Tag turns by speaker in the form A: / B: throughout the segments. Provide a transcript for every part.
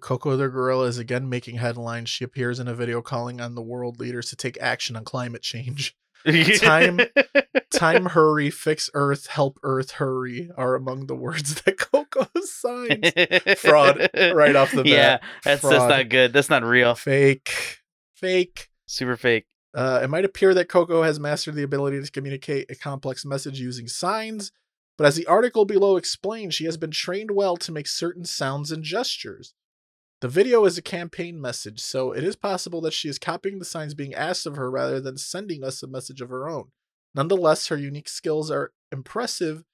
A: Coco the gorilla is again making headlines. She appears in a video calling on the world leaders to take action on climate change. Time- Time, hurry, fix Earth, help Earth, hurry are among the words that Coco signs. Fraud right off the bat.
B: Yeah, that's that's
A: Fraud.
B: not good. That's not real.
A: Fake, fake.
B: Super fake.
A: Uh, it might appear that Coco has mastered the ability to communicate a complex message using signs, but as the article below explains, she has been trained well to make certain sounds and gestures. The video is a campaign message, so it is possible that she is copying the signs being asked of her rather than sending us a message of her own. Nonetheless, her unique skills are impressive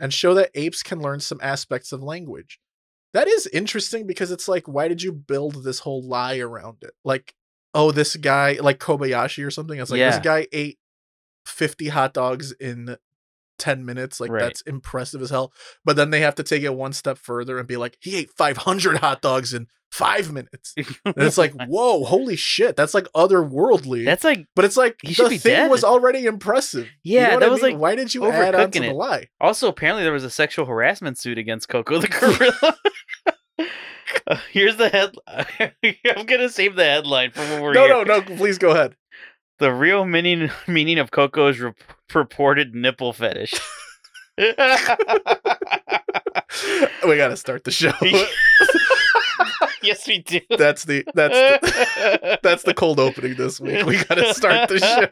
A: and show that apes can learn some aspects of language. That is interesting because it's like, why did you build this whole lie around it? Like, oh, this guy, like Kobayashi or something. It's like,
B: Yeah.
A: this guy ate 50 hot dogs in 10 minutes. Like,
B: Right.
A: that's impressive as hell. But then they have to take it one step further and be like, he ate 500 hot dogs in five minutes. And it's like, whoa, holy shit. That's like otherworldly.
B: that's like
A: but it's like,
B: He
A: the
B: should be
A: thing
B: dead.
A: was already impressive. You
B: Yeah,
A: know what
B: that
A: I
B: was,
A: mean?
B: like,
A: why did you add on to
B: overcooking
A: the
B: it.
A: lie?
B: Also, apparently there was a sexual harassment suit against Coco the gorilla. Uh, here's the head. I'm gonna save the headline for when we're
A: No,
B: here.
A: no, no, please go ahead.
B: The real meaning meaning of Coco's re- purported nipple fetish. yes,
A: we gotta start the show.
B: we do.
A: that's the that's the, that's the cold opening this week. We gotta start the show.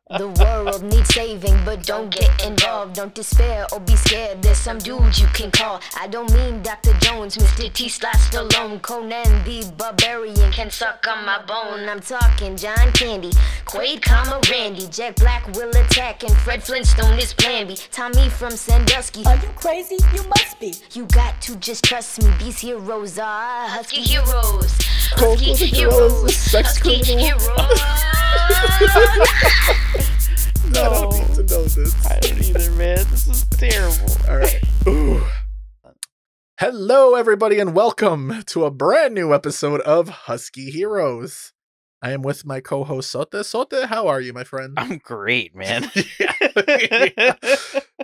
C: The world needs saving, but don't get involved. Don't despair or be scared. There's some dude you can call. I don't mean Dr. Jones, Mr. T. Sly Stallone, Conan the Barbarian can suck on my bone. I'm talking John Candy, Quaid, comma Randy, Jack Black will attack, and Fred Flintstone is Plan B. Tommy from Sandusky.
D: Are you crazy? You must be.
C: You got to just trust me. These heroes are husky heroes. Husky
A: Coco the Gorilla is a
C: heroes.
A: sex
C: Husky
A: criminal.
C: heroes.
A: I don't need to know this.
B: I don't either, man. This is terrible.
A: All right. Ooh. Hello, everybody, and welcome to a brand new episode of Husky Heroes. I am with my co-host Sote. Sote, how are you, my friend?
B: I'm great, man.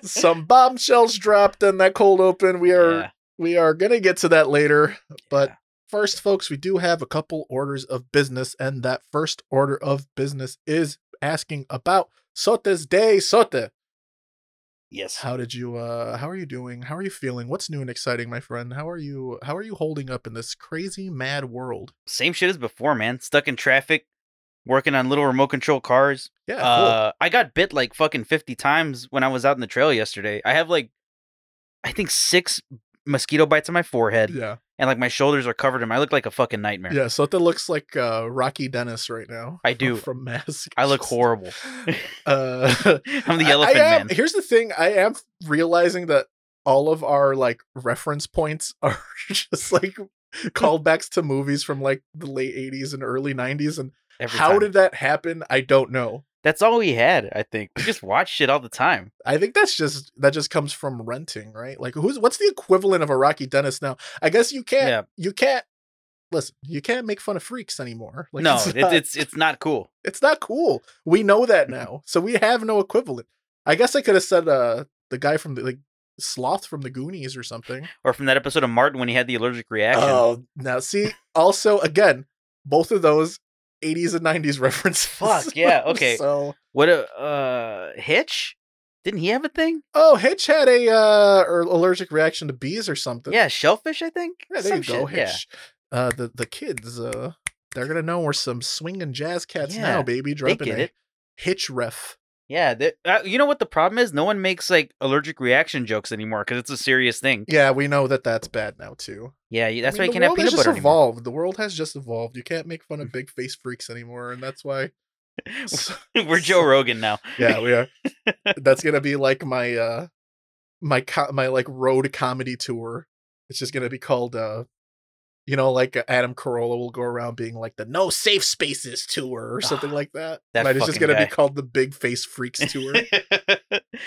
A: Some bombshells dropped in that cold open. We are
B: Yeah.
A: we are gonna get to that later, but
B: Yeah.
A: first, folks, we do have a couple orders of business, and that first order of business is asking about Sote's Day. Sote,
B: Yes.
A: how did you? Uh, how are you doing? How are you feeling? What's new and exciting, my friend? How are you? How are you holding up in this crazy, mad world?
B: Same shit as before, man. Stuck in traffic, working on little remote control cars.
A: Yeah, cool.
B: Uh, I got bit like fucking 50 times when I was out in the trail yesterday. I have like, I think six mosquito bites on my forehead,
A: yeah,
B: and like my shoulders are covered in. I look like a fucking nightmare.
A: yeah. Sote looks like uh, Rocky Dennis right now.
B: I do.
A: from Mask.
B: I look horrible.
A: Uh,
B: I'm the
A: I-
B: elephant
A: I am,
B: man.
A: Here's the thing: I am realizing that all of our like reference points are just like callbacks to movies from like the late '80s and early '90s. And
B: Every
A: how
B: time.
A: did that happen? I don't know.
B: That's all we had, I think. We just watched shit all the time.
A: I think that's just that just comes from renting, right? Like, who's what's the equivalent of a Rocky Dennis now? I guess you can't.
B: Yeah.
A: You can't. Listen, you can't make fun of freaks anymore. Like,
B: no,
A: it's
B: it,
A: not-
B: it's it's not cool.
A: It's not cool. We know that now. So we have no equivalent. I guess I could have said uh the guy from the like sloth from the Goonies or something.
B: Or from that episode of Martin when he had the allergic reaction.
A: Oh now see, also again, both of those 80s and 90s references.
B: Fuck, yeah, okay.
A: so
B: What a uh, Hitch? Didn't he have a thing?
A: Oh, Hitch had a uh or allergic reaction to bees or something.
B: yeah, shellfish, I think.
A: Yeah, there
B: Some
A: you go,
B: shit, yeah.
A: Hitch. Uh the, the kids, uh they're gonna know we're some swinging jazz cats
B: Yeah,
A: now, baby. Dropping
B: get
A: a
B: it.
A: Hitch ref.
B: Yeah, there- uh, you know what the problem is? No one makes like allergic reaction jokes anymore because it's a serious thing.
A: Yeah, we know that that's bad now too.
B: Yeah, you- that's
A: I mean,
B: why you can't have
A: The world
B: peanut
A: has
B: butter
A: just
B: anymore.
A: evolved. The world has just evolved. You can't make fun of big face freaks anymore, and that's why.
B: We're Joe Rogan now.
A: yeah, we are. That's gonna be like my uh, my co- my like road comedy tour. It's just gonna be called uh, you know, like uh, Adam Carolla will go around being like the No Safe Spaces tour or something like that.
B: Ah, That
A: but it's just
B: fucking
A: gonna be
B: guy.
A: called the Big Face Freaks tour.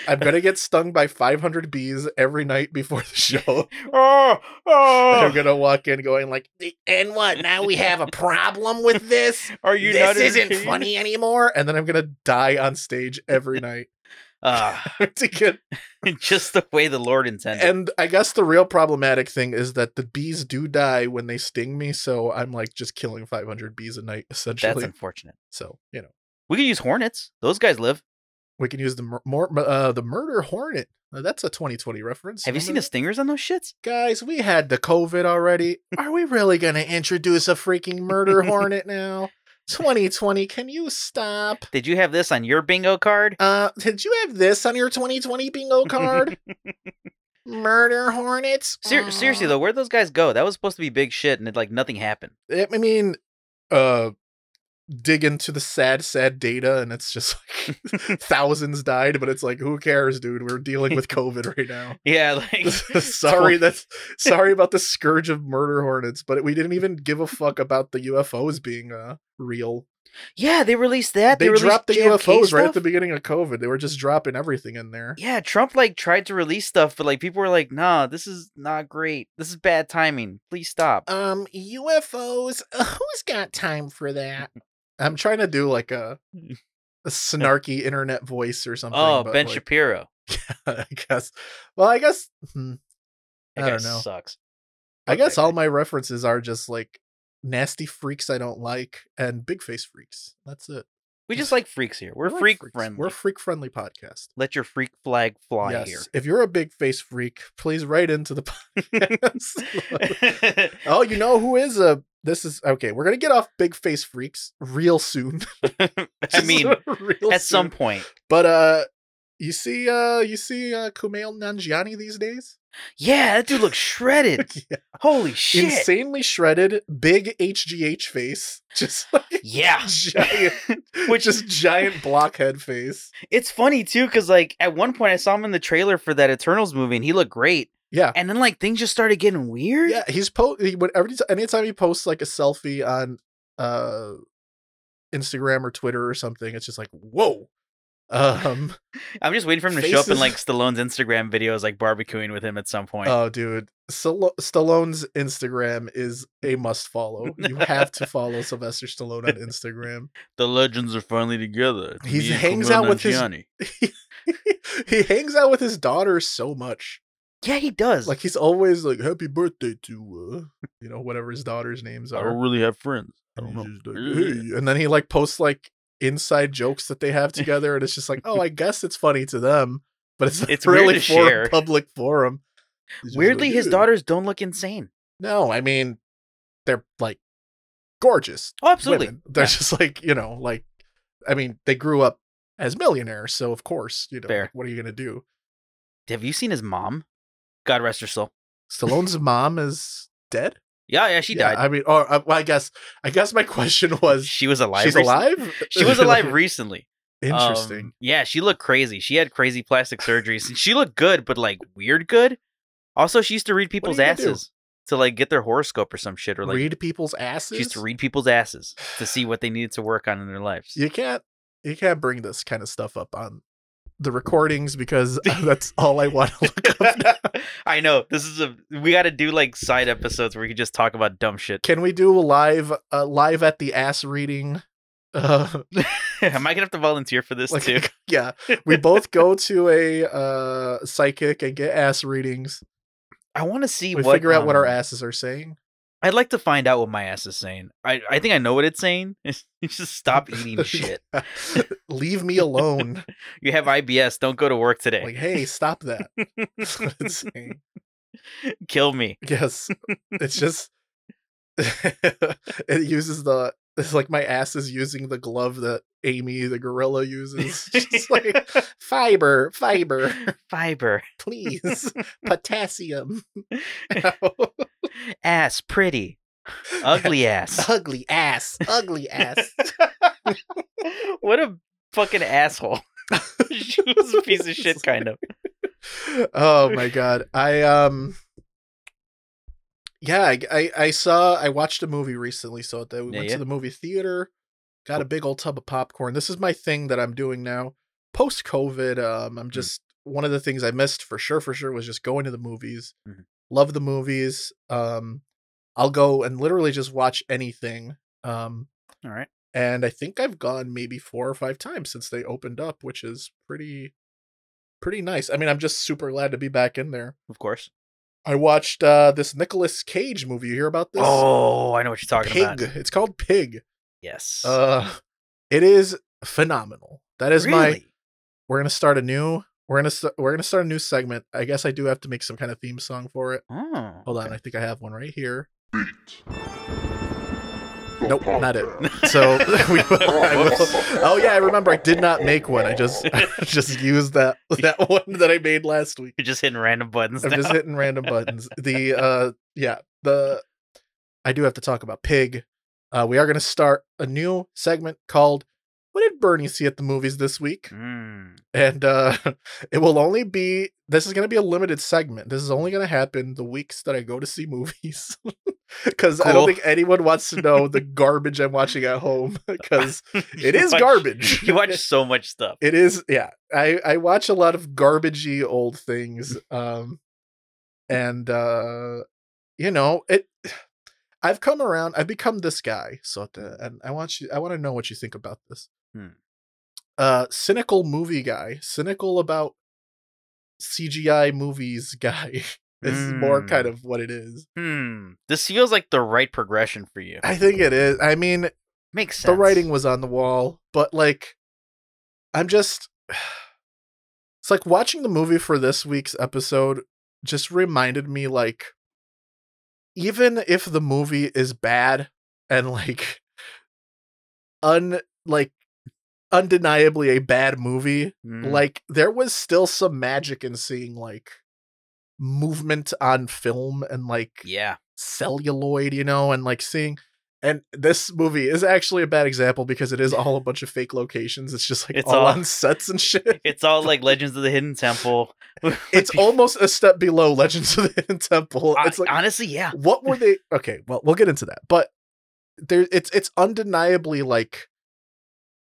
A: I'm gonna get stung by 500 bees every night before the show.
B: oh,
A: And
B: oh,
A: I'm gonna walk in going like, and what? Now we have a problem with this.
B: are you not entertained?"
A: anymore. And then I'm gonna die on stage every night.
B: Uh,
A: to get
B: just the way the Lord intended.
A: and I guess the real problematic thing is that the bees do die when they sting me, so I'm like just killing 500 bees a night
B: That's
A: essentially.
B: unfortunate.
A: so you know,
B: We could use hornets. Those guys live.
A: we can use the mur- mor- uh, the murder hornet. Now, that's a 2020 reference.
B: Have you seen
A: Remember-
B: the stingers on those shits?
A: guys? We had the COVID already. Are we really gonna introduce a freaking murder hornet now? 2020, can you stop?
B: Did you have this on your bingo card?
A: Uh, did you have this on your 2020 bingo card? murder hornets.
B: Ser- seriously though, where'd those guys go? That was supposed to be big shit, and it, like nothing happened.
A: I I mean, uh, dig into the sad, sad data, and it's just like thousands died. But it's like, who cares, dude? We're dealing with COVID right now.
B: Yeah, like
A: sorry, that's sorry about the scourge of murder hornets, but we didn't even give a fuck about the UFOs being uh real.
B: yeah. They released that.
A: they
B: released
A: dropped the
B: JFK
A: UFOs right at
B: stuff.
A: the beginning of COVID. They were just dropping everything in there.
B: Yeah, Trump like tried to release stuff, but like people were like, "Nah, this is not great. This is bad timing. Please stop."
A: Um, UFOs. uh, Who's got time for that? I'm trying to do like a a snarky internet voice or something.
B: oh,
A: but,
B: Ben
A: like,
B: Shapiro.
A: I guess. Well, I guess. hmm, I
B: That guy
A: don't know.
B: Sucks.
A: I
B: Fuck
A: guess
B: that
A: all
B: guy.
A: my references are just like nasty freaks I don't like and big face freaks. That's it.
B: We just like freaks here. We're, freak
A: freaks.
B: friendly. Oh,
A: We're a freak friendly podcast.
B: Let your freak flag fly here.
A: If you're a big face freak, please write into the podcast. oh, you know who is a this is okay. We're gonna get off big face freaks real soon.
B: I mean, at
A: real
B: some
A: soon.
B: point.
A: But uh, you see, uh, you see, uh, Kumail Nanjiani these days.
B: Yeah, that dude looks shredded.
A: Yeah.
B: Holy shit.
A: Insanely shredded, big HGH face, just like
B: Yeah.
A: giant,
B: Which-
A: which is giant blockhead face.
B: It's funny too, because like at one point I saw him in the trailer for that Eternals movie and he looked great.
A: Yeah.
B: And then like things just started getting weird.
A: Yeah, he's po he, when every t- anytime he posts like a selfie on uh Instagram or Twitter or something, it's just like whoa. Um
B: I'm just waiting for him to show up in
A: Faces-
B: like Stallone's Instagram videos, like barbecuing with him at some point.
A: oh dude, Stall- Stallone's Instagram is a must follow. You have to follow Sylvester Stallone on Instagram.
B: the legends are finally together. It's
A: He
B: me and
A: hangs
B: Kumail
A: out with his-
B: Nanjiani.
A: he hangs out with his daughter so much.
B: Yeah, he does.
A: like he's always like happy birthday to uh you know whatever his daughter's names are
B: really have friends.
A: And he's just like, "Hey," and then he like posts like inside jokes that they have together and it's just like oh i guess it's funny to them but it's, not
B: It's weird
A: really
B: to
A: for
B: share.
A: a public forum He's just like,
B: Weirdly, his
A: "Yeah."
B: daughters don't look insane.
A: no i mean they're like gorgeous
B: Oh, absolutely.
A: women. they're
B: Yeah.
A: just like you know like i mean they grew up as millionaires so of course you know
B: Fair.
A: like, what are you gonna do
B: Have you seen his mom? God rest her soul.
A: stallone's mom is dead
B: Yeah, yeah, she
A: Yeah,
B: died.
A: I mean, or uh, well, I guess, I guess my question was,
B: she was alive.
A: she's
B: recent-
A: alive.
B: She was
A: Like,
B: alive recently. Um,
A: Interesting.
B: yeah, she looked crazy. She had crazy plastic surgeries. And she looked good, but like weird good. Also, she used to read people's
A: you gonna do?
B: asses to like get their horoscope or some shit, or like
A: read people's asses.
B: she used to read people's asses to see what they needed to work on in their lives.
A: You can't, you can't bring this kind of stuff up on the recordings because that's all I want to look up. Now.
B: I know this is a we got to do like side episodes where we can just talk about dumb shit.
A: Can we do a live, uh, live at the ass reading? Uh,
B: Am I gonna have to volunteer for this
A: like,
B: too?
A: yeah, we both go to a uh, psychic and get ass readings.
B: I want to see
A: We
B: what
A: figure out what our
B: um,
A: asses are saying.
B: I'd like to find out what my ass is saying. I, I think I know what it's saying. It's just stop eating shit.
A: Leave me alone.
B: You have IBS. Don't go to work
A: like,
B: today.
A: hey, stop that. That's what it's saying.
B: Kill me.
A: Yes. It's just it uses the it's like my ass is using the glove that Amy the gorilla uses. It's just like fiber, fiber,
B: Fiber.
A: please. Potassium.
B: Ass. Pretty. Ugly ass.
A: ugly ass. Ugly ass.
B: what a fucking asshole. she was a piece of shit, kind of.
A: oh my god. I um yeah, I, I I saw I watched a movie recently, so that we
B: Yeah,
A: went
B: yeah.
A: to the movie theater, got a big old tub of popcorn. This is my thing that I'm doing now. Post COVID, um,
B: Mm-hmm.
A: I'm just one of the things I missed for sure, for sure was just going to the movies.
B: Mhm.
A: Love the movies. Um, I'll go and literally just watch anything. Um,
B: All right.
A: and I think I've gone maybe four or five times since they opened up, which is pretty pretty nice. I mean, I'm just super glad to be back in there.
B: Of course.
A: I watched uh, this Nicolas Cage movie. You hear about this?
B: Oh, I know what you're talking
A: Pig.
B: about.
A: It's called Pig.
B: Yes.
A: Uh, it is phenomenal. That is my.
B: Really?
A: We're gonna start a new. We're gonna st- we're gonna start a new segment. I guess I do have to make some kind of theme song for it.
B: Oh.
A: Hold on, I think I have one right here.
E: The
A: Nope, not it.
E: podcast.
A: So we, I will- oh yeah, I remember. I did not make one. I just I just used that that one that I made last week.
B: You're just hitting random buttons.
A: I'm
B: now.
A: just hitting random buttons. The uh yeah, the I do have to talk about Pig. Uh we are going to start a new segment called What did Bernie see at the movies this week?
B: Mm.
A: And uh it will only be this is going to be a limited segment. This is only going to happen the weeks that I go to see movies. Cuz I
B: Cool.
A: don't think anyone wants to know the garbage I'm watching at home cuz it
B: You
A: is
B: watch-
A: garbage.
B: You watch so much stuff.
A: It is, yeah. I I watch a lot of garbagey old things, um, and uh, you know it. I've come around. I've become this guy, Sota, and I want you. I want to know what you think about this.
B: Hmm.
A: Uh, cynical movie guy, cynical about CGI movies guy is more
B: Mm.
A: kind of what it is.
B: Hmm. This feels like the right progression for you.
A: I think it is. I mean,
B: Makes sense.
A: the writing was on the wall, but like, I'm just. It's like watching the movie for this week's episode just reminded me, like, even if the movie is bad and like, un like, undeniably a bad movie,
B: Mm.
A: like there was still some magic in seeing like movement on film and like
B: Yeah.
A: celluloid, you know, and like seeing. And this movie is actually a bad example because it is all a bunch of fake locations. It's just like
B: It's
A: all,
B: all-
A: on sets and shit.
B: It's all like Legends of the Hidden Temple.
A: It's almost a step below Legends of the Hidden Temple.
B: I-
A: It's like
B: honestly, yeah.
A: what were they? Okay, well we'll get into that, but there it's it's undeniably like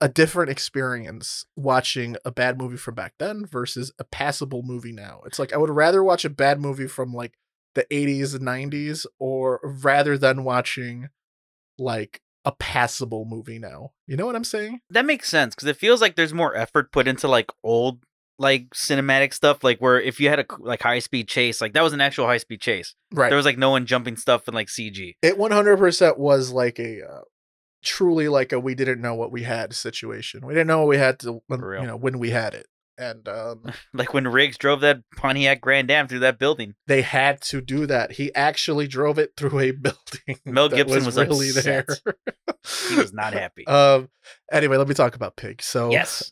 A: a different experience watching a bad movie from back then versus a passable movie now. It's like I would rather watch a bad movie from like the 80s and 90s or rather than watching like a passable movie now. You know what I'm saying?
B: That makes sense because it feels like there's more effort put into like old like cinematic stuff. Like where if you had a like high speed chase, like that was an actual high speed chase.
A: Right.
B: There was like no one jumping stuff and like CG.
A: it 100% was like a uh, truly like a we didn't know what we had situation. We didn't know what we had to when,
B: For real.
A: you know when we had it. And um
B: Like when Riggs drove that Pontiac Grand Dam through that building.
A: they had to do that. He actually drove it through a building.
B: Mel
A: that
B: Gibson was upset. He was not happy.
A: um. Anyway, let me talk about Pig. So
B: yes.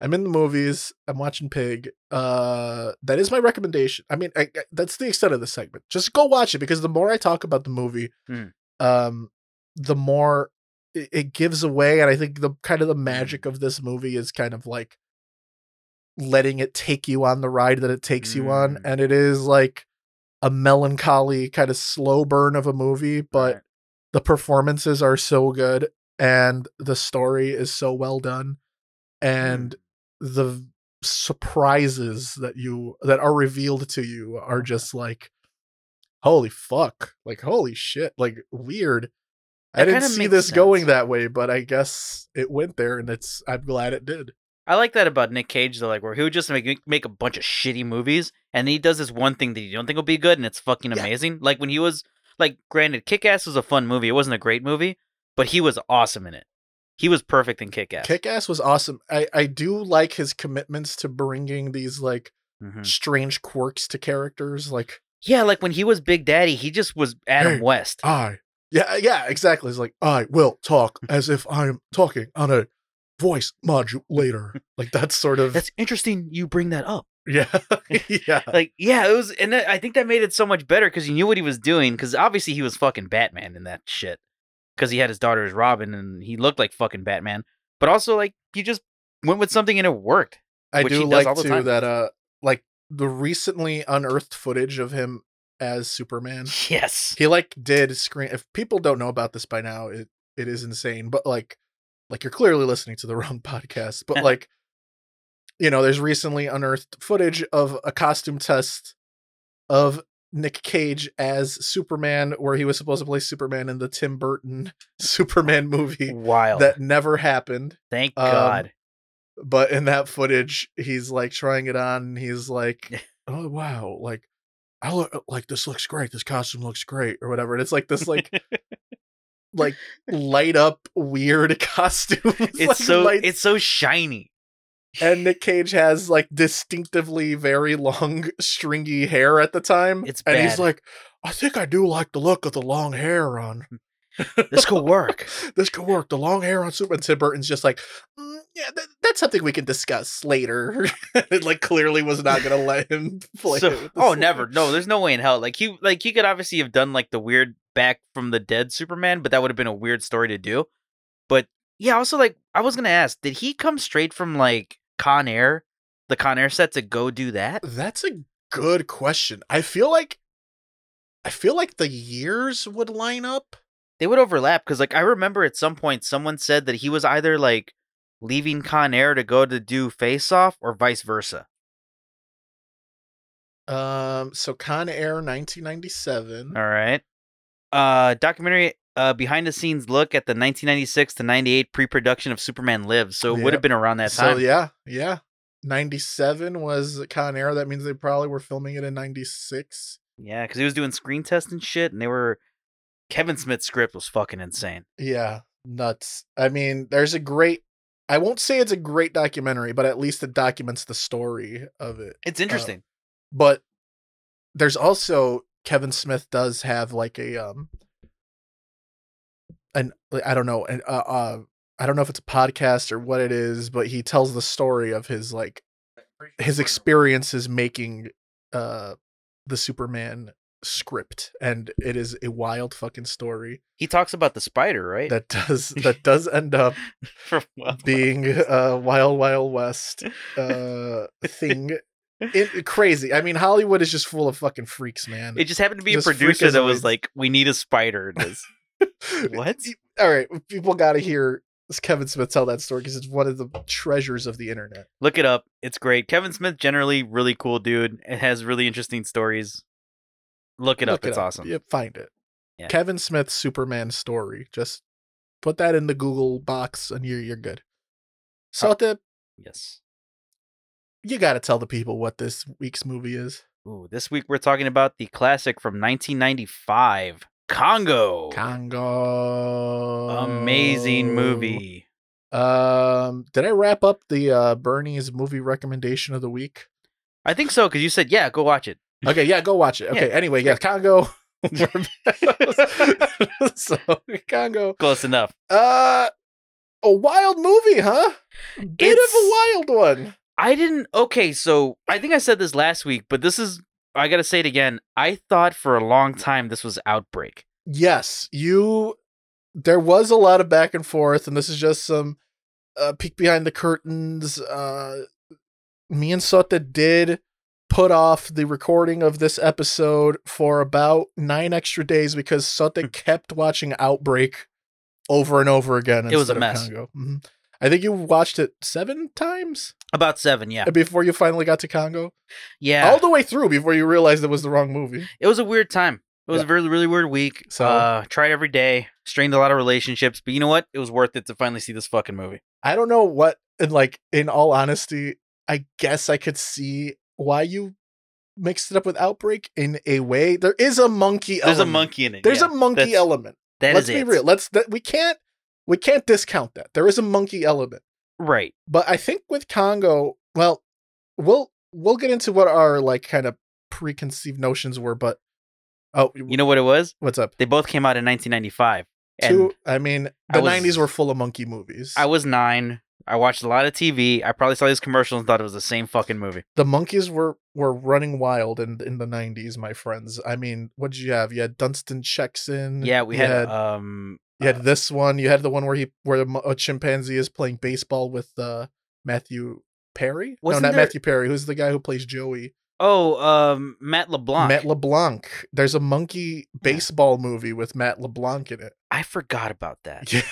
A: I'm in the movies. I'm watching Pig. Uh, that is my recommendation. I mean, I, I- that's the extent of the segment. Just go watch it because the more I talk about the movie,
B: Mm.
A: um, the more it, it gives away, and I think the kind
B: Mm.
A: of the magic of this movie is kind of like letting it take you on the ride that it takes you on,
B: Mm.
A: and it is like a melancholy kind of slow burn of a movie, but
B: Right.
A: the performances are so good and the story is so well done
B: Mm.
A: and the v- surprises that you that are revealed to you are just like holy fuck like holy shit like weird i
B: That
A: didn't
B: kinda
A: see
B: makes
A: this going
B: sense.
A: that way but i guess it went there and it's i'm glad it did
B: I like that about Nick Cage though, like where he would just make make a bunch of shitty movies, and he does this one thing that you don't think will be good, and it's fucking
A: Yeah.
B: amazing. Like when he was like, granted, Kick Ass was a fun movie. It wasn't a great movie, but he was awesome in it. He was perfect in Kick Ass.
A: kick ass was awesome i i do like his commitments to bringing these like
B: Mm-hmm. Mm.
A: strange quirks to characters like
B: Yeah, like when he was Big Daddy, he just was Adam
A: Hey.
B: West.
A: I. Yeah, yeah, exactly. It's like I will talk as if I'm talking on a voice modulator. Like that sort of
B: That's interesting. You bring that up.
A: yeah. yeah.
B: Like, yeah, it was, and that, I think that made it so much better because you knew what he was doing. Because obviously he was fucking Batman in that shit. Because he had his daughter as Robin, and he looked like fucking Batman. But also, like, you just went with something and it worked.
A: I
B: which
A: do
B: he does all
A: like
B: the
A: too
B: time.
A: that uh like the recently unearthed footage of him as Superman.
B: Yes.
A: He like did screen if people don't know about this by now, it it is insane. But like like you're clearly listening to the wrong podcast. But like you know, there's recently unearthed footage of a costume test of Nick Cage as Superman, where he was supposed to play Superman in the Tim Burton Superman movie
B: Wild.
A: that never happened.
B: Thank
A: um,
B: God.
A: But in that footage, he's like trying it on. And he's like, "Oh wow, like I look like this looks great. This costume looks great, or whatever." And it's like this like like light up weird costume.
B: It's so it's so shiny.
A: and Nick Cage has like distinctively very long stringy hair at the time.
B: It's
A: and he's
B: bad.
A: like, I think I do like the look of the long hair on
B: This could work.
A: this could work. The long hair on Superman. Tim Burton's just like, "Mm, yeah, that, that's something we can discuss later. it like clearly was not gonna let him play.
B: So-
A: it with the
B: oh,
A: sword.
B: never. No, there's no way in hell. Like he, like he could obviously have done like the weird back from the dead Superman, but that would have been a weird story to do. But yeah, also like I was gonna ask, did he come straight from like Con Air, the Con Air set to go do that?
A: That's a good question. I feel like, I feel like the years would line up.
B: They would overlap because like I remember at some point someone said that he was either like leaving Con Air to go to do Face Off or vice versa.
A: Um, so Con Air, 1997.
B: All right. Uh, documentary uh, behind the scenes look at the 1996 to 98 pre production of Superman Lives. So it would
A: Yep.
B: have been around that
A: so
B: time.
A: yeah, yeah. 97 was Con Air. That means they probably were filming it in 96.
B: yeah, because he was doing screen tests and shit, and they were. Kevin Smith's script was fucking insane.
A: Yeah, nuts. I mean, there's a great. I won't say it's a great documentary, but at least it documents the story of it.
B: It's interesting.
A: But there's also Kevin Smith does have like a um, an I don't know an uh, uh I don't know if it's a podcast or what it is, but he tells the story of his like his experiences making uh the Superman script, and it is a wild fucking story
B: he talks about the spider, right?
A: that does that does end up
B: From Wild
A: being a wild wild west uh thing it, crazy i mean hollywood is just full of fucking freaks man
B: Wild. it just happened to be a
A: just
B: producer that
A: freakazoids.
B: was like, "We need a spider." in This. what?
A: all right people gotta hear this kevin smith tell that story because it's one of the treasures of the internet
B: Look it up. It's great. Kevin Smith, generally really cool dude. It has really interesting stories. Look it
A: Look
B: up. it's awesome.
A: Yep, find it
B: Yeah.
A: kevin smith superman story just put that in the google box and you're, you're good so
B: Yes.
A: you gotta tell the people what this week's movie is
B: Ooh, this week we're talking about the classic from 1995, Congo.
A: congo
B: Amazing movie.
A: Um, did I wrap up the uh Bernie's movie recommendation of the week?
B: I think so because you said, "Yeah, go watch it."
A: Okay, yeah, go watch it. Okay, anyway, yeah, Congo. so Congo.
B: Close enough.
A: Uh a wild movie, huh? Bit
B: It's-
A: of a wild one.
B: I didn't. Okay, so I think I said this last week, but this is. I gotta say it again. I thought for a long time this was Outbreak.
A: Yes, you there was a lot of back and forth, and this is just some uh peek behind the curtains. Uh me and Sota did put off the recording of this episode for about nine extra days because
B: Hmm.
A: Sota kept watching Outbreak over and over again.
B: It was
A: instead
B: a
A: of
B: mess.
A: Congo. Mhm. I think you watched it seven times
B: About seven, yeah,
A: before you finally got to Congo.
B: yeah.
A: All the way through before you realized it was the wrong movie.
B: it was a weird time. It was
A: Yeah.
B: a really, really weird week.
A: So-
B: uh, tried every day, strained a lot of relationships, but you know what? It was worth it to finally see this fucking movie.
A: I don't know what, and like, in all honesty, I guess I could see why you mixed it up with Outbreak in a way. There is a monkey
B: There's a
A: element.
B: monkey in it.
A: Oh, There's
B: yeah.
A: a monkey
B: That's-
A: element.
B: That
A: Let's
B: is
A: be
B: it.
A: real. Let's that we can't we can't discount that. There is a monkey element.
B: Right.
A: But I think with Congo, well, we'll we'll get into what our like kind of preconceived notions were, but oh
B: You know what it was?
A: what's up?
B: They both came out in 1995. And
A: Two I mean
B: I
A: the
B: was-
A: nineties were full of monkey movies.
B: I was nine. I watched a lot of TV. I probably saw these commercials and thought it was the same fucking movie.
A: the monkeys were were running wild in in the 90s my friends i mean what did you have you had dunstan checks in
B: Yeah, we
A: you
B: had, um
A: you had this one you had the one where he where a mo- a chimpanzee is playing baseball with uh matthew perry
B: Wasn't
A: no not
B: there-
A: matthew perry who's the guy who plays joey
B: oh um Matt LeBlanc.
A: matt leblanc there's a monkey baseball movie with matt leblanc in it
B: I forgot about that.
A: yeah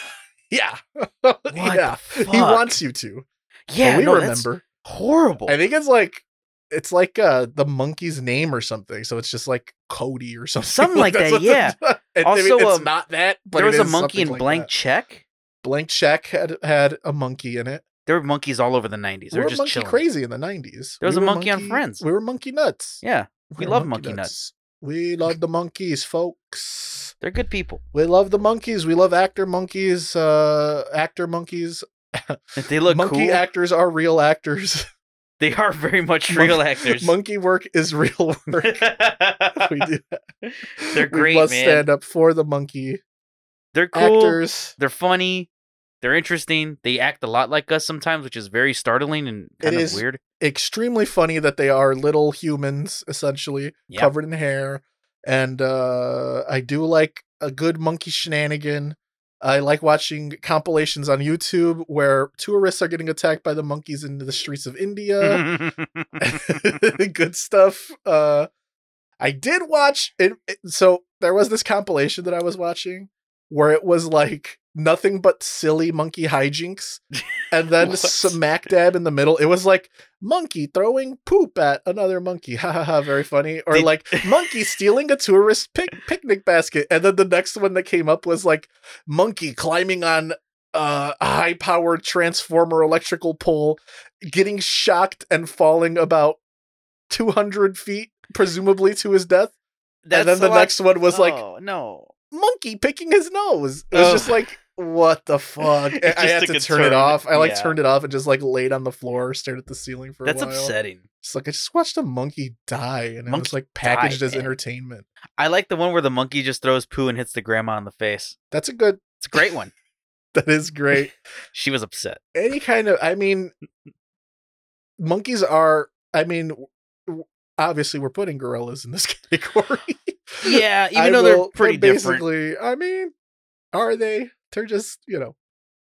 A: yeah
B: What
A: yeah
B: the fuck?
A: he wants you to
B: Yeah,
A: but we
B: no, that's
A: remember
B: horrible.
A: I think it's like it's like uh the monkey's name or something. So it's just like Cody or something.
B: Something like
A: that's
B: that,
A: what
B: yeah.
A: the- and
B: Also,
A: I mean, it's
B: um,
A: not that. But
B: there
A: it
B: was a
A: is
B: monkey
A: something
B: in
A: like
B: blank
A: that.
B: check.
A: Blank check had had a monkey in it.
B: There were monkeys all over the 90s. They
A: we
B: were
A: were
B: just
A: monkey
B: chilling.
A: crazy in the 90s.
B: There was
A: We were
B: a monkey on Friends.
A: We were monkey nuts.
B: Yeah, we
A: were
B: love monkey
A: We love the monkeys, folks.
B: they're good people.
A: We love the monkeys. We love actor monkeys. Uh, actor monkeys.
B: If they look
A: monkey
B: cool,
A: actors are real actors.
B: they are very much
A: Mon-
B: real actors.
A: Monkey work is real work. we do.
B: They're great,
A: We must
B: man.
A: stand up for the monkey
B: they're cool.
A: actors.
B: They're funny. They're interesting. They act a lot like us sometimes, which is very startling and kind of
A: is.
B: weird.
A: Extremely funny that they are little humans, essentially
B: Yeah.
A: covered in hair. And uh, I do like a good monkey shenanigan. I like watching compilations on YouTube where tourists are getting attacked by the monkeys in the streets of India.
B: Mm-hmm.
A: good stuff. Uh, I did watch it, it- So there was this compilation that I was watching where it was like nothing but silly monkey hijinks, and then
B: What?
A: smack dab in the middle. It was like monkey throwing poop at another monkey. Ha ha ha! Very funny. Or
B: Did-
A: like monkey stealing a tourist pic- picnic basket, and then the next one that came up was like monkey climbing on uh, a high powered transformer electrical pole, getting shocked and falling about 200 feet, presumably to his death. and then
B: a
A: the
B: lot-
A: next one was like,
B: Oh, no.
A: monkey picking his nose. It was
B: Ugh.
A: just like, what the fuck?
B: Oh. It
A: I- I
B: just
A: had
B: took
A: to
B: a
A: turn it
B: turn.
A: off. I like
B: Yeah.
A: turned it off and just like laid on the floor, stared at the ceiling for
B: That's
A: a while.
B: upsetting.
A: It's like, I just watched a monkey die and it was
B: Monkey
A: like packaged
B: died,
A: as
B: man.
A: entertainment.
B: I like the one where the monkey just throws poo and hits the grandma in the face.
A: That's a good,
B: It's a great one.
A: that is great.
B: she was upset.
A: any kind of i mean monkeys are i mean w- w- obviously we're putting gorillas in this category
B: Yeah, even
A: I will-
B: though they're pretty different.
A: basically i mean are they they're just you know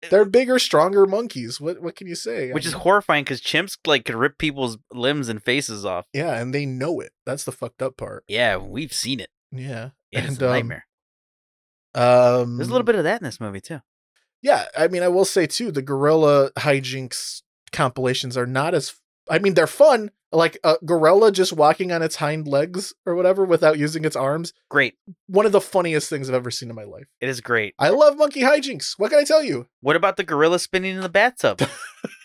A: they're bigger stronger monkeys what what can you say I
B: Eh, Which is
A: mean,
B: horrifying because chimps like could rip people's limbs and faces off.
A: yeah and they know it that's the fucked up part
B: Yeah, we've seen it.
A: yeah
B: It's
A: And,
B: a
A: um,
B: nightmare.
A: um
B: There's a little bit of that in this movie too.
A: yeah i mean i will say too the gorilla hijinks compilations are not as i mean they're fun like a gorilla just walking on its hind legs or whatever without using its arms
B: Great.
A: one of the funniest things i've ever seen in my life
B: It is great.
A: i love monkey hijinks what can i tell you
B: What about the gorilla spinning in the bathtub?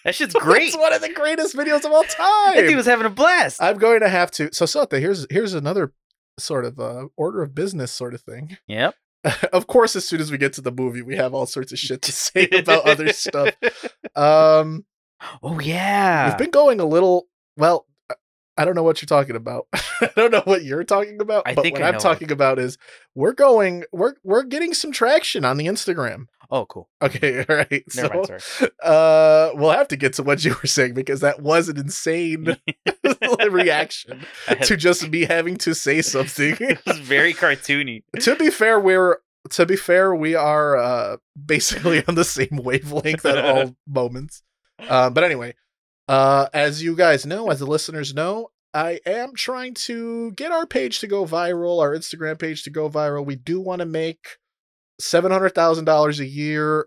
B: that shit's great.
A: it's one of the greatest videos of all time
B: That dude was having a blast.
A: i'm going to have to so Sota, here's here's another sort of uh order of business sort of thing
B: yep.
A: of course as soon as we get to the movie we have all sorts of shit to say about other stuff um
B: Oh yeah.
A: We've been going a little well. I- I don't know what you're talking about. I don't know what you're talking about.
B: I
A: but
B: think
A: what
B: I
A: I'm
B: know
A: talking about is we're going. We're we're getting some traction on the Instagram.
B: oh cool.
A: Okay, all right. So,
B: Never mind. Sorry.
A: uh, we'll have to get to what you were saying because that was an insane reaction
B: I had-
A: to just me having to say something.
B: it was very cartoony.
A: to be fair, we're to be fair, we are uh, basically on the same wavelength at all moments. Uh, but anyway, uh, as you guys know, as the listeners know, I am trying to get our page to go viral, our Instagram page to go viral. We do want to make seven hundred thousand dollars a year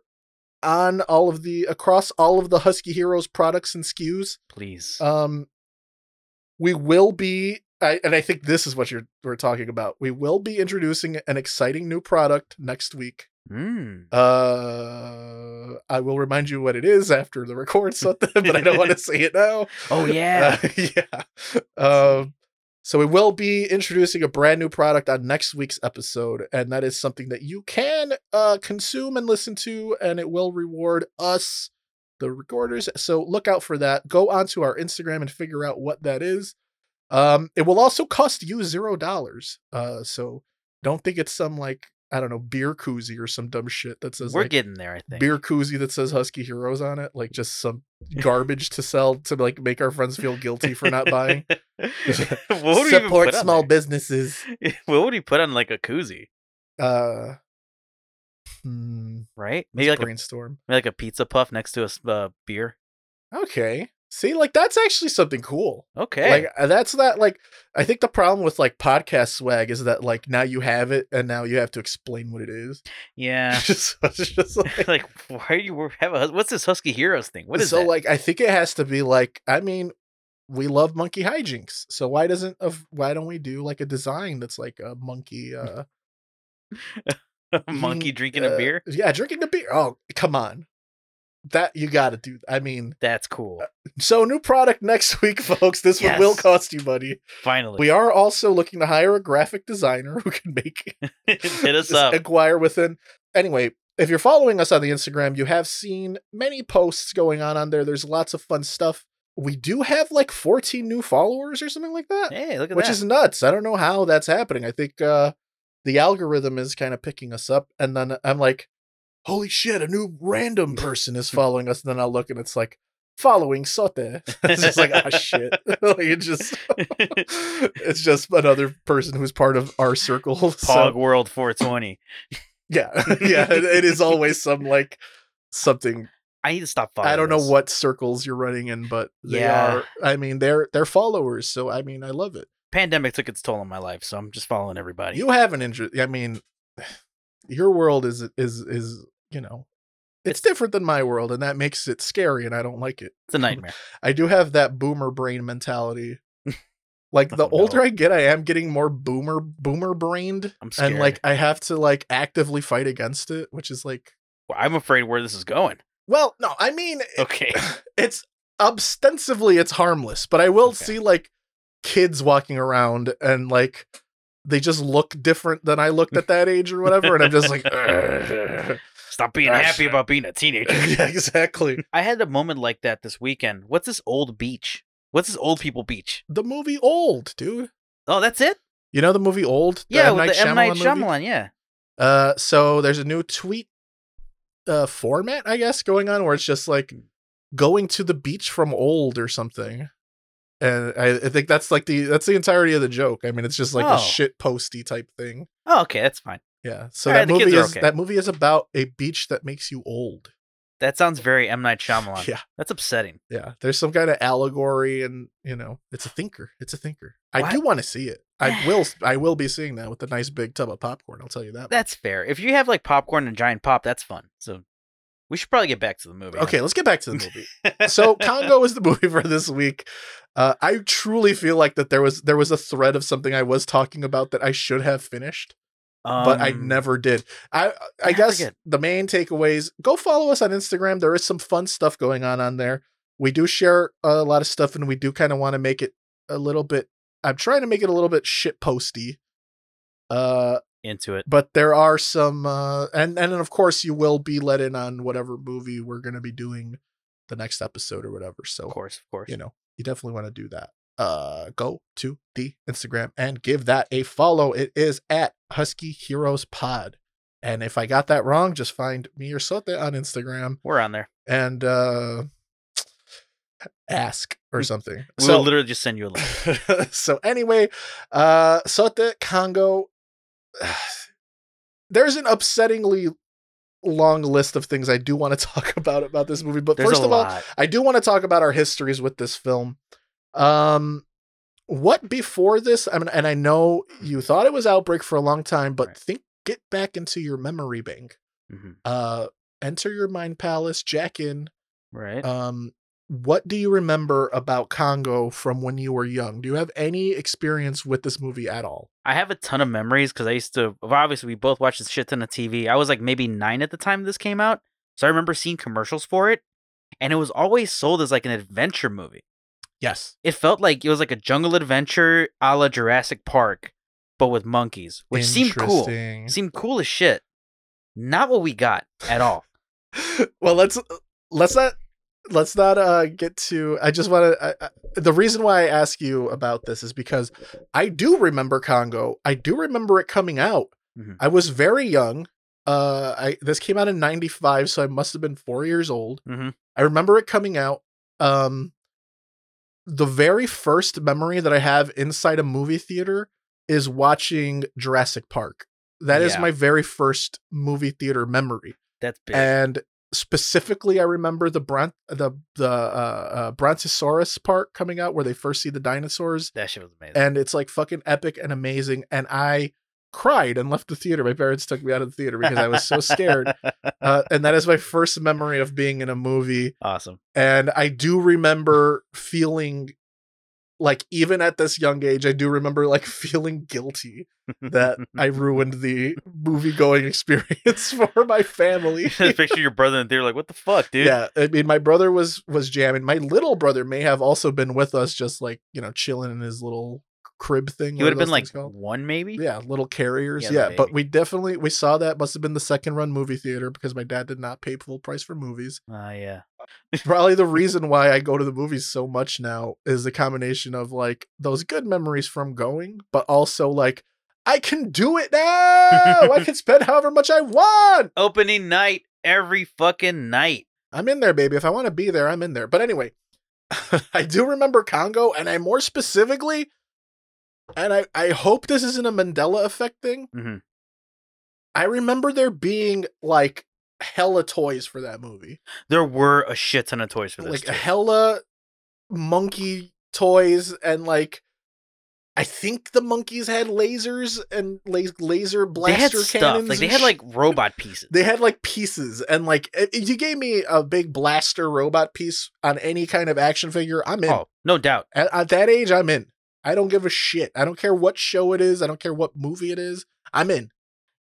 A: on all of the across all of the Husky Heroes products and SKUs.
B: Please.
A: Um, we will be, I, and I think this is what you're we're talking about. We will be introducing an exciting new product next week.
B: mm.
A: Uh, I will remind you what it is after the record something, but I don't want to say it now.
B: Oh yeah.
A: Uh, yeah. Um, so we will be introducing a brand new product on next week's episode, and that is something that you can uh, consume and listen to, and it will reward us, the recorders. So look out for that. Go onto our Instagram and figure out what that is. Um, it will also cost you zero dollars. Uh, so don't think it's some like I don't know beer koozie or some dumb shit that says
B: We're
A: like,
B: getting there, I think.
A: beer koozie that says Husky Heroes on it, like just some garbage to sell to like make our friends feel guilty for not buying.
B: what would we even put on there?
A: businesses.
B: what would he put on like a koozie?
A: Uh, hmm,
B: Right? Maybe
A: maybe
B: like a
A: brainstorm.
B: maybe like a pizza puff next to a s- uh, beer.
A: Okay, see, like that's actually something cool.
B: Okay.
A: Like uh, that's that. Like I think the problem with like podcast swag is that like now you have it and now you have to explain what it is.
B: yeah.
A: So it's just like-
B: like why are you have a hus- what's this Husky Heroes thing? What is
A: so
B: that?
A: like I think it has to be like I mean we love monkey hijinks so why doesn't of why don't we do like a design that's like a monkey uh
B: monkey
A: eating,
B: drinking
A: uh,
B: a beer?
A: yeah drinking a beer oh come on that you got to do. I mean,
B: That's
A: uh,
B: cool.
A: so new product next week, folks. This
B: Yes.
A: one will cost you money.
B: Finally,
A: We are also looking to hire a graphic designer who can make
B: hit us
A: this
B: up.
A: Aguirre within. Anyway, if you're following us on the Instagram, you have seen many posts going on on there. There's lots of fun stuff. We do have like 14 new followers or something like that,
B: Hey, look at
A: which
B: that.
A: is nuts. I don't know how that's happening. I think uh, the algorithm is kind of picking us up, and then I'm like, "Holy shit, a new random person is following us." And then I'll look, and it's like following Sote. it's just like, ah, shit. like, it just it's just another person who's part of our circle.
B: Pog
A: So,
B: World 420.
A: yeah, yeah. It, it is always some like something.
B: I need to stop following.
A: I don't know
B: this.
A: what circles you're running in, but they
B: Yeah.
A: are. I mean, they're they're followers. So I mean, I love it.
B: pandemic took its toll on my life, so I'm just following everybody.
A: You have an interest. I mean, your world is is is you know, it's different than my world, and that makes it scary, and I don't like it.
B: it's a nightmare.
A: I do have that boomer brain mentality. Like the
B: Oh, no.
A: older I get, I am getting more boomer boomer brained.
B: I'm scared.
A: and like I have to like actively fight against it, which is like,
B: Well, I'm afraid where this is going.
A: well, no, I mean,
B: Okay.
A: it's ostensibly it's harmless, but I will
B: Okay.
A: see like kids walking around and like they just look different than I looked at that age or whatever, and I'm just like, "Ugh."
B: Stop being
A: That's-
B: happy about being a teenager.
A: yeah, exactly.
B: I had a moment like that this weekend. What's this old beach? What's this old people beach?
A: The movie Old, dude.
B: Oh, that's it?
A: You know the movie Old?
B: Yeah,
A: M.
B: with
A: Night
B: the M. Night
A: movie?
B: Shyamalan, yeah.
A: Uh, so there's a new tweet uh format, I guess, going on where it's just like going to the beach from old or something. And I, I think that's like the that's the entirety of the joke. I mean, it's just like
B: Oh.
A: a shit posty type thing.
B: Oh, okay, that's fine.
A: Yeah. So
B: Alright,
A: that
B: the kids
A: movie
B: are
A: is
B: okay.
A: that movie is about a beach that makes you old.
B: That sounds very M. Night Shyamalan.
A: Yeah.
B: That's upsetting.
A: Yeah. There's some kind of allegory and you know, it's a thinker. It's a thinker. I
B: What?
A: do want to see it. I will I will be seeing that with a nice big tub of popcorn, I'll tell you that.
B: That's fair. If you have like popcorn and giant pop, that's fun. So we should probably get back to the movie.
A: okay, let's get back to the movie. so Congo is the movie for this week. Uh, I truly feel like that there was there was a thread of something I was talking about that I should have finished, but I
B: Um,
A: never did. I I
B: I
A: guess
B: forget.
A: the main takeaways: go follow us on Instagram. There is some fun stuff going on on there. We do share a lot of stuff, and we do kind of want to make it a little bit. I'm trying to make it a little bit shit posty. Uh,
B: into it.
A: but there are some uh and and then of course you will be let in on whatever movie we're going to be doing the next episode or whatever so
B: Of course, of course.
A: you know you definitely want to do that uh go to the instagram and give that a follow it is at husky heroes pod and if i got that wrong just find me or sote on instagram
B: We're on there.
A: and uh ask
B: Mm.
A: or something
B: We will literally just send you a link.
A: so anyway, uh Sote Congo there's an upsettingly long list of things I do want to talk about about this movie, but
B: There's
A: first
B: a
A: of all,
B: lot.
A: I do want to talk about our histories with this film. Um what before this, I mean and I know you thought it was Outbreak for a long time, but
B: Right.
A: think get back into your memory bank.
B: Mhm.
A: Uh enter your mind palace, jack in
B: Right.
A: um, what do you remember about Congo from when you were young? Do you have any experience with this movie at all?
B: I have a ton of memories because I used to. well, Obviously, we both watched this shit ton of TV. I was like maybe nine at the time this came out, so I remember seeing commercials for it, and it was always sold as like an adventure movie.
A: Yes.
B: It felt like it was like a jungle adventure a la Jurassic Park, but with monkeys, which seemed cool. Seemed cool as shit. Not what we got at all.
A: well, let's uh, let's not let's not uh get to I just want to the reason why I ask you about this is because I do remember Congo. I do remember it coming out.
B: Mhm.
A: I was very young. Uh I this came out in 95, so I must have been 4 years old.
B: Mhm.
A: I remember it coming out. Um, the very first memory that I have inside a movie theater is watching Jurassic Park. That is
B: Yeah.
A: my very first movie theater memory,
B: That's big.
A: and specifically, I remember the Bront the the uh, uh, Brontosaurus part coming out where they first see the dinosaurs,
B: that shit was amazing.
A: and it's like fucking epic and amazing, and I cried and left the theater. My parents took me out of the theater because I was so scared, uh, and that is my first memory of being in a movie
B: awesome.
A: and I do remember feeling like even at this young age, I do remember like feeling guilty that I ruined the movie going experience for my family.
B: Just picture your brother and they're like, what the fuck, dude?
A: Yeah, I mean, my brother was was jamming. My little brother may have also been with us, just like you know, chilling in his little crib thing.
B: He would have
A: whatever
B: been like
A: those things called.
B: one, maybe.
A: yeah, little carriers.
B: Yeah,
A: Yeah,
B: the
A: but
B: baby.
A: we definitely we saw that must have been the second run movie theater because my dad did not pay full price for movies.
B: Ah, yeah.
A: Probably the reason why I go to the movies so much now is the combination of like those good memories from going, but also like I can do it now. I can spend however much I want.
B: Opening night every fucking night.
A: I'm in there, baby. If I want to be there, I'm in there. But anyway, I do remember Congo, and I more specifically, and I, I hope this isn't a Mandela effect thing.
B: Mhm.
A: I remember there being like hella toys for that movie,
B: There were a shit ton of toys for this.
A: like
B: too.
A: hella monkey toys, and like I think the monkeys had lasers and la- laser
B: they
A: blaster
B: had stuff.
A: cannons
B: Like they
A: and
B: had
A: sh-
B: like robot pieces.
A: they had like pieces and like if you gave me a big blaster robot piece on any kind of action figure i'm in
B: oh, no doubt.
A: at, at that age i'm in i don't give a shit i don't care what show it is i don't care what movie it is i'm in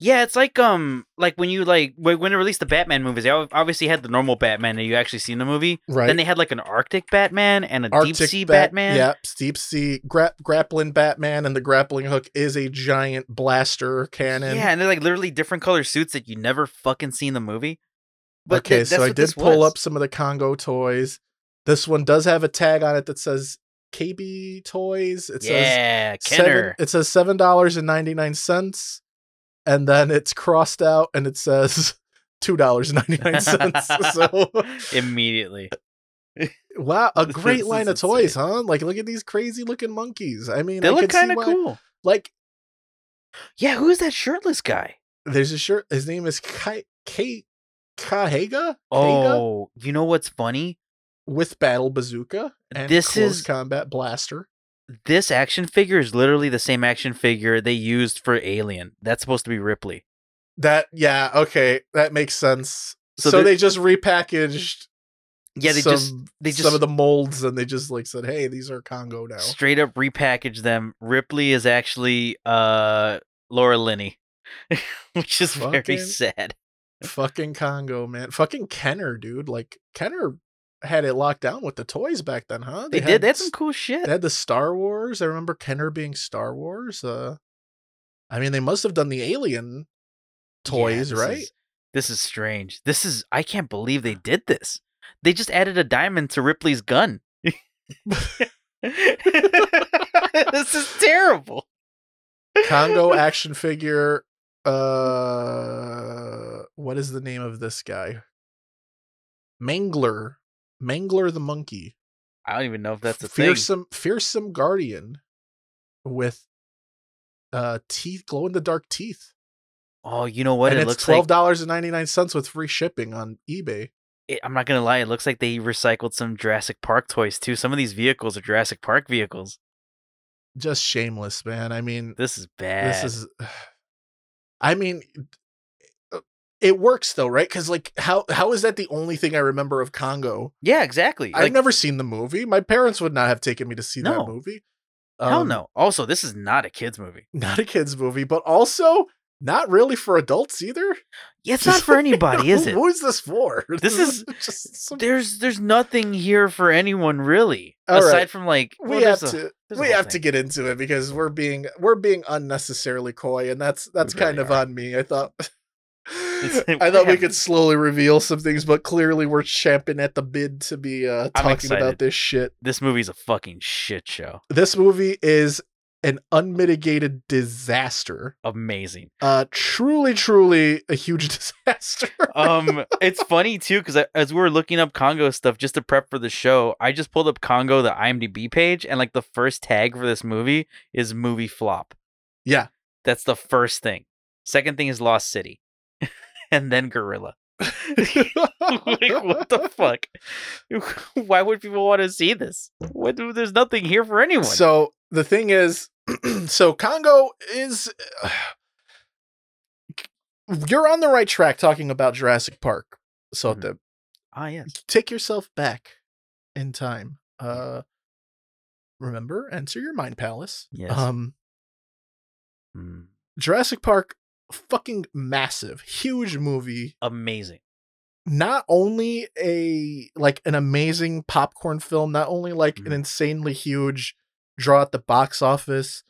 B: Yeah, it's like um, like when you like when when they released the Batman movies, they ob- obviously had the normal Batman that you actually see in the movie.
A: right
B: Then they had like an Arctic Batman and a deep sea
A: Bat-
B: Batman.
A: yep deep sea gra- grappling batman and the grappling hook is a giant blaster cannon
B: Yeah, and they're like literally different color suits that you never fucking see in the movie. But
A: okay
B: th- that's
A: so i
B: what
A: did
B: this
A: pull
B: was.
A: up some of the congo toys this one does have a tag on it that says kb toys it says
B: yeah,
A: seven,
B: Kenner.
A: it says seven dollars and ninety nine cents, and then it's crossed out and it says two dollars and ninety nine cents. so
B: immediately,
A: wow, a
B: This
A: great
B: is
A: line of
B: insane.
A: toys, huh? Like look at these crazy looking monkeys. I mean,
B: they
A: I
B: look
A: could see
B: kind of
A: why-
B: cool.
A: Like
B: Yeah, who's that shirtless guy?
A: there's a shirt. His name is Kai Kate Kahega. Kaga?
B: Oh, you know what's funny?
A: with battle bazooka and
B: This
A: close
B: is-
A: combat blaster.
B: This action figure is literally the same action figure they used for Alien. That's supposed to be Ripley.
A: That yeah okay, that makes sense.
B: So
A: So,
B: there-
A: they just repackaged.
B: Yeah, they
A: some-
B: just they just
A: some of the molds and they just like said, "Hey, these are Congo now."
B: straight up repackaged them. Ripley is actually uh Laura Linney, which is very
A: Fucking-
B: sad.
A: Fucking Congo, man. Fucking Kenner, dude. Like Kenner had it locked down with the toys back then, huh?
B: They,
A: had
B: did. They had some
A: s-
B: cool shit.
A: They had the Star Wars. I remember Kenner being Star Wars. Uh, I mean, they must have done the Alien
B: Yeah,
A: toys,
B: this
A: right?
B: is- this is strange. This is I can't believe they did this. They just added a diamond to Ripley's gun. this is terrible.
A: Congo action figure. Uh, what is the name of this guy? Mangler, Mangler the monkey.
B: I don't even know if that's a thing.
A: fearsome fearsome guardian with uh teeth glow in the dark teeth
B: Oh, you know what?
A: and
B: it
A: it's
B: looks
A: twelve
B: like
A: dollars and ninety nine cents with free shipping on ebay
B: it- I'm not gonna lie. It looks like they recycled some Jurassic Park toys too. Some of these vehicles are Jurassic Park vehicles.
A: just shameless man i mean
B: This is bad.
A: this is i mean uh, it works though right because like how how is that the only thing i remember of congo
B: yeah, exactly.
A: i've
B: Like,
A: never seen the movie my parents would not have taken me to see
B: No.
A: that movie
B: hell
A: Um,
B: no. Also, this is not a kids movie.
A: not a kids movie but also not really for adults either
B: Yeah, it's not for anybody, is it?
A: Who is this for?
B: This is-
A: just some-
B: There's there's nothing here for anyone really,
A: All
B: aside
A: right.
B: from like
A: we
B: well,
A: have
B: there's a-
A: to
B: there's a
A: we
B: whole
A: have to
B: thing.
A: get into it because we're being we're being unnecessarily coy, and that's that's
B: really
A: kind of
B: are.
A: on me. I thought
B: like,
A: I thought we
B: damn.
A: could slowly reveal some things, but clearly we're champing at the bid to be uh,
B: I'm
A: talking
B: excited.
A: about this shit.
B: This movie's a fucking shit show.
A: This movie is an unmitigated disaster.
B: Amazing.
A: Uh, truly, truly a huge disaster.
B: Um, it's funny too because as we were looking up Congo stuff just to prep for the show, I just pulled up Congo the IMDb page, and like the first tag for this movie is movie flop.
A: yeah,
B: That's the first thing. Second thing is Lost City, and then Gorilla. like, what the fuck? Why would people want to see this? What, there's nothing here for anyone.
A: So the thing is, so Congo is. you're on the right track talking about Jurassic Park, Sota.
B: ah, yes.
A: Take yourself back in time. Uh, remember, enter your mind palace.
B: Yes.
A: Um,
B: Mm.
A: Jurassic Park, fucking massive, huge movie.
B: Amazing.
A: Not only a like an amazing popcorn film, not only like an
B: Mhm.
A: insanely huge draw at the box office,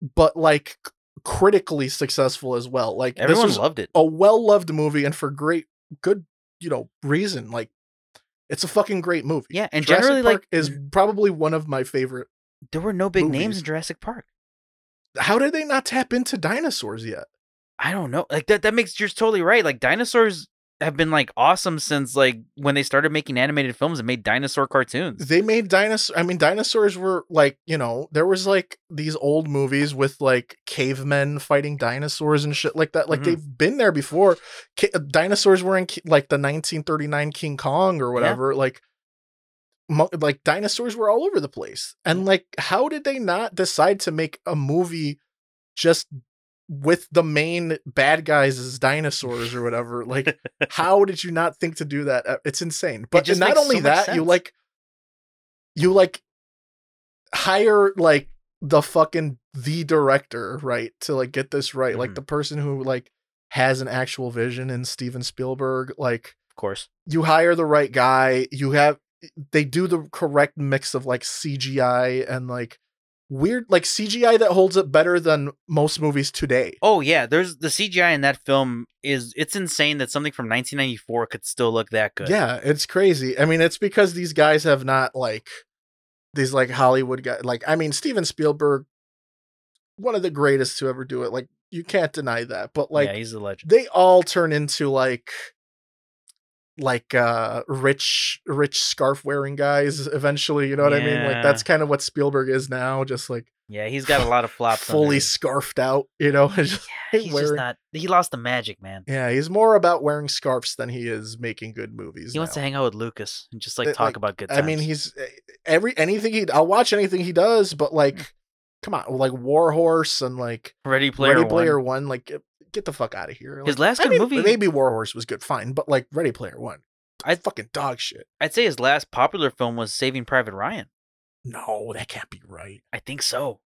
A: but like c- critically successful as well. Like this
B: Everyone
A: was
B: loved it.
A: a well loved movie and for great good you know reason. Like it's a fucking great movie.
B: Yeah, and
A: Jurassic
B: generally,
A: Park
B: like,
A: is probably one of my favorite.
B: there were no big names
A: movies.
B: in Jurassic Park.
A: How did they not tap into dinosaurs yet?
B: I don't know. Like that that makes you're totally right. Like dinosaurs have been like awesome since like when they started making animated films and made dinosaur cartoons.
A: they made dinosaur i mean dinosaurs were like you know there was like these old movies with like cavemen fighting dinosaurs and shit like that like
B: Mhm.
A: they've been there before Ca- dinosaurs were in Ki- like the 1939 king kong or whatever like mo- like dinosaurs were all over the place and like how did they not decide to make a movie just with the main bad guys as dinosaurs or whatever like how did you not think to do that? Uh, It's insane. But
B: just
A: not
B: makes
A: only
B: so much
A: that, you
B: sense.
A: like you like hire like the fucking the director, right? To like get this right. Like
B: Mhm.
A: the person who like has an actual vision in Steven Spielberg, like
B: Of course.
A: you hire the right guy, you have they do the correct mix of like CGI and like weird like CGI that holds up better than most movies today.
B: Oh yeah, there's the CGI in that film is it's insane that something from 1994 could still look that good.
A: Yeah, it's crazy. I mean, it's because these guys have not like these like Hollywood guys. Like, I mean, Steven Spielberg, one of the greatest to ever do it. Like, you can't deny that. But like,
B: yeah, he's a legend.
A: they all turn into like like uh rich rich scarf wearing guys eventually you know what i mean like
B: Yeah.
A: that's kind of what spielberg is now just like
B: Yeah, he's got a lot of flops. on
A: fully
B: there.
A: scarfed out you know just-
B: Yeah, he's just
A: wearing-
B: not. He lost the magic, man.
A: yeah he's more about wearing scarves than he is making good movies
B: He wants
A: now.
B: to hang out with Lucas and just
A: Uh,
B: like talk
A: like,
B: about good
A: I
B: times.
A: mean, he's eh, every anything he. I'll watch anything he does, but
B: Mm-hmm.
A: like, come on, like War Horse and like
B: Ready Player
A: Ready
B: One.
A: Player One. Like, get, get the fuck out of here.
B: His
A: Like,
B: last
A: I
B: good
A: mean,
B: movie-
A: maybe War Horse was good, fine, but like Ready Player One, I
B: I-
A: fucking dog shit.
B: I'd say his last popular film was Saving Private Ryan.
A: No, that can't be right.
B: I think so.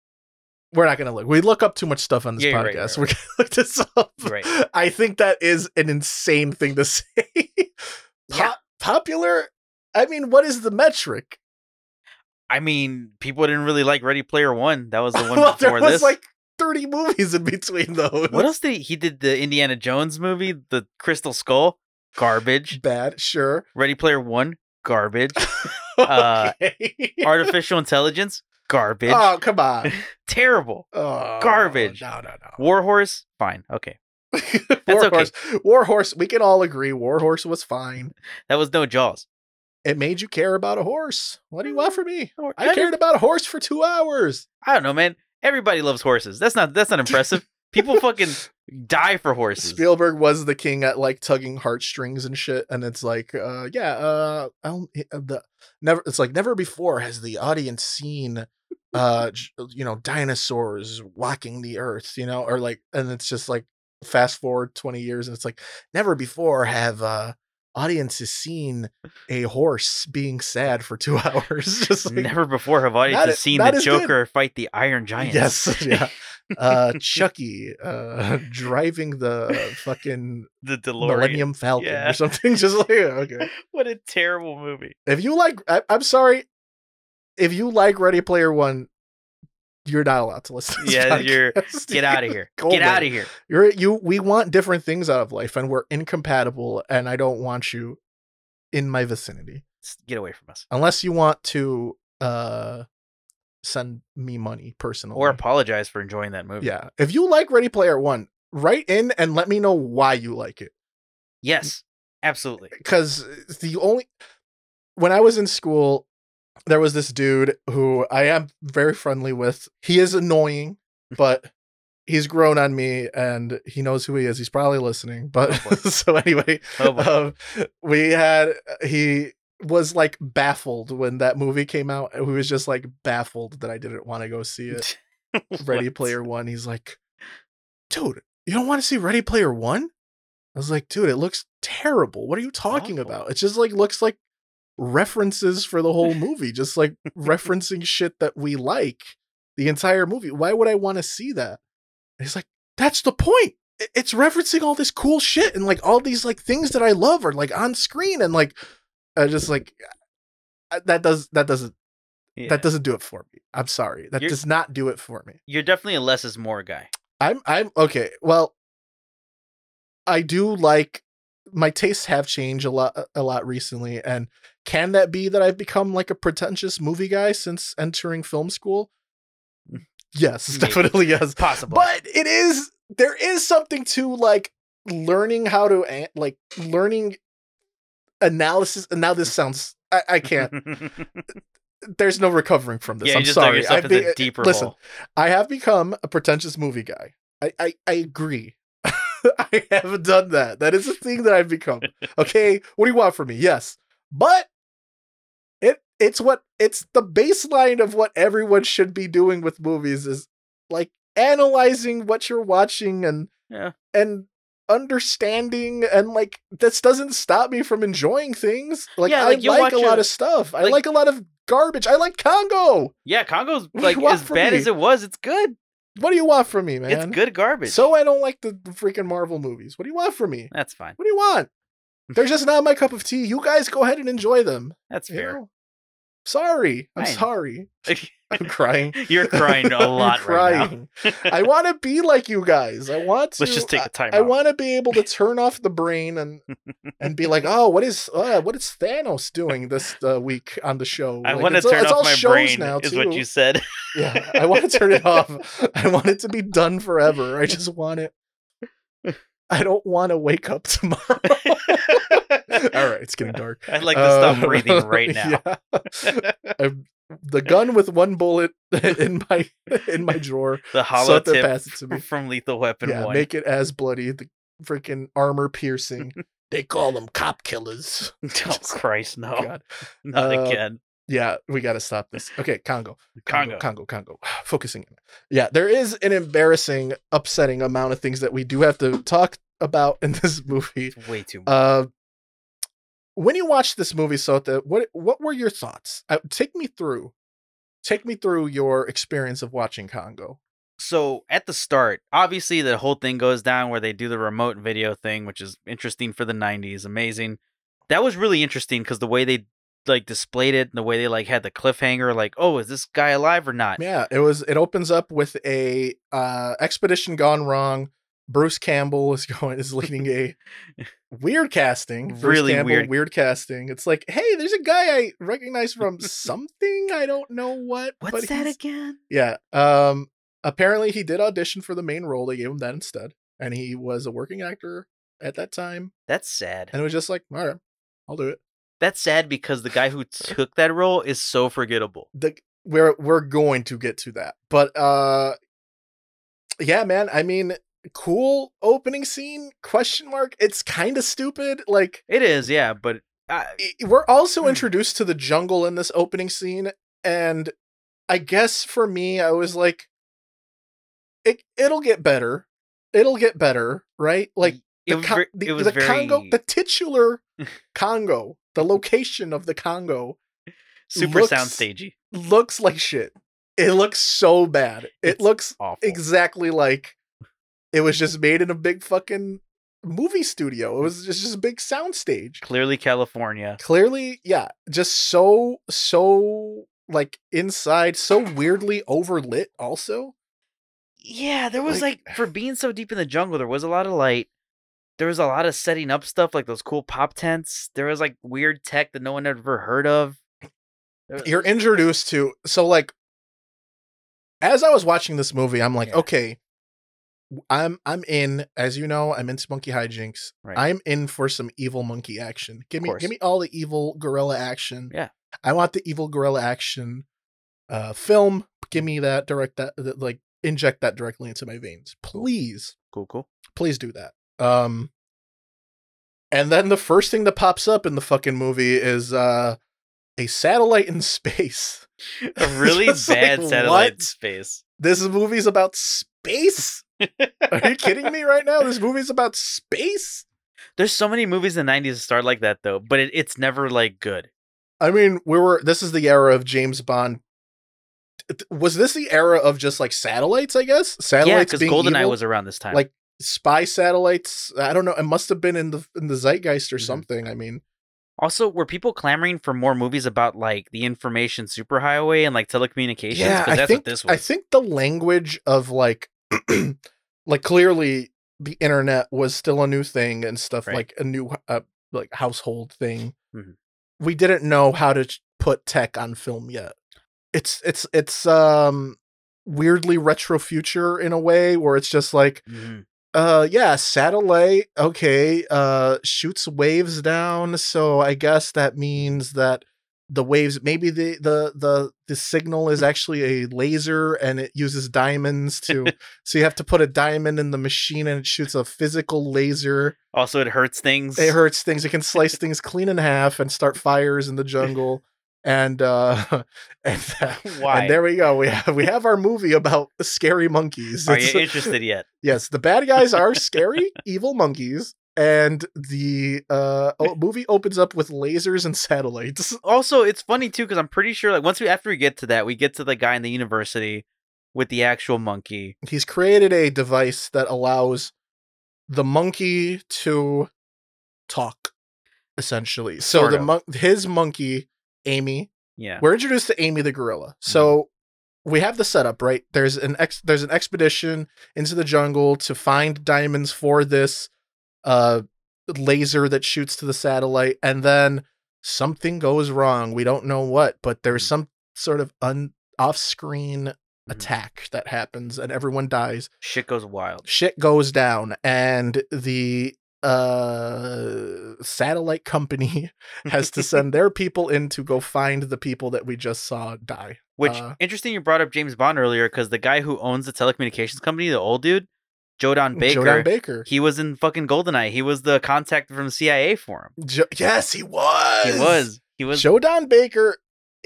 A: We're not gonna look. We look up too much stuff on this
B: Yeah, you're right,
A: podcast.
B: you're
A: We're gonna look this up.
B: You're right.
A: I think that is an insane thing to say. Pop-
B: Yeah.
A: Popular. I mean, what is the metric?
B: I mean, people didn't really like Ready Player One. That was the one
A: well, there
B: before
A: was
B: this.
A: like 30 movies in between those.
B: what else did he, he did? The Indiana Jones movie, the Crystal Skull, garbage.
A: Bad, sure.
B: Ready Player One, garbage. Uh,
A: Okay.
B: Artificial Intelligence, garbage.
A: oh, come on.
B: Terrible.
A: Oh,
B: Garbage.
A: No, no, no.
B: Warhorse, fine, okay.
A: War
B: okay.
A: Horse. War Horse. We can all agree War Horse was fine.
B: That was no Jaws.
A: It made you care about a horse. What do you want from me?
B: Or-
A: I cared about a horse for two hours.
B: I don't know, man. Everybody loves horses. That's not that's not impressive. People fucking die for horses.
A: Spielberg was the king at like tugging heartstrings and shit, and it's like, uh, yeah, uh, I don't, uh, the never. It's like never before has the audience seen, uh, j- you know, dinosaurs walking the earth, you know, or like, and it's just like fast forward twenty years, and it's like never before have uh audiences seen a horse being sad for two hours. just like,
B: Never before have I
A: Not a-
B: just seen
A: not
B: the
A: as good.
B: Joker fight the Iron Giant.
A: Yes, yeah. Uh, Chucky uh, driving the fucking
B: the DeLorean.
A: Millennium Falcon
B: Yeah.
A: or something. Just like okay.
B: What a terrible movie.
A: If you like, I, I'm sorry. If you like Ready Player One, you're not allowed to listen. To this
B: Yeah, you're-
A: podcast.
B: Get out of here.
A: Go
B: Get
A: away.
B: out of here.
A: You're you. We want different things out of life, and we're incompatible. And I don't want you in my vicinity
B: S- Get away from us.
A: unless you want to uh send me money personally
B: Or apologize for enjoying that movie.
A: Mm-hmm. Yeah, if you like Ready Player One, write in and let me know why you like it.
B: Yes. Absolutely.
A: because the only when I was in school, there was this dude who I am very friendly with. He is annoying,
B: Mm-hmm.
A: but he's grown on me and he knows who he is. He's probably listening. But
B: Oh, boy.
A: so anyway,
B: Oh boy.
A: um, we had he was like baffled when that movie came out. He was just like baffled that I didn't want to go see it. Ready
B: What?
A: Player One. He's like, dude, you don't want to see Ready Player One? I was like, dude, it looks terrible. What are you talking
B: awful.
A: about? It just like looks like references for the whole movie, just like referencing shit that we like the entire movie. Why would I want to see that? And he's like, that's the point. I- It's referencing all this cool shit and like all these like things that I love are like on screen and like I just like I- that does that doesn't
B: Yeah.
A: that doesn't do it for me. I'm sorry. That
B: You're-
A: does not do it for me.
B: You're definitely a less is more guy.
A: I'm I'm okay. Well, I do like my tastes have changed a lot a lot recently and can that be that I've become like a pretentious movie guy since entering film school? Yes,
B: Mm, Maybe.
A: definitely yes.
B: It's possible.
A: But it is there is something to like learning how to an- like learning analysis and now this sounds I, I can't there's no recovering from this.
B: Mm-hmm. yeah, you
A: I'm
B: just dug
A: sorry.
B: yourself
A: I've
B: into
A: been-
B: a deeper
A: listen,
B: hole.
A: I have become a pretentious movie guy. I I, I agree. I have done that. That is a thing that I've become. Okay, what do you want from me? Yes, but it it's what it's the baseline of what everyone should be doing with movies is like analyzing what you're watching and
B: Yeah.
A: and understanding and like this doesn't stop me from enjoying things. Like
B: Yeah,
A: I
B: like,
A: like,
B: you watch
A: a lot
B: a-
A: of stuff. I
B: like-
A: like a lot of garbage. I like Congo.
B: Yeah, Congo's
A: What do
B: like
A: you want
B: as
A: from
B: bad
A: me?
B: as it was. It's good.
A: What do you want from me, man?
B: It's good garbage.
A: So I don't like the, the freaking Marvel movies. What do you want from me?
B: that's fine.
A: What do you want? They're just not my cup of tea. You guys go ahead and enjoy them.
B: That's
A: you
B: fair.
A: know? Sorry. I'm
B: Fine.
A: sorry. I'm crying.
B: You're crying a
A: I'm
B: lot right now.
A: crying. I want to be like you guys. I want to
B: Let's just take the time
A: I
B: out.
A: want to be able to turn off the brain and and be like, oh, what is uh, what is Thanos doing this uh, week on the show?
B: I
A: Like,
B: want to
A: it's all-
B: turn
A: it's all
B: off my
A: shows
B: brain. is what
A: too.
B: you said.
A: Yeah, I want to turn it off. I want it to be done forever. I just want it. I don't want to wake up tomorrow. All right, it's getting dark.
B: I'd like to stop
A: Uh,
B: breathing right now.
A: yeah. I'm- the gun with one bullet in my in my drawer.
B: The hollow
A: Something
B: tip
A: pass it to me.
B: from Lethal Weapon
A: Yeah,
B: One.
A: make it as bloody. The freaking armor piercing. they call them cop killers.
B: oh Christ, no,
A: God.
B: not
A: Uh,
B: again.
A: Yeah, we got to stop this. Okay, Congo.
B: Congo.
A: Congo, Congo. Focusing. Yeah, there is an embarrassing, upsetting amount of things that we do have to talk about in this movie.
B: It's way too much.
A: Uh, when you watched this movie, Sota, what what were your thoughts? Uh, take me through, take me through your experience of watching Congo.
B: so at the start, obviously the whole thing goes down where they do the remote video thing, which is interesting for the '90s. Amazing. That was really interesting because the way they like displayed it, and the way they like had the cliffhanger, like, oh, is this guy alive or not?
A: Yeah, it was. It opens up with a uh, expedition gone wrong. Bruce Campbell is going is leading a weird casting. Bruce
B: Really
A: Campbell,
B: weird.
A: weird casting. It's like, hey, there's a guy I recognize from something. I don't know what.
B: What's that
A: he's-
B: again?
A: Yeah. Um. Apparently, he did audition for the main role. They gave him that instead, and he was a working actor at that time.
B: That's sad.
A: And it was just like, all right, I'll do it.
B: That's sad because the guy who took that role is so forgettable.
A: The we're we're going to get to that, but uh, yeah, man. I mean, cool opening scene? Question mark. It's kind of stupid. Like
B: It is, yeah, but I,
A: i- we're also
B: Hmm.
A: introduced to the jungle in this opening scene, and I guess for me, I was like, it it'll get better. It'll get better, right? Like
B: it
A: the,
B: was,
A: Con-
B: ver-
A: the,
B: it was
A: the
B: very
A: Congo, the titular Congo, the location of the Congo
B: super
A: looks-
B: soundstagey.
A: looks like shit. It looks so bad. It
B: It's
A: looks
B: Awful.
A: exactly like it was just made in a big fucking movie studio. It was just, just a big soundstage.
B: Clearly California.
A: Clearly, yeah, just so so like inside, so weirdly overlit. Also,
B: Yeah, there was
A: Like-
B: like, for being so deep in the jungle, there was a lot of light. There was a lot of setting up stuff like those cool pop tents. There was like weird tech that no one had ever heard of. There-
A: you're introduced to so like as i was watching this movie i'm like
B: Yeah.
A: okay i'm i'm in as you know i'm into monkey hijinks
B: Right.
A: i'm in for some evil monkey action give
B: Of
A: me
B: course.
A: give me all the evil gorilla action
B: Yeah.
A: i want the evil gorilla action uh film
B: Mm-hmm.
A: give me that direct that th- like inject that directly into my veins please
B: cool, cool.
A: please do that um and then the first thing that pops up in the fucking movie is uh a satellite in space
B: A really
A: Just like,
B: bad satellite
A: what?
B: in space.
A: this movie's about space. Are you kidding me right now? This movie's about space.
B: There's so many movies in the 90s that start like that though, but it, it's never like good.
A: I mean, we were. This is the era of James Bond. Th- Was this the era of just like satellites? I guess
B: yeah,
A: satellites.
B: because
A: being
B: Goldeneye
A: evil?
B: was around this time.
A: like spy satellites. I don't know. It must have been in the in the zeitgeist or
B: Mhm.
A: something. I mean,
B: also, were people clamoring for more movies about like the information superhighway and like telecommunications?
A: yeah.
B: 'Cause
A: I
B: that's
A: think
B: what this was.
A: I think the language of like, like clearly the internet was still a new thing and stuff
B: Right.
A: like a new uh, like household thing.
B: Mhm.
A: We didn't know how to ch- put tech on film yet. It's it's it's um weirdly retro future in a way where it's just like
B: Mhm.
A: uh yeah satellite okay uh shoots waves down so i guess that means that the waves maybe the the the the signal is actually a laser and it uses diamonds to so you have to put a diamond in the machine and it shoots a physical laser
B: Also, it hurts things.
A: it hurts things it can slice things clean in half and start fires in the jungle and uh and, that-
B: Why?
A: and there we go we have we have our movie about scary monkeys
B: Are
A: It's-
B: you interested yet?
A: Yes, the bad guys are scary, evil monkeys, and the uh, o- movie opens up with lasers and satellites.
B: also it's funny too because I'm pretty sure like once we after we get to that we get to the guy in the university with the actual monkey.
A: He's created a device that allows the monkey to talk, essentially. So
B: Sort
A: the
B: of.
A: mon- his monkey, Amy,
B: Yeah,
A: we're introduced to Amy the gorilla. So we have the setup, right? There's an ex- there's an expedition into the jungle to find diamonds for this uh laser that shoots to the satellite and then something goes wrong. We don't know what, but there's
B: Mhm.
A: some sort of un- off-screen
B: Mhm.
A: attack that happens and everyone dies
B: shit goes wild.
A: shit goes down and the uh satellite company has to send their people in to go find the people that we just saw die
B: Which
A: uh,
B: interesting, you brought up James Bond earlier because the guy who owns the telecommunications company, the old dude, Jodan Baker,
A: Jodan Baker
B: he was in fucking Goldeneye. He was the contact from CIA for
A: jo- yes he was
B: him. He was. He was.
A: Jodan Baker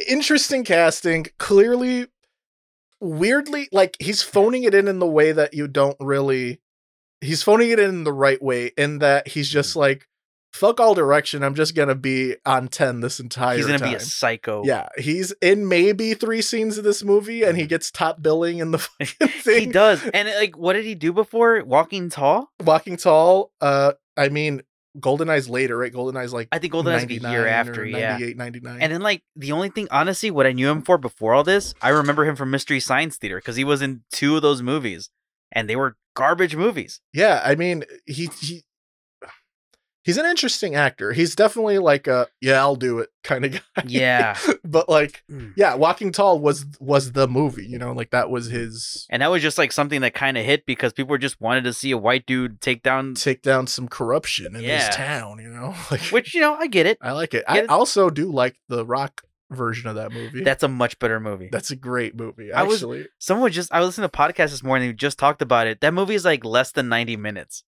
A: interesting casting clearly weirdly like he's phoning it in in the way that you don't really he's phoning it in the right way in that he's
B: Mm.
A: just like fuck all direction i'm just gonna be on 10 this entire
B: he's gonna
A: time
B: be a psycho.
A: Yeah, he's in maybe three scenes of this movie, and he gets top billing in the fucking
B: Mm. he
A: thing.
B: does. And like, what did he do before Walking Tall?
A: Walking Tall. Uh, I mean, GoldenEye's later, right? GoldenEye's like
B: I think Goldeneye's like a year after. Yeah.
A: 98, 99.
B: And then like the only thing honestly what I knew him for before all this, I remember him from Mystery Science Theater cuz he was in two of those movies and they were garbage movies.
A: yeah, I mean, he he he's an interesting actor. He's definitely like a yeah, I'll do it kind of guy.
B: Yeah.
A: but like,
B: Mm.
A: yeah, Walking Tall was was the movie. You know, like that was his
B: and that was just like something that kind of hit because people just wanted to see a white dude take down
A: take down some corruption in
B: Yeah.
A: his town. You know, like
B: which you know, I get it.
A: I like it.
B: Yeah,
A: I
B: it's-
A: also do like the rock version of that movie.
B: That's a much better movie.
A: That's a great movie,
B: I was-
A: actually.
B: Someone just I listened to a podcast this morning who just talked about it. That movie is like less than 90 minutes.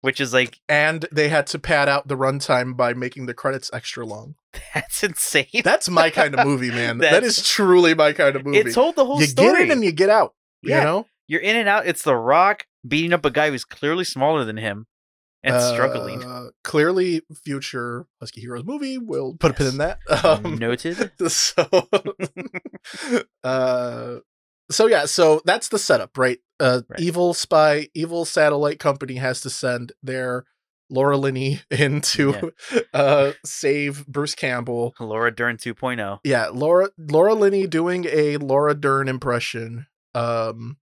B: Which is like
A: and they had to pad out the runtime by making the credits extra long.
B: that's insane.
A: That's my kind of movie, man. that
B: That's-
A: is truly my kind of movie.
B: it told the whole
A: you
B: story.
A: get in and you get out.
B: Yeah.
A: You know?
B: You're in and out. It's The Rock beating up a guy who's clearly smaller than him and struggling.
A: Uh, Clearly, future Husky Heroes movie. We'll put a pin in that. Um,
B: Noted.
A: so uh so yeah so that's the setup right uh
B: Right.
A: evil spy evil satellite company has to send their laura linney in to uh save bruce campbell
B: Laura Dern oh. 2.0.
A: yeah laura laura linney doing a laura dern impression um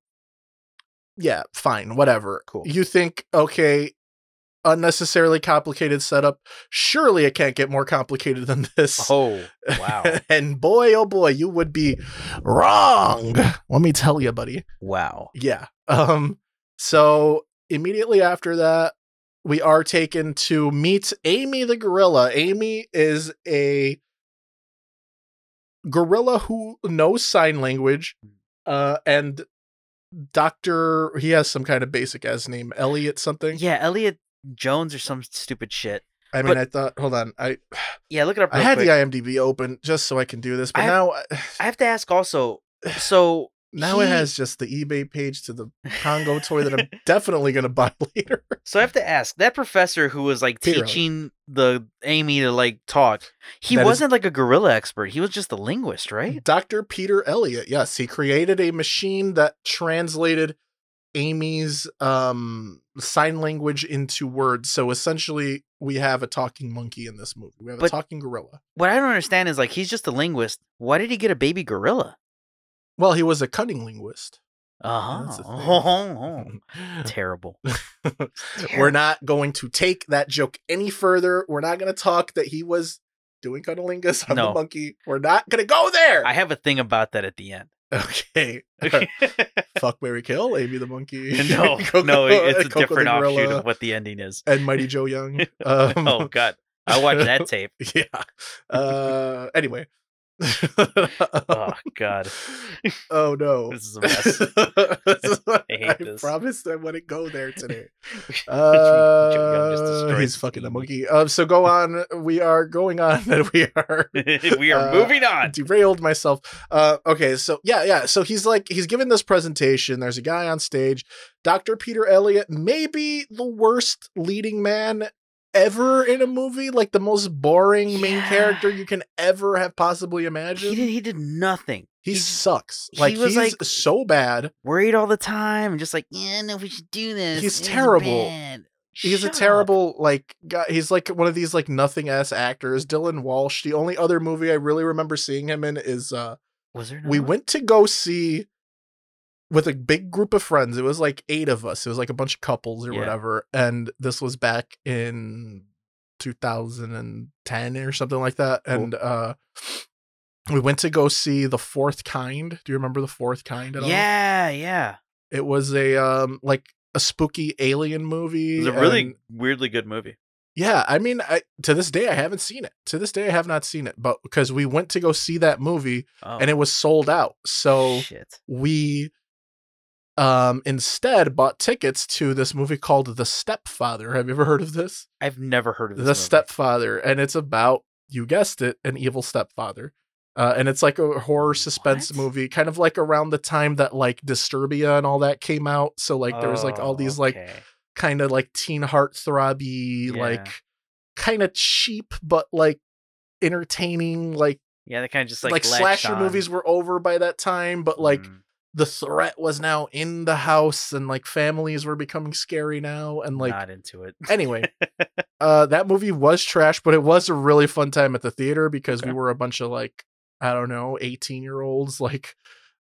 A: yeah fine whatever
B: Cool.
A: you think okay unnecessarily complicated setup surely it can't get more complicated than this
B: Oh, wow.
A: and boy, oh boy, you would be wrong. Let me tell you, buddy.
B: wow.
A: Yeah. Um. So immediately after that, we are taken to meet Amy the gorilla. Amy is a gorilla who knows sign language,
B: Hmm.
A: uh, and Doctor. He has some kind of basic ass name, Elliot something.
B: Yeah, Elliot Jones or some stupid shit.
A: I mean,
B: but-
A: I thought. Hold on, I
B: Yeah, look it up.
A: I
B: real
A: had
B: quick.
A: the IMDb open just so I can do this, but
B: I have-
A: now.
B: I have to ask also. So
A: Now it
B: He-
A: has just the eBay page to the Congo toy that I'm definitely going to buy later.
B: So I have to ask that professor who was like
A: Pirro.
B: teaching the Amy to like talk. He
A: That is- Mm.
B: wasn't like a gorilla expert. He was just a linguist, right?
A: Dr. Peter Elliott. Yes, he created a machine that translated Amy's um, sign language into words. So essentially, we have a talking monkey in this movie. We have a
B: But-
A: talking gorilla.
B: What I don't understand is like he's just a linguist. Why did he get a baby gorilla?
A: Well, he was a cunning linguist.
B: Uh-huh.
A: the thing.
B: Oh, terrible.
A: We're not going to take that joke any further. We're not going to talk that he was doing cunnilingus on the
B: No.
A: monkey. We're not going to go there.
B: I have a thing about that at the end.
A: okay. Fuck Mary Kill, Amy the monkey.
B: no,
A: Coco-
B: no, it's a
A: Coco the
B: different offshoot
A: gorilla,
B: of what the ending is.
A: And Mighty Joe Young. Um,
B: oh god, I watched that tape.
A: Yeah. Uh, anyway.
B: Oh god,
A: Oh, no.
B: this is a mess.
A: I
B: hate this.
A: promised I wouldn't go there today.
B: Joe Young just
A: Uh,
B: destroyed
A: he's fucking the
B: Amy.
A: monkey. Um, so go on. We are going on. We are
B: we are
A: Uh,
B: moving on.
A: derailed myself. Uh, okay, so yeah, yeah. So he's like he's giving this presentation. There's a guy on stage, Dr. Peter Elliott, maybe the worst leading man ever in a movie, like the most boring main
B: Yeah.
A: character you can ever have possibly
B: He
A: imagined.
B: did, he did nothing.
A: he
B: he-
A: sucks.
B: he
A: Like
B: was,
A: he's
B: like-
A: so bad.
B: Worried all the time, and just like, yeah, no, we should do this.
A: He's
B: It was
A: terrible.
B: bad."
A: He's
B: Shut
A: a
B: up.
A: terrible like guy. He's like one of these like nothing ass actors. Dylan Walsh. The only other movie I really remember seeing him in is uh
B: Was there?
A: we
B: another one?
A: went to go see with a big group of friends. It was like eight of us. It was like a bunch of couples or
B: Yeah.
A: whatever. And this was back in 2010 or something like that. And uh we went to go see the fourth kind. Do you remember the fourth kind? At all?
B: Yeah, yeah.
A: It was a um like a spooky alien movie.
B: It was a really
A: and-
B: weirdly good movie.
A: yeah, I mean, I, to this day I haven't seen it. To this day I have not seen it, but because we went to go see that movie
B: Oh,
A: and it was sold out, so
B: shit.
A: we um instead bought tickets to this movie called The Stepfather. Have you ever heard of this?
B: I've never heard of
A: The
B: this. movie.
A: Stepfather, and it's about you guessed it, an evil stepfather. Uh, and it's like a horror suspense
B: What?
A: movie, kind of like around the time that like Disturbia and all that came out. So like there was like all
B: Oh,
A: these like
B: okay.
A: kind of like teen hearthrobby,
B: Yeah.
A: like kind of cheap but like entertaining, like
B: yeah, they kind of just
A: like,
B: like, latched
A: slasher
B: on.
A: movies were over by that time, but like
B: Mm.
A: the threat was now in the house and like families were becoming scary now and like
B: not into it.
A: anyway uh that movie was trash but it was a really fun time at the theater because we
B: Okay.
A: were a bunch of like i don't know 18 year olds like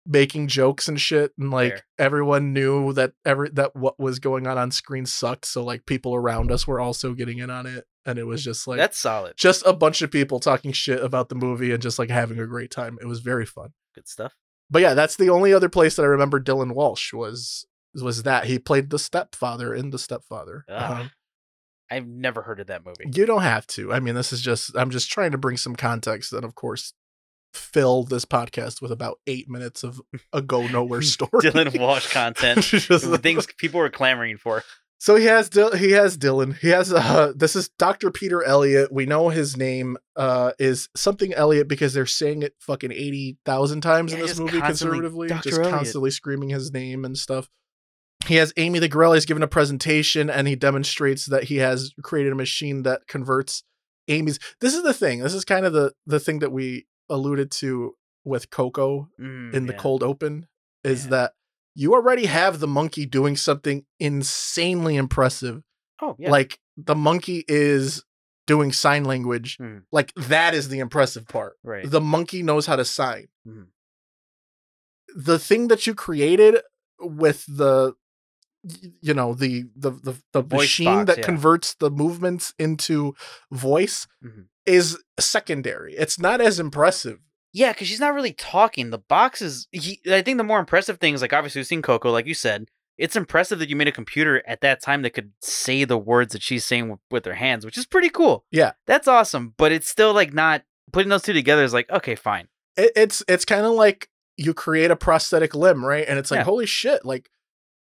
A: making jokes and shit and like
B: Fair.
A: everyone knew that every that what was going on on screen sucked so like people around us were also getting in on it and it was just like
B: Mm, That's solid.
A: just a bunch of people talking shit about the movie and just like having a great time it was very fun
B: Good stuff.
A: but yeah, that's the only other place that I remember Dylan Walsh was was that he played the stepfather in the stepfather.
B: Ugh.
A: Um,
B: I've never heard of that movie.
A: you don't have to. I mean, this is just I'm just trying to bring some context and of course fill this podcast with about 8 minutes of a go nowhere story.
B: Dylan Walsh content.
A: Just-
B: The things people were clamoring for.
A: so he has Dil- he has Dylan. He has uh this is Dr. Peter Elliott. We know his name uh is something Elliott because they're saying it fucking 80,000 times in
B: Yeah,
A: this
B: just
A: movie
B: constantly,
A: conservatively,
B: "Dr.
A: just
B: Elliott."
A: constantly screaming his name and stuff. He has Amy the gorilla is given a presentation and he demonstrates that he has created a machine that converts Amy's This is the thing. This is kind of the the thing that we alluded to with Coco
B: Mm,
A: in the
B: yeah.
A: cold open is
B: Yeah.
A: that you already have the monkey doing something insanely impressive.
B: Oh yeah.
A: Like the monkey is doing sign language.
B: Hmm.
A: Like that is the impressive part.
B: right.
A: The monkey knows how to sign.
B: Mhm.
A: The thing that you created with the y- you know the the the, the
B: Voice
A: machine
B: box,
A: that
B: yeah.
A: converts the movements into voice
B: Mhm.
A: is secondary. It's not as impressive.
B: Yeah, because she's not really talking. The box is. He, I think the more impressive thing is like obviously we've seen Coco, like you said. It's impressive that you made a computer at that time that could say the words that she's saying with, with her hands, which is pretty cool.
A: Yeah.
B: that's awesome. But it's still like not putting those two together is like okay, fine.
A: it, it's it's kind of like you create a prosthetic limb, right? And it's like,
B: Yeah.
A: holy shit, like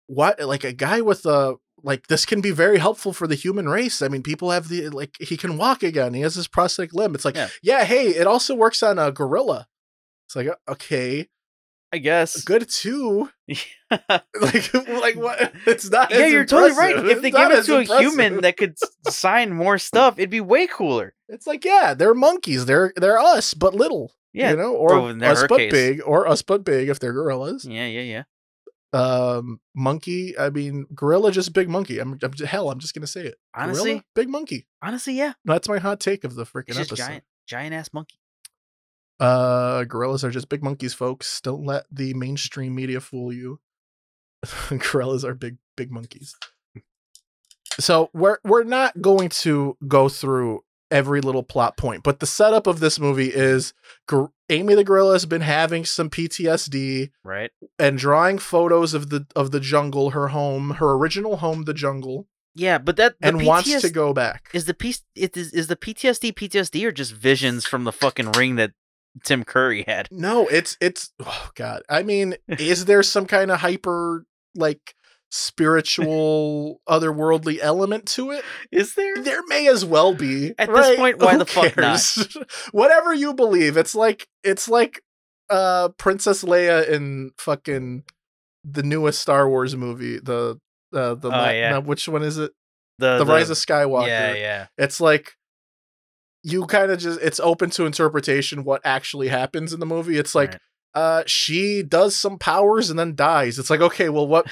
A: what? Like a guy with a like this can be very helpful for the human race. I mean, people have the like he can walk again. He has this prosthetic limb. It's like, yeah,
B: Yeah.
A: hey, it also works on a gorilla. It's like, uh, okay,
B: I guess.
A: good two. like, like what? It's not.
B: yeah,
A: as
B: you're totally
A: impressive.
B: right. If
A: It's
B: they
A: not
B: gave it
A: as
B: to a
A: impressive.
B: human that could s- sign more stuff, it'd be way cooler.
A: it's like yeah, they're monkeys. They're they're us, but little.
B: Yeah.
A: you know, or
B: oh, in their-
A: us
B: her
A: but
B: case.
A: big, or us but big if they're gorillas.
B: Yeah, yeah, yeah.
A: Um, monkey. I mean, gorilla just big monkey. I'm, I'm hell. I'm just gonna say it.
B: Honestly,
A: gorilla, big monkey.
B: honestly, yeah.
A: That's my hot take of the freaking
B: It's just
A: episode.
B: giant, giant ass monkey.
A: Uh, gorillas are just big monkeys, folks. Don't let the mainstream media fool you. gorillas are big, big monkeys. So we're we're not going to go through every little plot point, but the setup of this movie is gor- Amy the gorilla has been having some PTSD
B: Right.
A: and drawing photos of the of the jungle, her home, her original home, the jungle,
B: Yeah, but that the
A: and wants to
B: PTSD
A: go back.
B: Is the piece it is, is the PTSD PTSD or just visions from the fucking ring that Tim Curry had?
A: No, it's it's oh god. I mean, is there some kind of hyper like spiritual otherworldly element to it?
B: Is there?
A: There may as well be.
B: At this
A: right?
B: point, why the fuck not?
A: not? Whatever you believe, it's like it's like uh Princess Leia in fucking the newest Star Wars movie, the uh, the
B: Oh,
A: la-
B: yeah.
A: now, which one is it?
B: The,
A: The, Rise of Skywalker.
B: Yeah, yeah.
A: It's like you kind of just it's open to interpretation what actually happens in the movie. It's like
B: Right.
A: uh she does some powers and then dies. It's like okay, well what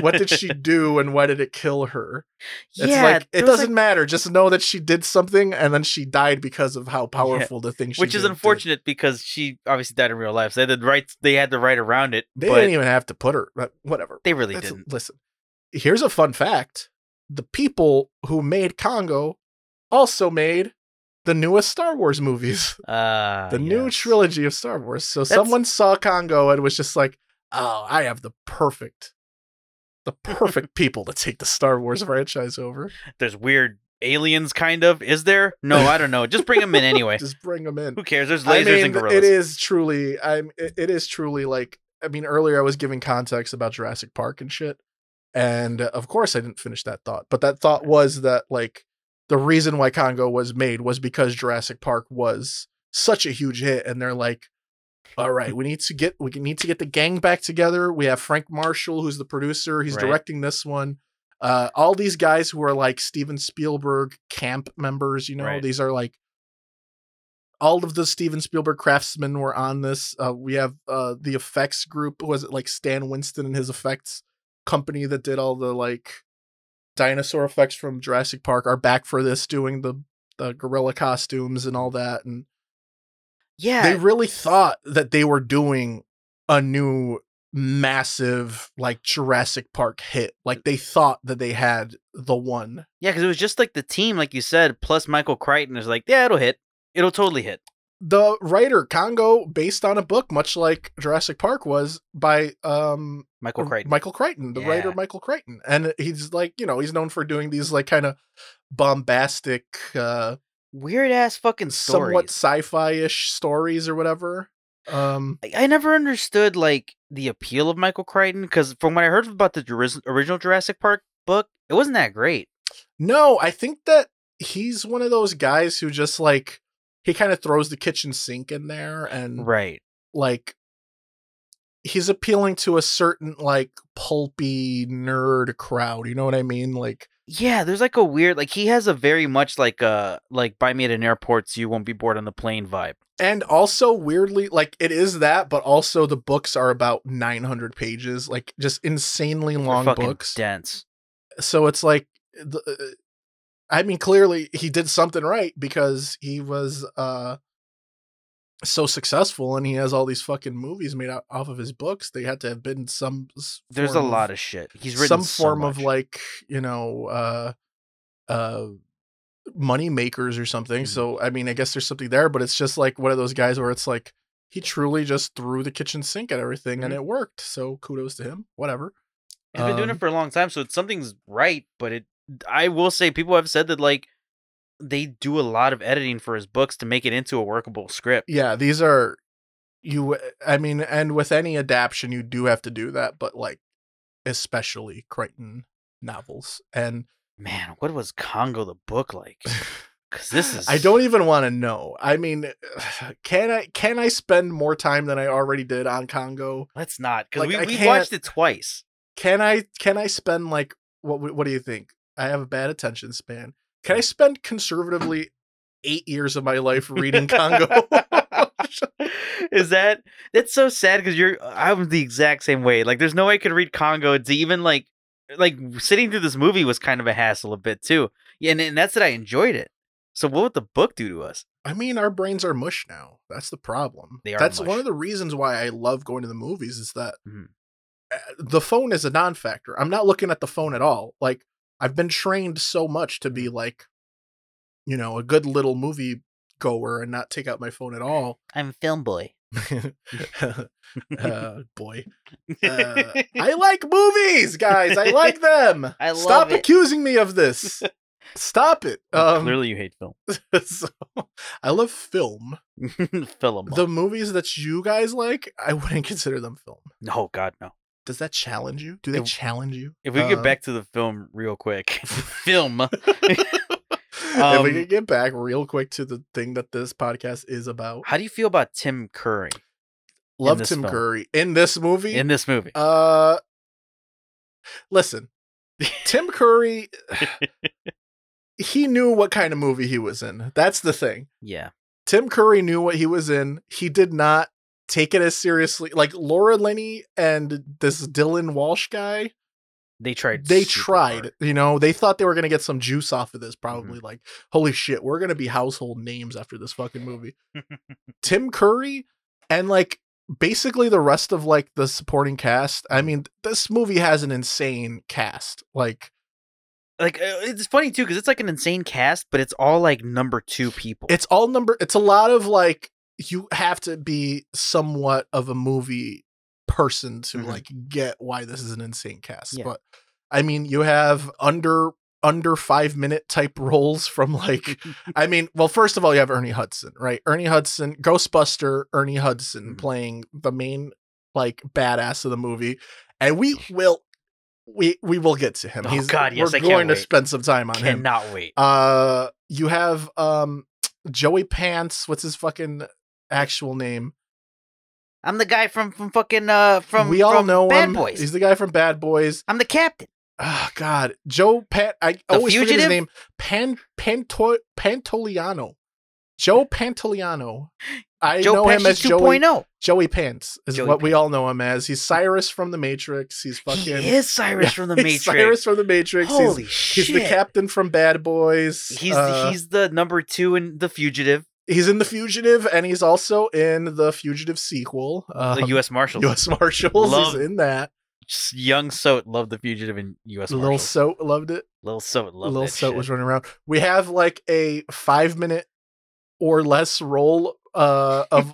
A: what did she do and why did it kill her? It's
B: yeah,
A: like it
B: there's,
A: doesn't matter. Just know that she did something and then she died because of how powerful the thing she
B: which is
A: did did.
B: unfortunate because she obviously died in real life. So they had the right they had the right around it,
A: They
B: but
A: didn't even have to put her, but whatever.
B: they really
A: That's-
B: didn't.
A: Listen, here's a fun fact: the people who made Congo also made the newest Star Wars movies.
B: Uh,
A: the new
B: yes.
A: trilogy of Star Wars. So
B: That's-
A: someone saw Congo and was just like, "Oh, I have the perfect, the perfect people to take the Star Wars franchise over.
B: There's weird aliens kind of. Is there? No, I don't know. Just bring them in anyway.
A: Just bring them in."
B: Who cares? There's
A: I
B: lasers
A: mean,
B: and gorillas.
A: it is truly. I'm. It, it is truly like. I mean, earlier I was giving context about Jurassic Park and shit, and uh, of course I didn't finish that thought. But that thought was that like the reason why Congo was made was because Jurassic Park was such a huge hit, and they're like, all right, we need to get we need to get the gang back together. We have Frank Marshall, who's the producer. He's
B: Right.
A: directing this one. Uh, all these guys who are like Steven Spielberg camp members, you know,
B: Right.
A: these are like all of the Steven Spielberg craftsmen were on this. Uh, we have uh, the effects group, was it like Stan Winston and his effects company that did all the like dinosaur effects from Jurassic Park are back for this, doing the the gorilla costumes and all that, and
B: yeah.
A: they really thought that they were doing a new massive like Jurassic Park hit. Like they thought that they had the one.
B: Yeah, because it was just like the team, like you said, plus Michael Crichton is like, yeah, it'll hit. It'll totally hit.
A: The writer Congo, based on a book, much like Jurassic Park was by um
B: Michael Crichton.
A: Michael Crichton, the writer
B: Yeah.
A: Michael Crichton, and he's like you know he's known for doing these like kind of bombastic, uh,
B: Weird ass fucking
A: somewhat
B: stories.
A: sci-fi ish stories or whatever. Um,
B: I, I never understood like the appeal of Michael Crichton because from what I heard about the juris- original Jurassic Park book, it wasn't that great.
A: No, I think that he's one of those guys who just like he kind of throws the kitchen sink in there and
B: Right.
A: like he's appealing to a certain like pulpy nerd crowd, you know what I mean? Like
B: Yeah, there's like a weird like he has a very much like uh like buy me at an airport so you won't be bored on the plane vibe.
A: and also weirdly like it is that, but also the books are about 900 pages, like just insanely
B: They're
A: long
B: fucking
A: books.
B: dense.
A: so it's like the, uh, i mean clearly he did something right because he was uh so successful and he has all these fucking movies made out off of his books they had to have been some s-
B: There's a
A: form
B: lot of shit. He's written
A: some
B: so
A: form of
B: much.
A: like you know uh uh money makers or something
B: Mhm.
A: so i mean i guess there's something there but it's just like one of those guys where it's like he truly just threw the kitchen sink at everything and
B: Mhm.
A: it worked so kudos to him whatever
B: He's been doing
A: Um,
B: it for a long time, so it's, something's right. But it, I will say, people have said that like they do a lot of editing for his books to make it into a workable script.
A: yeah these are you uh, i mean and with any adaptation you do have to do that but like especially crichton novels and
B: Man, what was Congo the book like? Because this is.
A: I don't even want to know. I mean, uh, can I can I spend more time than I already did on Congo?
B: Let's not. Because
A: Like, I
B: we, we
A: can't-
B: watched it twice.
A: Can I can I spend like what what do you think? I have a bad attention span. Can I spend conservatively 8 years of my life reading Congo?
B: is that that's so sad because you're i'm the exact same way like there's no way i could read congo to even like like sitting through this movie was kind of a hassle a bit too yeah and, and that's that i enjoyed it so what would the book do to us
A: I mean, our brains are mush now. That's the problem.
B: They are
A: That's
B: mush.
A: one of the reasons why I love going to the movies is that
B: Mhm.
A: uh, the phone is a non-factor. I'm not looking at the phone at all. Like I've been trained so much to
B: Mm-hmm.
A: be like, you know, a good little movie goer and not take out my phone at all.
B: i'm a film boy
A: uh, boy, Uh, I like movies, guys. I like them.
B: I love
A: Stop
B: it.
A: accusing me of this. Stop it.
B: Well,
A: Um,
B: Oh, clearly you hate film
A: so, I love film.
B: film
A: the movies that you guys like, I wouldn't consider them film.
B: oh god no
A: Does that challenge you? Do they
B: If-
A: challenge you?
B: if we get
A: Uh,
B: back to the film real quick film
A: if we
B: um,
A: could get back real quick to the thing that this podcast is about,
B: how do you feel about tim curry
A: love
B: this
A: Tim
B: film.
A: Curry in this movie.
B: in this movie
A: uh, listen, Tim Curry, he knew what kind of movie he was in. That's the thing.
B: yeah
A: Tim Curry knew what he was in. He did not take it as seriously. Like Laura Linney and this Dylan Walsh guy,
B: they tried
A: they
B: super
A: tried
B: hard. Mm-hmm.
A: you know they thought they were going to get some juice off of this probably like holy shit we're going to be household names after this fucking movie tim curry and like basically the rest of like the supporting cast
B: Mm-hmm.
A: i mean this movie has an insane cast like
B: like uh, it's funny too because it's like an insane cast, but it's all like number two people.
A: it's all number it's a lot of like you have to be somewhat of a movie person to
B: Mhm.
A: like get why this is an insane cast
B: Yeah.
A: but i mean you have under under five minute type roles from like I mean, well, first of all, you have Ernie Hudson, right? Ernie Hudson, Ghostbuster, Ernie Hudson
B: Mhm.
A: playing the main like badass of the movie, and we will, we we will get to him.
B: Oh, God, yes,
A: we're
B: I can't
A: going to
B: wait.
A: spend some time on him.
B: Cannot wait.
A: Uh, you have um Joey Pants. What's his fucking actual name?
B: I'm the guy from from fucking uh from
A: we all
B: from
A: know
B: Bad
A: him.
B: Boys.
A: He's the guy from Bad Boys.
B: I'm the captain.
A: Oh God, Joe Pat. I always forget his
B: Fugitive?
A: name. Pan Panto Pantoliano. Joe Pantoliano. I
B: Joe
A: know him as
B: Pesci
A: Joey
B: 2.0.
A: Joey Pants is
B: oh? Joey
A: what we all know him as. He's Cyrus from the Matrix. He's fucking
B: He is Cyrus from the
A: He's
B: Matrix.
A: Cyrus from the Matrix. He's-
B: Holy
A: he's,
B: shit!
A: the captain from Bad Boys.
B: He's
A: Uh,
B: he's the number two in the fugitive,
A: he's in the Fugitive, and he's also in the Fugitive sequel.
B: the
A: um,
B: U.S. Marshal.
A: U.S. Marshals.
B: Love-
A: He's in that.
B: Young Soat loved the fugitive and U.S. Marshal.
A: Lil Soat loved it.
B: Lil Soat loved
A: Lil
B: that
A: Soat
B: shit.
A: was running around. We have like a five minute or less role uh, of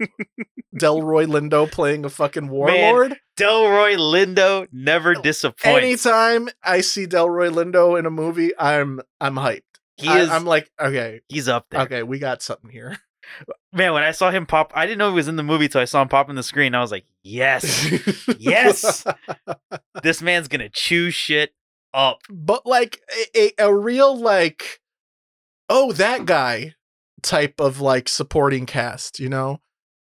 A: Delroy Lindo playing a fucking warlord.
B: Delroy Lindo never disappoints.
A: Anytime I see Delroy Lindo in a movie, I'm I'm hyped.
B: he
A: I,
B: is.
A: I'm like, okay,
B: he's up there.
A: okay, we got something here.
B: Man, when I saw him pop, I didn't know he was in the movie till I saw him pop in the screen. I was like, yes, Yes. this man's gonna chew shit up.
A: but like a, a, a real like, oh that guy type of like supporting cast, you know,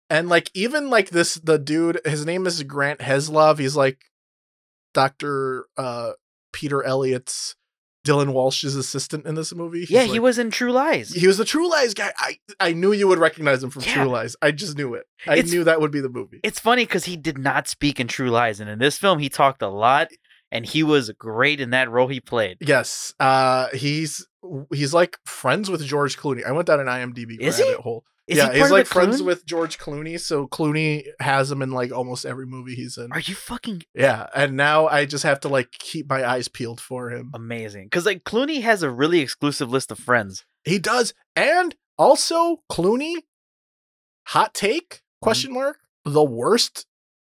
A: and like even like this the dude, his name is Grant Heslov. He's like Doctor uh, Peter Elliott's Dylan Walsh's assistant in this movie. He's,
B: yeah, he
A: like,
B: was in True Lies.
A: He was the True Lies guy. I, I knew you would recognize him from
B: Yeah.
A: True Lies. I just knew it. I
B: It's-
A: knew that would be the movie.
B: it's funny because he did not speak in True Lies, and in this film, he talked a lot, and he was great in that role he played.
A: Yes. Uh, he's he's like friends with George Clooney. I went down an IMDb
B: Is
A: rabbit
B: he?
A: hole.
B: Is
A: yeah,
B: he part
A: he's
B: of
A: like
B: the
A: friends
B: Clune?
A: with George Clooney, so Clooney has him in like almost every movie he's in.
B: Are you fucking
A: Yeah, and now I just have to like keep my eyes peeled for him.
B: amazing? Because like Clooney has a really exclusive list of friends.
A: He does, and also Clooney. Hot take?
B: Mm-hmm.
A: Question mark. The worst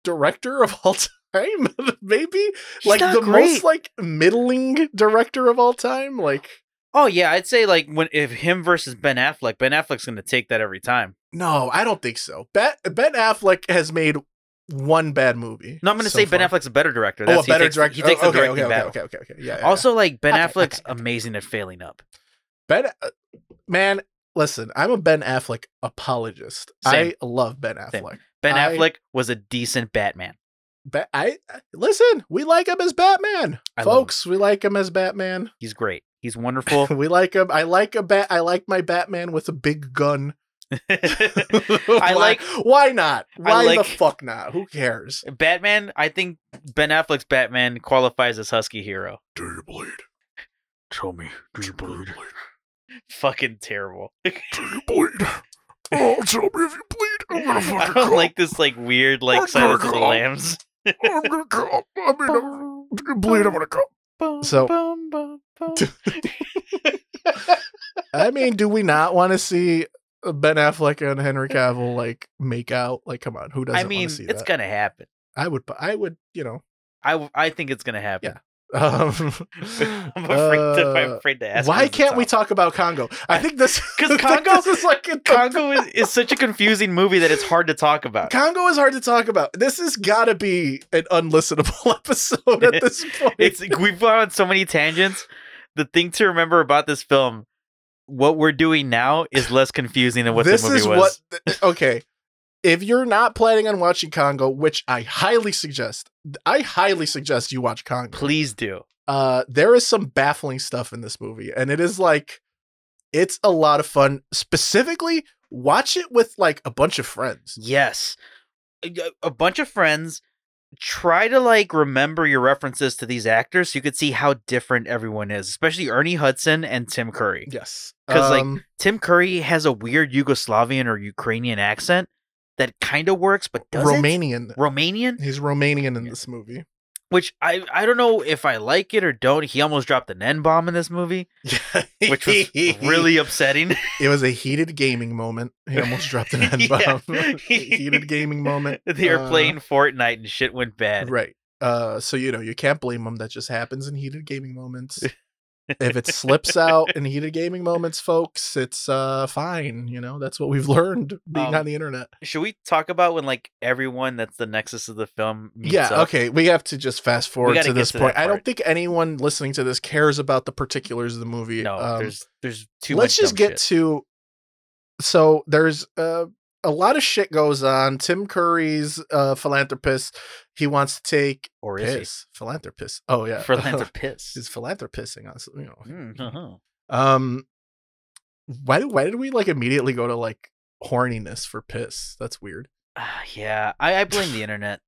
A: director of all time, maybe.
B: He's
A: like
B: not
A: the most
B: great.
A: like middling director of all time. Like
B: Oh yeah, I'd say like when if him versus Ben Affleck, Ben Affleck's gonna take that every time.
A: no, I don't think so. Ben Ben Affleck has made one bad movie.
B: No, I'm gonna
A: so
B: say Ben
A: far.
B: Affleck's a better director.
A: Oh,
B: That's-
A: a better
B: he takes,
A: director.
B: He takes
A: oh,
B: the
A: okay,
B: directing
A: okay, okay,
B: battle.
A: okay, okay, okay. Yeah. yeah,
B: Also, like Ben
A: Okay,
B: Affleck's
A: okay, okay.
B: amazing at failing up.
A: Ben, uh, man, listen, I'm a Ben Affleck apologist.
B: Same.
A: I love Ben
B: Same.
A: Affleck.
B: Ben
A: I-
B: Affleck was a decent Batman.
A: Ba- I listen. We like him as Batman,
B: I love him.
A: folks. We like him as Batman.
B: He's great. He's wonderful.
A: We like him. I like a bat. I like my Batman with a big gun.
B: I
A: Why-
B: like
A: Why not? Why the
B: like-
A: fuck not? Who cares?
B: Batman. I think Ben Affleck's Batman qualifies as Husky Hero.
A: Do your blade.
B: Tell me,
A: Do your blade.
B: Fucking terrible.
A: Do your blade. Oh, tell me if you bleed. I'm gonna
B: I don't like this like weird like
A: I'm
B: Silence of the
A: gonna go.
B: Lambs.
A: I'm gonna cop. I mean, I'm gonna bleed. I'm gonna cop. So- I mean, do we not want to see uh, Ben Affleck and Henry Cavill like make out? Like, come on, who doesn't?
B: I
A: wanna
B: mean,
A: see
B: it's
A: that?
B: gonna happen.
A: I would. I would. You know.
B: I, w- I think it's gonna happen.
A: Um,
B: I'm afraid to, I'm
A: uh,
B: afraid to ask.
A: why can't we talk about Congo? I think this
B: 'Cause
A: I think
B: Congo-
A: this is like a-
B: Congo is, is such a confusing movie that it's hard to talk about.
A: Congo is hard to talk about. This has got to be an unlistenable episode at this point.
B: It's we've gone on so many tangents. The thing to remember about this film, what we're doing now, is less confusing than what
A: this
B: the movie
A: is
B: was.
A: what. Okay, if you're not planning on watching Congo, which I highly suggest, I highly suggest you watch Congo.
B: Please do.
A: uh there is some baffling stuff in this movie and it is like it's a lot of fun specifically watch it with like a bunch of friends
B: Yes. A- A bunch of friends try to like remember your references to these actors so you could see how different everyone is, especially Ernie Hudson and Tim Curry.
A: yes
B: 'Cause, like,
A: Um,
B: Tim Curry has a weird Yugoslavian or Ukrainian accent that kind of works but doesn't.
A: romanian
B: Romanian,
A: he's romanian in this movie
B: which I I don't know if I like it or don't. He almost dropped an N bomb in this movie, which was really upsetting.
A: it was a heated gaming moment he almost dropped an n-bomb
B: Yeah.
A: heated gaming moment
B: they were
A: Uh,
B: playing Fortnite and shit went bad.
A: right uh so you know you can't blame him that just happens in heated gaming moments if it slips out in heated gaming moments, folks, it's uh fine. You know, that's what we've learned being
B: Um,
A: on the internet.
B: Should we talk about when like everyone that's the nexus of the film meets
A: Yeah,
B: up?
A: okay. We have to just fast forward
B: gotta
A: to
B: get
A: this
B: to that
A: point. I
B: part.
A: don't think anyone listening to this cares about the particulars of the movie.
B: No,
A: Um,
B: there's there's too
A: let's
B: much.
A: just
B: dumb
A: get
B: shit.
A: to so there's uh a lot of shit goes on. Tim Curry's uh philanthropist. He wants to take
B: or is
A: piss. Philanthropist. Oh
B: he
A: yeah.
B: philanthropist?
A: He's philanthropizing us, you know.
B: Mm, uh-huh.
A: Um, why did why did we like immediately go to like horniness for piss? That's weird.
B: Ah, yeah, I, I blame the internet.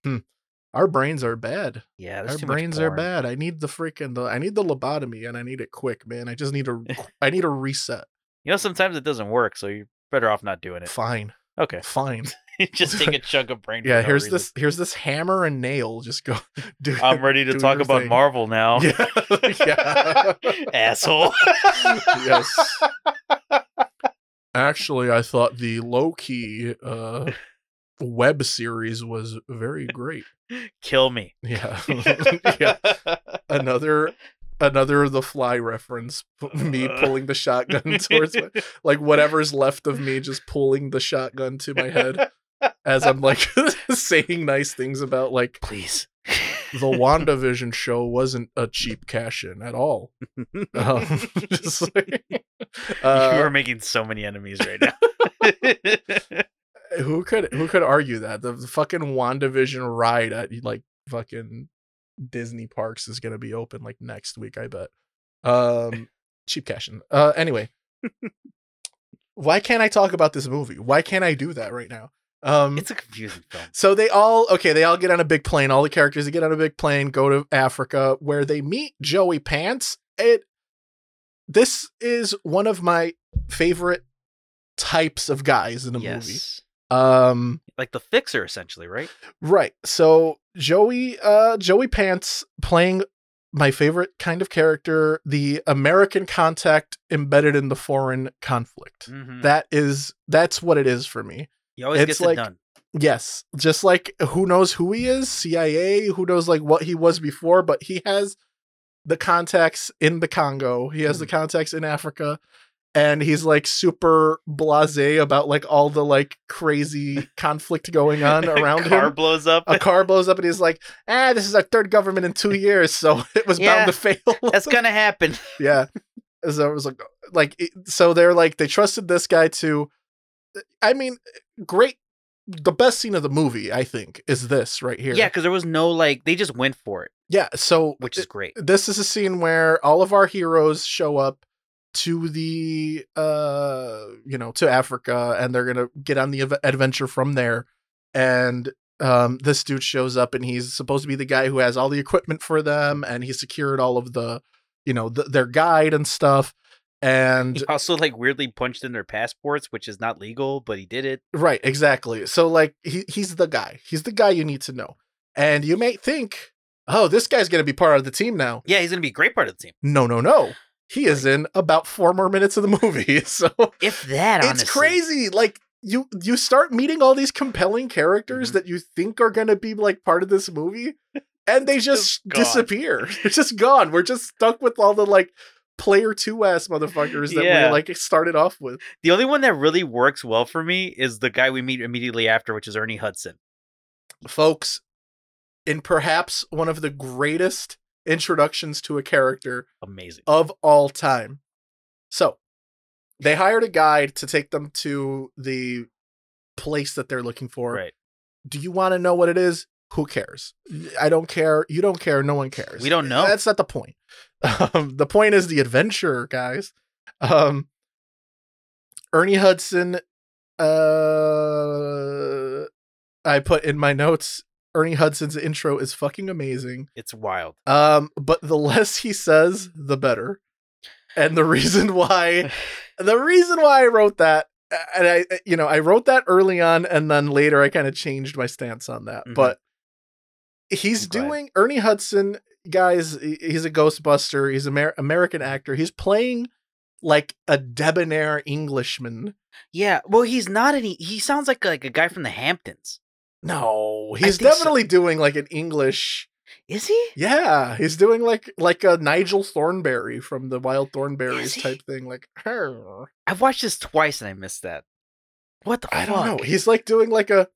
A: Our brains are bad.
B: Yeah, there's too
A: Our
B: much
A: brains are
B: porn.
A: bad. I need the freaking the I need the lobotomy and I need it quick, man. I just need a I need a reset.
B: You know, sometimes it doesn't work, so you're better off not doing it.
A: Fine,
B: Okay,
A: fine.
B: just take a chunk of brain. for
A: Yeah,
B: no
A: here's
B: reason.
A: this here's this hammer and nail. Just go. Do,
B: I'm ready to
A: do
B: talk
A: your
B: about
A: thing.
B: Marvel now.
A: Yeah, yeah.
B: Asshole.
A: yes. Actually, I thought the low key uh, web series was very great.
B: Kill me.
A: Yeah. yeah. Another another the fly reference. P- Me pulling the shotgun towards my, like whatever's left of me just pulling the shotgun to my head as I'm like saying nice things about like
B: Please.
A: the WandaVision show wasn't a cheap cash in at all. Um, just like-
B: you
A: Uh,
B: are making so many enemies right now.
A: who could who could argue that? The fucking WandaVision ride at like fucking Disney parks is gonna be open like next week, I bet. Um cheap cashing. Uh anyway. Why can't I talk about this movie? Why can't I do that right now? Um
B: it's a confusing film.
A: so they all okay, they all get on a big plane. All the characters they get on a big plane, go to Africa, where they meet Joey Pants. It this is one of my favorite types of guys in the movie.
B: Yes.
A: Um
B: Like the fixer, essentially, right?
A: Right. So Joey uh Joey Pants playing my favorite kind of character, the American contact embedded in the foreign conflict.
B: Mm-hmm.
A: That is that's what it is for me.
B: he always
A: it's
B: gets
A: like-
B: it done.
A: Yes. Just like who knows who he is, CIA, who knows like what he was before, but he has the contacts in the Congo. He has the contacts in Africa. And he's like super blasé about like all the like crazy conflict going on around him
B: Car blows up.
A: a car blows up and he's like, ah, this is our third government in two years, so it was
B: Yeah,
A: bound to fail.
B: That's gonna happen.
A: yeah. as I was like, like it- so they're like they trusted this guy to. I mean, great. The best scene of the movie, I think, is this right here.
B: Yeah, because there was no like they just went for it,
A: yeah. So
B: which is great.
A: this is a scene where all of our heroes show up to the uh you know to africa and they're gonna get on the av- adventure from there and um this dude shows up and he's supposed to be the guy who has all the equipment for them and he secured all of the you know th- their guide and stuff and
B: He also like weirdly punched in their passports, which is not legal, but he did it.
A: Right, exactly. So like he he's the guy. He's the guy you need to know. And you may think, "Oh, this guy's going to be part of the team now."
B: Yeah, he's gonna be a great part of the team.
A: No, no, no. He is in about 4 more minutes of the movie. So
B: If that,
A: it's
B: honestly.
A: crazy. Like you you start meeting all these compelling characters
B: Mhm.
A: that you think are going to be like part of this movie and they just
B: Just gone.
A: disappear. They're just gone. We're just stuck with all the like player 2 ass motherfuckers that
B: Yeah.
A: we like started off with.
B: The only one that really works well for me is the guy we meet immediately after, which is Ernie Hudson.
A: folks, in perhaps one of the greatest introductions to a character
B: Amazing.
A: of all time. So, they hired a guide to take them to the place that they're looking for.
B: right.
A: Do you want to know what it is? Who cares? I don't care. You don't care. No one cares.
B: We don't know.
A: That's not the point. Um, the point is the adventure, guys. Um, Ernie Hudson. Uh, I put in my notes. Ernie Hudson's intro is fucking amazing.
B: It's wild.
A: Um, but the less he says, the better. And the reason why, the reason why I wrote that, and I, uh, you know, I wrote that early on, and then later I kind of changed my stance on that.
B: Mhm.
A: But he's
B: I'm glad.
A: doing Ernie Hudson, guys. he- He's a Ghostbuster. He's an Amer- American actor. He's playing like a debonair Englishman.
B: Yeah. Well, he's not any. He sounds like like a guy from the Hamptons.
A: No,
B: I
A: he's
B: think so.
A: definitely doing like an English.
B: Is he?
A: Yeah, he's doing like like a Nigel Thornberry from the Wild Thornberries
B: he?
A: type thing. Like, "Arr."
B: I've watched this twice and I missed that. What the
A: I
B: fuck?
A: don't know. He's like doing like a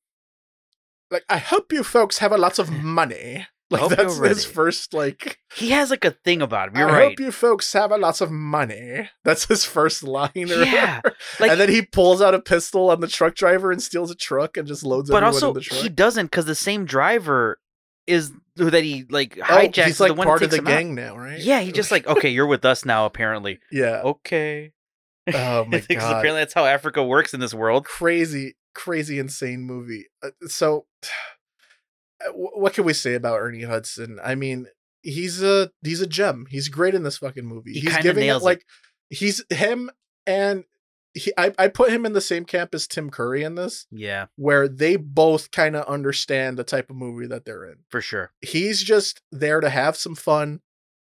A: like. I hope you folks have a lot of money. Like
B: Hope you're
A: that's his
B: ready.
A: first like.
B: He has like a thing about him. You're
A: I
B: right.
A: hope you folks have a lot of money. That's his first line. Or
B: Yeah,
A: whatever.
B: like-
A: and then he pulls out a pistol on the truck driver and steals a truck and just loads
B: but
A: everyone
B: also
A: in the truck.
B: he doesn't because the same driver is who that he like
A: oh,
B: hijacks. is
A: he's like
B: the one
A: part
B: that
A: of
B: takes
A: the
B: him out.
A: gang now, right?
B: Yeah, he just like okay, you're with us now. Apparently,
A: yeah.
B: okay.
A: Oh my
B: Because
A: god.
B: apparently that's how Africa works in this world.
A: crazy, crazy, insane movie. Uh, So, uh, wh- what can we say about Ernie Hudson? I mean, he's a he's a gem. He's great in this fucking movie.
B: He
A: he's
B: kinda
A: giving it
B: nails it.
A: like he's him and he. I I put him in the same camp as Tim Curry in this,
B: Yeah,
A: where they both kind of understand the type of movie that they're in.
B: for sure.
A: He's just there to have some fun.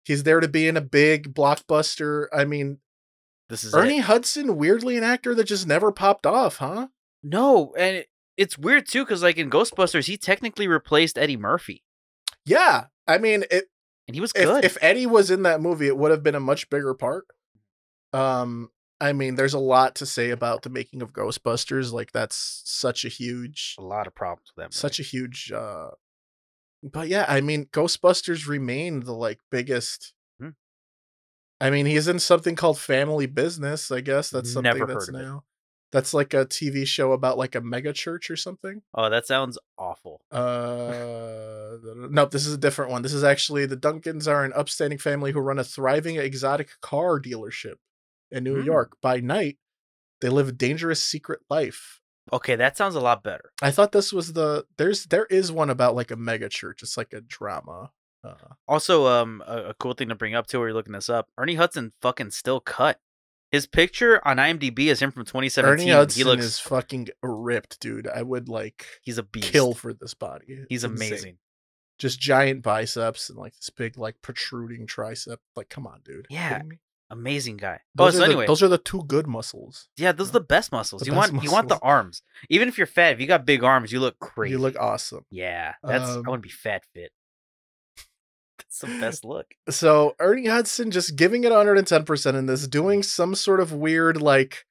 A: He's there to be in a big blockbuster. I mean,
B: This is
A: Ernie
B: It.
A: Hudson, weirdly an actor that just never popped off, huh?
B: No, and it, it's weird too because like in Ghostbusters, he technically replaced Eddie Murphy,
A: Yeah. I mean, it,
B: and he was
A: if,
B: good.
A: if Eddie was in that movie, it would have been a much bigger part. Um, I mean, there's a lot to say about the making of Ghostbusters. Like, that's such a huge,
B: a lot of problems with that. Movie.
A: such a huge. uh But yeah, I mean, Ghostbusters remain the like biggest.
B: Hmm.
A: I mean, he's in something called Family Business. I guess that's something
B: Never
A: that's
B: heard of it.
A: now. That's like a TV show about like a mega church or something.
B: oh, that sounds awful.
A: Uh, nope, this is a different one. This is actually the Duncans are an upstanding family who run a thriving exotic car dealership in New
B: Hmm.
A: York. By night, they live a dangerous secret life.
B: Okay, that sounds a lot better.
A: I thought this was the there's there is one about like a mega church. It's like a drama. Uh,
B: Also, um, a, a cool thing to bring up too, where you're looking this up, Ernie Hudson fucking still cut. His picture on IMDb is him from 2017.
A: Ernie Hudson
B: he looks
A: is fucking ripped, dude. I would like
B: he's a beast.
A: kill for this body. It's
B: He's
A: insane.
B: amazing.
A: Just giant biceps and like this big like protruding tricep. Like, come on, dude.
B: Yeah.
A: Kidding me?
B: Amazing guy.
A: Those,
B: oh,
A: are
B: so
A: the-
B: anyway,
A: those are the two good muscles.
B: yeah, those are uh, the best muscles.
A: The
B: you
A: best
B: want you want the
A: muscles.
B: arms. Even if you're fat, if you got big arms, you look crazy.
A: You look awesome.
B: yeah. That's
A: Um,
B: I want to be fat fit. That's the best look.
A: So Ernie Hudson just giving it 110% in this, doing some sort of weird, like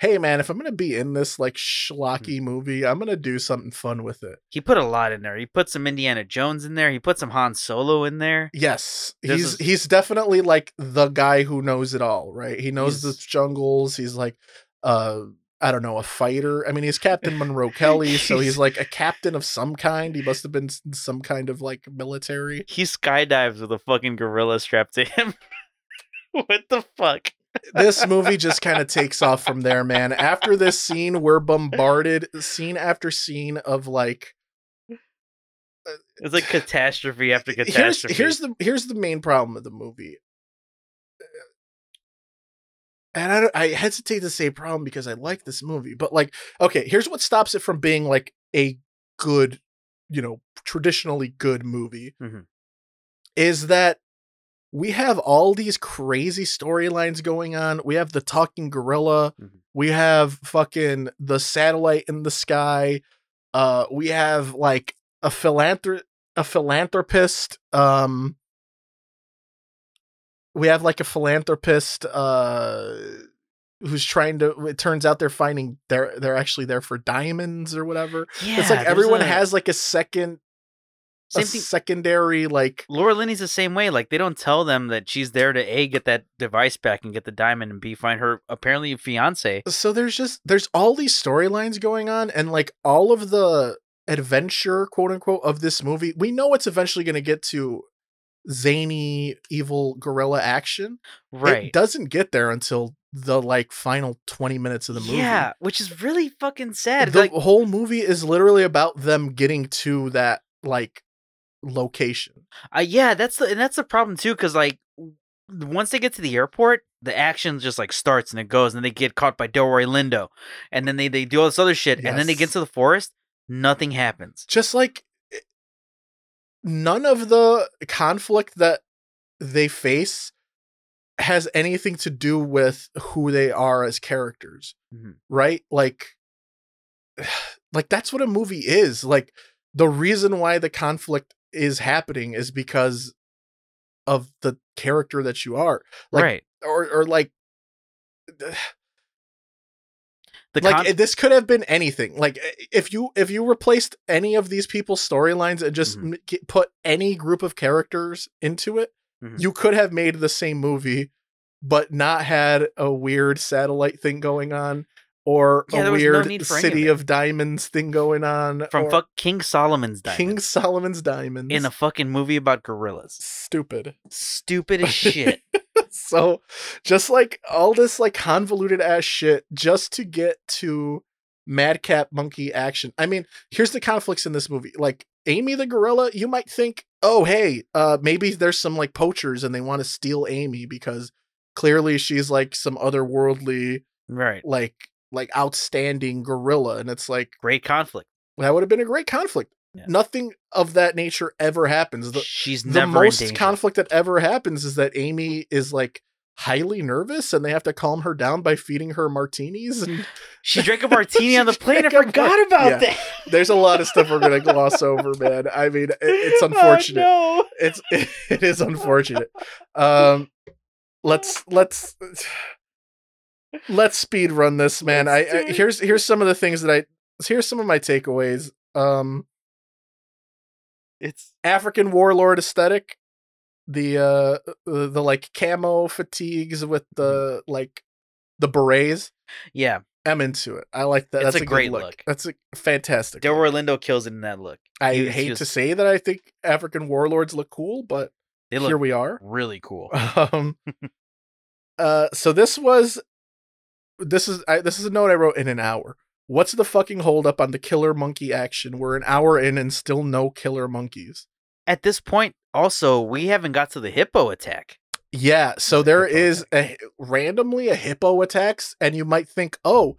A: hey man, if I'm gonna be in this
B: Hmm.
A: like schlocky movie, I'm gonna do something fun with it.
B: He put a lot in there. He put some Indiana Jones in there. He put some Han Solo in there.
A: Yes,
B: This
A: he's
B: is-
A: he's definitely like the guy who knows it all, right? He knows the
B: He's-
A: jungles. He's like, uh, I don't know, a fighter. I mean, he's Captain Monroe Kelly, so he's
B: He's-
A: like a captain of some kind. He must have been s- some kind of like military.
B: He skydives with a fucking gorilla strapped to him. what the fuck?
A: This movie just kind of takes off from there, man. After this scene, we're bombarded scene after scene of like
B: It's like catastrophe after
A: here's,
B: catastrophe.
A: here's the here's the main problem of the movie Uh, and I, don't, I hesitate to say problem because i like this movie but like okay here's what stops it from being like a good you know traditionally good movie
B: Mhm.
A: is that we have all these crazy storylines going on we have the talking gorilla
B: Mhm.
A: we have fucking the satellite in the sky uh we have like a philanthrop a philanthropist um we have like a philanthropist uh who's trying to it turns out they're finding they're they're actually there for diamonds or whatever
B: yeah,
A: it's like
B: there's
A: everyone
B: a-
A: has like a second a
B: same thing.
A: secondary like
B: Laura Linney's the same way. Like they don't tell them that she's there to a get that device back and get the diamond and b find her apparently fiance.
A: so there's just there's all these storylines going on and like all of the adventure quote unquote of this movie we know it's eventually going to get to zany evil gorilla action
B: Right.
A: It doesn't get there until the like final 20 minutes of the movie.
B: Yeah, which is really fucking sad. It's
A: The
B: like
A: whole movie is literally about them getting to that like location.
B: Uh, yeah, that's the and that's the problem too, because like w- once they get to the airport, the action just like starts and it goes, and then they get caught by Delroy Lindo, and then they they do all this other shit, and then they get
A: Yes.
B: to the forest, nothing happens.
A: Just like it- none of the conflict that they face has anything to do with who they are as characters.
B: Mhm.
A: Right? Like like that's what a movie is. Like the reason why the conflict is happening is because of the character that you are. Like,
B: right.
A: or or like
B: The
A: like
B: con-
A: it- this could have been anything. Like i- if you if you replaced any of these people's storylines and just
B: Mhm.
A: m- ki- put any group of characters into it,
B: Mhm.
A: you could have made the same movie, but not had a weird satellite thing going on or
B: Yeah,
A: a
B: there was no
A: weird
B: need for any of
A: city
B: it.
A: of, diamonds thing going on
B: from
A: or
B: fuck King Solomon's diamond
A: King Solomon's diamonds.
B: in a fucking movie about gorillas.
A: stupid.
B: Stupid as shit.
A: so just like all this like convoluted ass shit just to get to madcap monkey action i mean here's the conflicts in this movie like amy the gorilla you might think oh hey uh maybe there's some like poachers and they want to steal amy because clearly she's like some otherworldly
B: right.
A: like like outstanding gorilla and it's like
B: Great conflict.
A: that would have been a great conflict
B: Yeah.
A: nothing of that nature ever happens The-
B: She's
A: the
B: never in
A: most
B: danger.
A: conflict that ever happens is that Amy is like highly nervous and they have to calm her down by feeding her martinis and
B: she drank a martini on the
A: She
B: plane. I
A: drank a
B: forgot
A: mar-
B: about
A: Yeah.
B: that.
A: there's a lot of stuff we're going to gloss over man i mean it, it's
B: Oh,
A: unfortunate
B: no.
A: it's it, it is unfortunate um let's let's let's speed run this man I,
B: Let's do
A: I
B: it.
A: here's here's some of the things that i here's some of my takeaways um
B: It's
A: African warlord aesthetic, the uh the, the like camo fatigues with the
B: Mm-hmm.
A: like the berets.
B: yeah.
A: I'm into it. I like that.
B: It's
A: That's
B: a
A: a, good
B: great
A: look.
B: look.
A: That's a fantastic. look.
B: Delroy Lindo kills it in that look.
A: I
B: he was- he
A: hate
B: was-
A: to say that I think African warlords look cool, but
B: They
A: here
B: look
A: we are.
B: really cool.
A: Um, uh, so this was, this is I, this is a note I wrote in an hour. What's the fucking holdup on the killer monkey action? We're an hour in and still no killer monkeys.
B: At this point, also, we haven't got to the hippo attack.
A: Yeah, so
B: Like
A: there
B: hippo
A: is a hi- randomly a hippo attacks, and you might think, oh,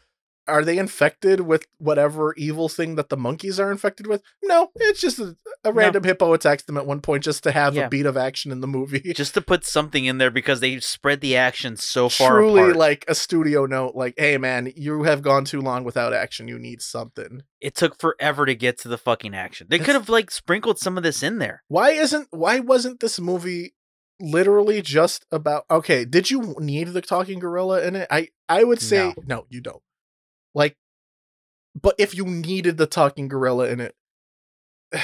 A: are they infected with whatever evil thing that the monkeys are infected with? No, it's just a, a random hippo attacks them at one point just to have a
B: Yeah.
A: beat of action in the movie.
B: Just to put something in there because they spread the action so far
A: Truly,
B: apart.
A: like a studio note, like, hey man, you have gone too long without action. You need something.
B: it took forever to get to the fucking action. They
A: It's-
B: could have like sprinkled some of this in there.
A: Why isn't why wasn't this movie literally just about okay, did you need the talking gorilla in it? I I would say no, you don't. Like, but if you needed the talking gorilla in it,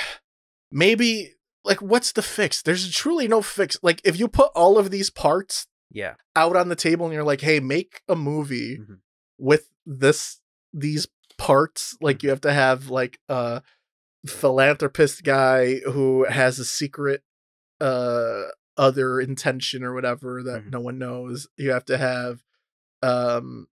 A: maybe like what's the fix? There's truly no fix. Like if you put all of these parts
B: Yeah.
A: out on the table and you're like, hey, make a movie
B: Mhm.
A: with this these parts, like you have to have like a philanthropist guy who has a secret uh other intention or whatever that
B: Mhm.
A: no one knows. You have to have um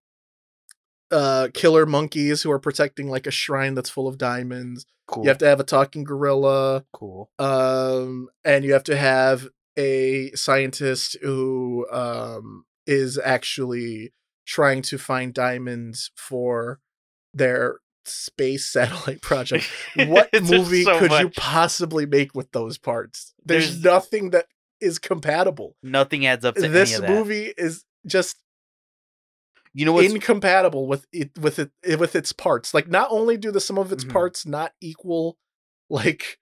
A: uh killer monkeys who are protecting like a shrine that's full of diamonds.
B: Cool.
A: You have to have a talking gorilla
B: cool.
A: um, and you have to have a scientist who um, is actually trying to find diamonds for their space satellite project. What
B: There's
A: movie
B: so
A: could you
B: much.
A: possibly make with those parts? There's,
B: There's-
A: nothing that is compatible.
B: Nothing adds up to any
A: This
B: of that.
A: movie is just
B: you know what's
A: incompatible with it with it eh, with its parts. Like not only do the some of its
B: Mhm.
A: parts not equal like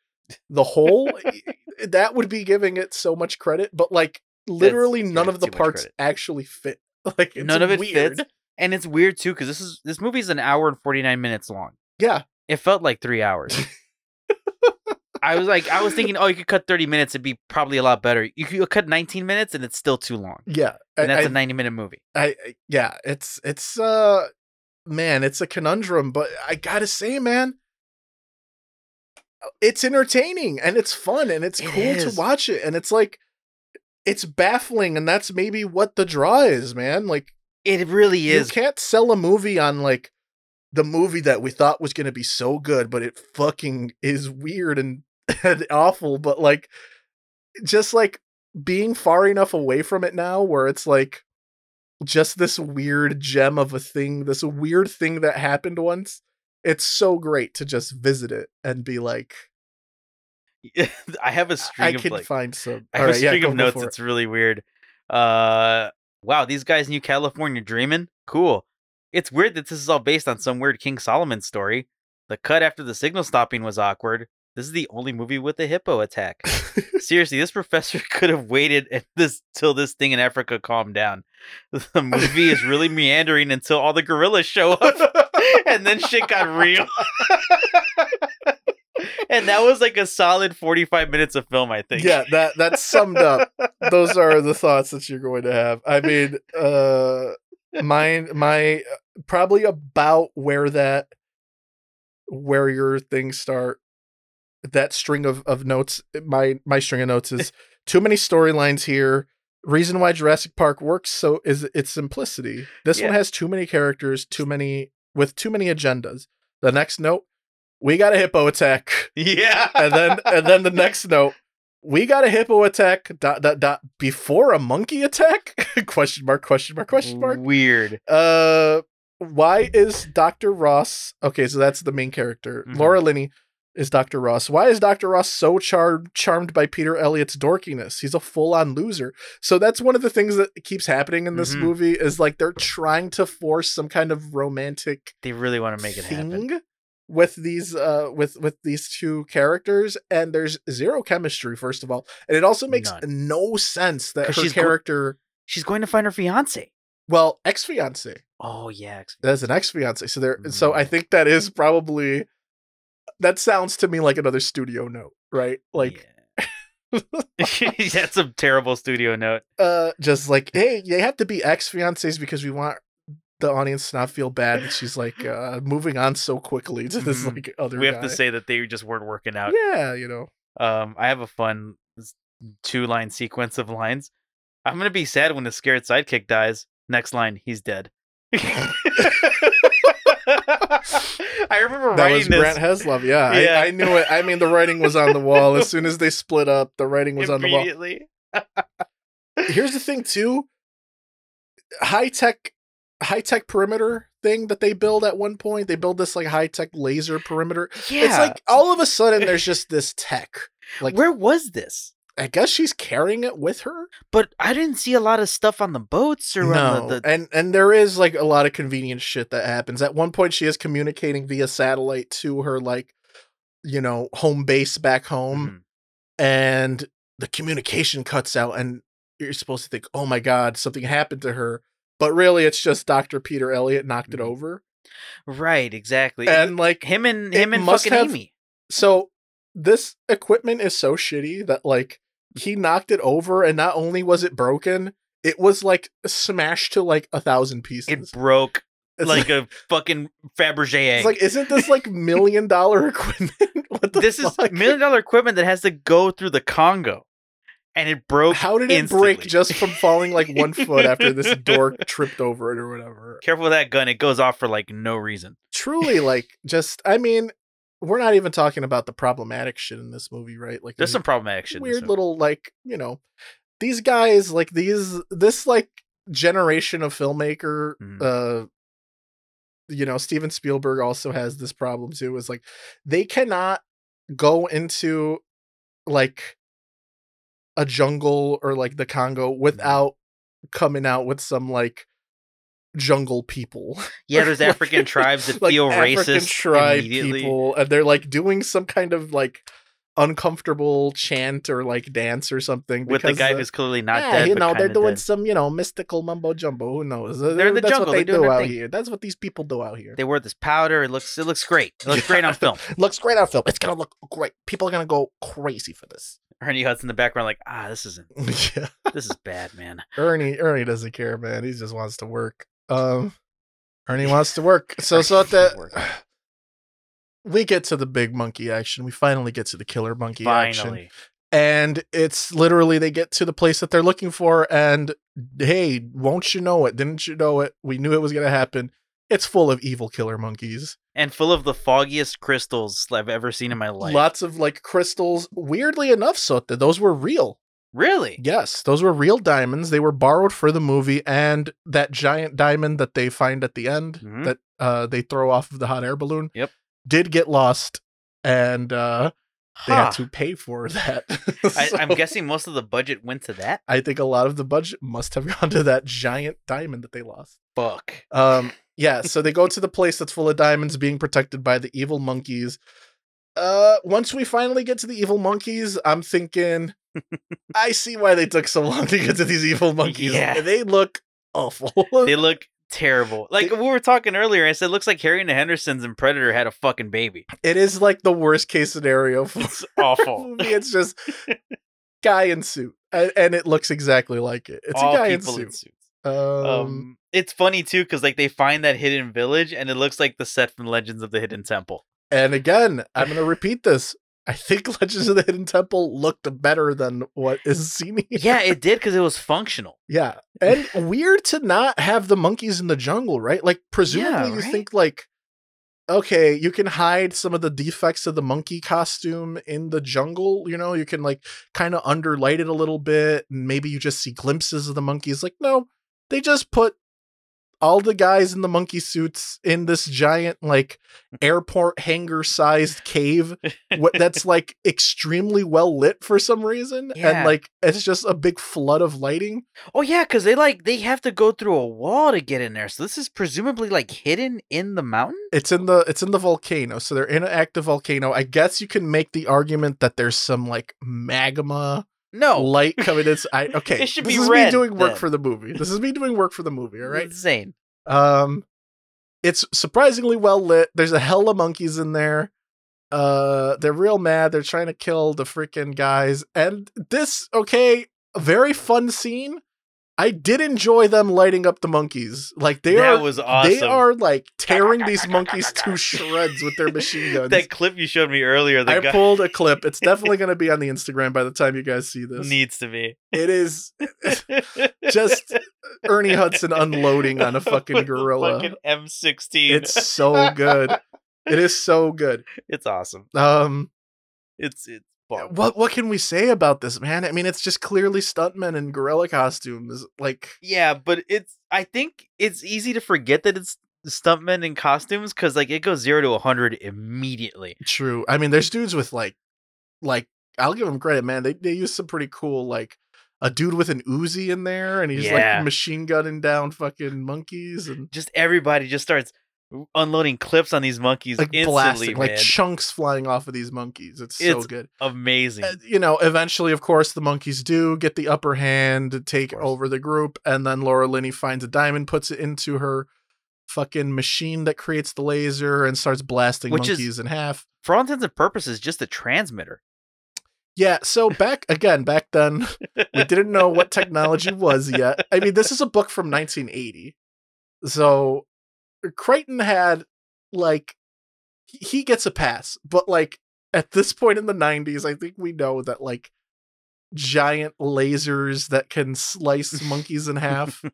A: the whole eh, that would be giving it so much credit, but like literally none
B: giving
A: of
B: it
A: the
B: too much
A: parts
B: credit.
A: actually fit. Like it's
B: none of it
A: weird.
B: fits, and it's weird too because this is this movie's an hour and forty nine minutes long.
A: Yeah.
B: It felt like three hours. I was like, I was thinking, oh, you could cut thirty minutes; it'd be probably a lot better. You could cut nineteen minutes, and it's still too long.
A: Yeah. I-
B: And that's
A: I-
B: a ninety minute movie.
A: I I- yeah, it's it's uh man, it's a conundrum, but I gotta say, man, Oh, it's entertaining and it's fun and it's
B: It
A: cool
B: is.
A: to watch it and it's like it's baffling and that's maybe what the draw is, man. Like
B: It really
A: you
B: is.
A: can't sell a movie on like the movie that we thought was gonna be so good, but it fucking is weird and, and awful, but like just like being far enough away from it now where it's like just this weird gem of a thing, this weird thing that happened once. It's so great to just visit it and be like,
B: I have a
A: I
B: string of
A: can
B: like,
A: find some.
B: I have a
A: Alright, yeah,
B: string
A: go-
B: of
A: go
B: notes.
A: for it.
B: It's really weird. Uh, wow, these guys knew California dreaming. Cool. It's weird that this is all based on some weird King Solomon story. The cut after the signal stopping was awkward. This is the only movie with a hippo attack. Seriously, this professor could have waited and this till this thing in Africa calmed down. The movie is really meandering until all the gorillas show up and then shit got real. and that was like a solid 45 minutes of film, I think.
A: yeah, that that summed up. Those are the thoughts that you're going to have. I mean, uh mine my uh, probably about where that where your things start that string of, of notes eh, my my string of notes is too many storylines here reason why jurassic park works so is its simplicity this one
B: Yeah.
A: has too many characters too many with too many agendas the next note we got a hippo attack
B: Yeah.
A: and then and then the next note we got a hippo attack dot dot dot before a monkey attack question mark question mark question mark
B: Weird.
A: uh why is dr ross okay so that's the main character
B: Mhm.
A: laura linney is dr ross why is dr ross so char- charmed by peter elliott's dorkiness he's a full-on loser so that's one of the things that keeps happening in this
B: Mhm.
A: movie is like they're trying to force some kind of romantic
B: They really want to make it happen.
A: thing with these uh with with these two characters and there's zero chemistry first of all and it also makes no sense that
B: 'Cause
A: her
B: she's go-
A: character
B: She's going to find her fiance.
A: well ex-fiance
B: Oh yeah. ex-
A: that's an ex-fiance so there so i
B: Mm.
A: think that is probably that sounds to me like another studio note right like
B: yeah. that's a terrible studio note.
A: uh just like hey they have to be ex-fiancés because we want the audience to not feel bad that she's like uh moving on so quickly to this
B: Mhm.
A: like other
B: We have to
A: guy.
B: say that they just weren't working out.
A: yeah you know
B: Um, I have a fun two line sequence of lines. I'm gonna be sad when the scared sidekick dies. Next line, he's dead. I remember
A: That
B: writing
A: was
B: this.
A: Grant Heslov. Yeah,
B: Yeah.
A: I, I knew it. I mean, the writing was on the wall. As soon as they split up, the writing was on the wall.
B: immediately.
A: Here's the thing, too. High tech, high tech perimeter thing that they build at one point. They build this like high tech laser perimeter.
B: Yeah.
A: It's like all of a sudden there's just this tech. like-
B: where was this?
A: I guess she's carrying it with her.
B: But I didn't see a lot of stuff on the boats or on uh, the, the
A: and and there is like a lot of convenient shit that happens. At one point, she is communicating via satellite to her like, you know, home base back home.
B: Mhm.
A: and the communication cuts out and you're supposed to think oh my god something happened to her but really it's just dr peter elliot knocked
B: Mhm.
A: it over
B: Right, exactly.
A: And like
B: him and
A: it
B: him and
A: must
B: fucking
A: have-
B: Amy.
A: so this equipment is so shitty that like he knocked it over and not only was it broken, it was like smashed to like a thousand pieces.
B: It broke
A: it's
B: like a fucking Fabergé egg.
A: It's like, isn't this like million dollar equipment? what the
B: this
A: fuck?
B: is million dollar equipment that has to go through the Congo, and it broke.
A: How did it break
B: instantly.
A: just from falling like one foot after this dork tripped over it or whatever?
B: Careful with that gun; it goes off for like no reason.
A: Truly, like, just I mean, we're not even talking about the problematic shit in this movie, right? Like,
B: There's some problematic shit. in this
A: weird
B: movie.
A: little like you know, these guys like these this like generation of filmmaker.
B: Mhm.
A: uh you know, Steven Spielberg also has this problem too. Is like they cannot go into like a jungle or like the Congo
B: Mm-hmm.
A: without coming out with some like jungle people.
B: Yeah, there's
A: Like-
B: African tribes that
A: like
B: feel
A: African
B: racist
A: tribe
B: immediately.
A: people, and they're like doing some kind of like uncomfortable chant or like dance or something
B: with the
A: because,
B: guy
A: uh,
B: who's clearly not
A: yeah,
B: dead.
A: you
B: but
A: know, they're
B: kinda
A: doing
B: dead.
A: some, you know, mystical mumbo jumbo. Who knows? Uh,
B: They're in the
A: That's
B: jungle.
A: what they
B: They're doing
A: do
B: their
A: out
B: thing.
A: here. That's what these people do out here.
B: They wear this powder. It looks it looks great. It looks great on film.
A: Looks great on film. It's gonna look great. People are gonna go crazy for this.
B: Ernie Hudson in the background, like ah, this isn't
A: yeah,
B: this is bad, man.
A: Ernie. Ernie doesn't care, man. He just wants to work. Um, Ernie wants to work. So, so at
B: Work.
A: the we get to the big monkey action. We finally get to the killer monkey action.
B: Finally,
A: and it's literally they get to the place that they're looking for and hey won't you know it didn't you know it we knew it was going to happen it's full of evil killer monkeys
B: and full of the foggiest crystals I've ever seen in my life.
A: lots of like crystals weirdly enough so that those were real
B: Really?
A: yes those were real diamonds they were borrowed for the movie and that giant diamond that they find at the end
B: Mhm.
A: that uh, they throw off of the hot air balloon
B: Yep.
A: did get lost and uh, they
B: Huh.
A: had to pay for that
B: I, I'm
A: So-
B: guessing most of the budget went to that.
A: I think a lot of the budget must have gone to that giant diamond that they lost.
B: Fuck.
A: Um, yeah, so they go to the place that's full of diamonds being protected by the evil monkeys. Uh, once we finally get to the evil monkeys, I'm thinking, I see why they took so long to get to these evil monkeys.
B: Yeah.
A: They look awful.
B: They look terrible. Like we were talking earlier, I said looks like Harry and the Hendersons and Predator had a fucking baby.
A: it is like the worst case scenario for
B: It's awful.
A: movie. It's just guy in suit, and, and it looks exactly like it. It's
B: All
A: a guy in
B: people
A: suit.
B: in suits.
A: um,
B: Um, it's funny too because like they find that hidden village and it looks like the set from Legends of the Hidden Temple.
A: And again, I'm going to repeat this. I think Legends of the Hidden Temple looked better than what is seen here.
B: Yeah, it did because it was functional.
A: Yeah. And weird to not have the monkeys in the jungle, right? Like, presumably, you
B: right?
A: think, like, okay, you can hide some of the defects of the monkey costume in the jungle. You know, you can, like, kind of underlight it a little bit. And maybe you just see glimpses of the monkeys. Like, no, they just put all the guys in the monkey suits in this giant, like, airport hangar sized cave what that's like extremely well lit for some reason
B: Yeah.
A: and like it's just a big flood of lighting
B: Oh yeah, because they like they have to go through a wall to get in there. So this is presumably like hidden in the mountain.
A: it's in the it's in the volcano so they're in an active volcano i guess you can make the argument that there's some like magma
B: No,
A: light coming in i okay
B: Oh. It should
A: this
B: be
A: is me
B: red,
A: doing work
B: then.
A: for the movie this is me doing work for the movie all right
B: insane.
A: Um, it's surprisingly well lit. There's a hell of monkeys in there. Uh, they're real mad. They're trying to kill the freaking guys. And this, okay, a very fun scene. I did enjoy them lighting up the monkeys. Like they
B: that
A: are,
B: was awesome.
A: they are like tearing these monkeys to shreds with their machine guns.
B: that clip you showed me earlier. The
A: I
B: guy
A: pulled a clip. It's definitely going to be on the Instagram by the time you guys see this.
B: needs to be
A: It is just Ernie Hudson unloading on a fucking
B: With the
A: gorilla.
B: fucking M sixteen.
A: It's so good. It is so good.
B: it's awesome.
A: Um,
B: It's it's bomb.
A: what what can we say about this man? I mean, it's just clearly stuntmen in gorilla costumes. Like,
B: Yeah, but it's. I think it's easy to forget that it's stuntmen in costumes because like it goes zero to hundred immediately.
A: true. I mean, there's dudes with like, like I'll give them credit, man. They they use some pretty cool like a dude with an Uzi in there, and he's
B: Yeah.
A: like machine gunning down fucking monkeys and
B: Just everybody just starts unloading clips on these monkeys
A: like
B: instantly,
A: blasting
B: man.
A: like chunks flying off of these monkeys. It's so
B: It's
A: good.
B: Amazing.
A: Uh, you know, eventually, of course, the monkeys do get the upper hand, take
B: course.
A: over the group, and then Laura Linney finds a diamond, puts it into her fucking machine that creates the laser and starts blasting
B: Which is-
A: monkeys in half.
B: For all intents and purposes, just a transmitter.
A: Yeah, so back again, back then, we didn't know what technology was yet. I mean, this is a book from 1980. So Crichton had like he- he gets a pass, but like at this point in the 90s, I think we know that like giant lasers that can slice monkeys in half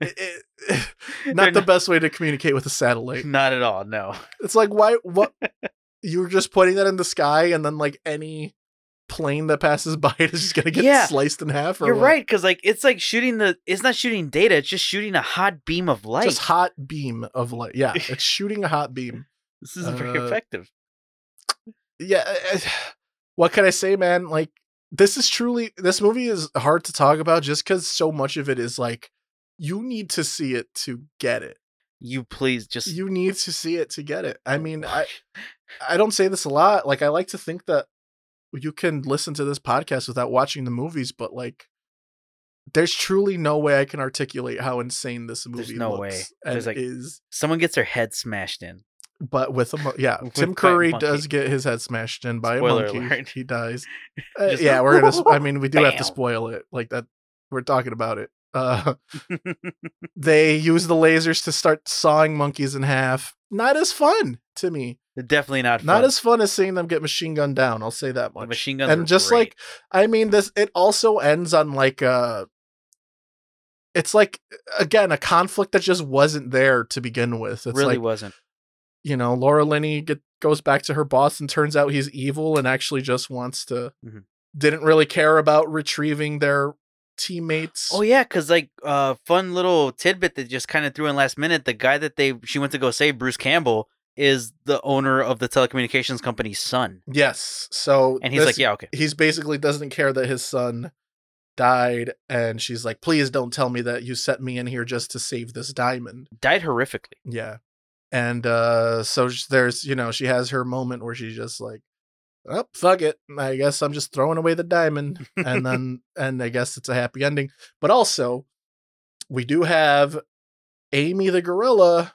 A: it- it-
B: They're Hmm.
A: not the best way to communicate with a satellite.
B: Not at all. No.
A: It's like why what you were just putting that in the sky and then like any plane that passes by it is just gonna get
B: Yeah.
A: sliced in half or
B: You're
A: what?
B: right, because like it's like shooting the. It's not shooting data. It's just shooting a hot beam of light.
A: Just hot beam of light. Yeah, it's shooting a hot beam.
B: this is very
A: uh,
B: effective.
A: Yeah. I- I- What can I say, man? Like this is truly this movie is hard to talk about just because so much of it is like you need to see it to get it.
B: You please just.
A: You need to see it to get it. I mean, I I don't say this a lot. Like I like to think that you can listen to this podcast without watching the movies, but like there's truly no way I can articulate how insane this movie
B: There's no
A: looks
B: way.
A: and
B: There's, like-
A: is.
B: Someone gets their head smashed in.
A: But with a mo- yeah,
B: With
A: Tim
B: by a
A: Curry
B: monkey.
A: does get his head smashed in by
B: Spoiler
A: a monkey.
B: alert.
A: He dies. Uh,
B: Just
A: yeah,
B: like,
A: we're gonna. I mean, we do have to
B: Bam.
A: spoil it. Like that, we're talking about it. Uh, they use the lasers to start sawing monkeys in half. Not as fun to me.
B: Definitely not.
A: Not
B: fun.
A: as fun as seeing them get machine gunned down. I'll say that
B: The
A: much.
B: machine guns.
A: and just like, I mean, this it also ends on like a. It's like again a conflict that just wasn't there to begin with.
B: it
A: It's
B: really
A: like
B: wasn't.
A: you know, Laura Linney get, goes back to her boss and turns out he's evil and actually just wants to
B: Mhm.
A: didn't really care about retrieving their teammates.
B: Oh yeah, because like uh, fun little tidbit that just kind of threw in last minute. The guy that they she went to go save, Bruce Campbell, is the owner of the telecommunications company's son,
A: Yes. So
B: and he's
A: this-
B: like, yeah, okay,
A: he's basically doesn't care that his son died and she's like, "Please don't tell me that you set me in here just to save this diamond."
B: died horrifically.
A: Yeah. And uh so sh- there's, you know, she has her moment where she's just like, "Oh, fuck it. I guess I'm just throwing away the diamond." And then and I guess it's a happy ending. But also, we do have Amy the gorilla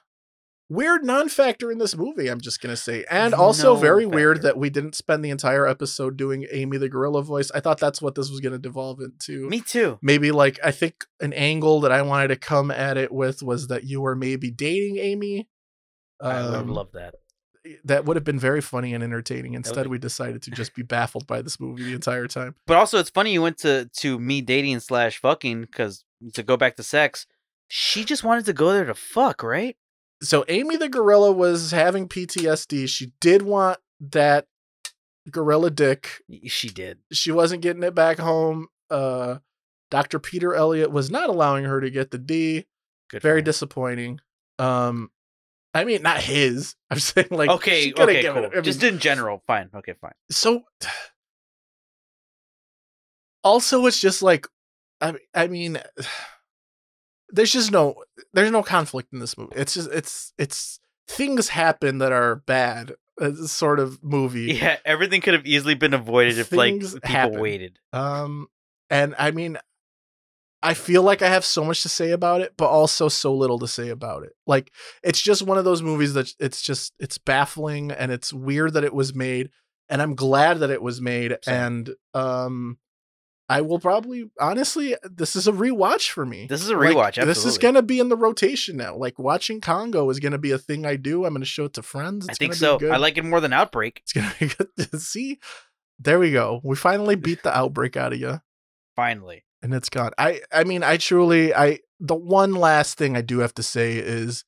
A: weird non-factor in this movie, I'm just going to say. And also
B: No
A: very weird
B: factor.
A: that we didn't spend the entire episode doing Amy the gorilla voice. I thought that's what this was going to devolve into
B: Me too.
A: maybe like I think an angle that I wanted to come at it with was that you were maybe dating Amy.
B: I would have
A: Um,
B: loved that.
A: that would have been very funny and entertaining. Instead,
B: be-
A: we decided to just be baffled by this movie the entire time.
B: But also, it's funny you went to to me dating slash fucking because to go back to sex, she just wanted to go there to fuck, right?
A: So Amy the gorilla was having PTSD. She did want that gorilla dick.
B: Y- She did.
A: She wasn't getting it back home. Uh, Dr. Peter Elliott was not allowing her to get the D.
B: Good. for
A: very
B: her.
A: disappointing. Um, I mean, not his. I'm saying like
B: okay.
A: she coulda
B: Okay.
A: given
B: Cool.
A: it- I
B: just
A: mean,
B: in general, fine. Okay, fine.
A: so. Also, it's just like, I I mean, there's just no there's no conflict in this movie. It's just it's it's things happen that are bad. uh, sort of movie.
B: Yeah, everything could have easily been avoided if like
A: Things
B: people
A: happen.
B: waited.
A: Um, and I mean, I feel like I have so much to say about it, but also so little to say about it. Like, it's just one of those movies that it's just it's baffling and it's weird that it was made, and I'm glad that it was made.
B: Same.
A: And um, I will probably honestly, this is a rewatch for me.
B: This is a
A: Like,
B: rewatch. absolutely.
A: This is gonna be in the rotation now. Like watching Congo is gonna be a thing I do. I'm gonna show it to friends.
B: I
A: It's
B: think
A: gonna
B: so.
A: be good.
B: I like it more than Outbreak.
A: It's gonna be good to see. There we go. We finally beat the outbreak out of you
B: Finally,
A: and it's gone. I I mean, I truly I the one last thing I do have to say is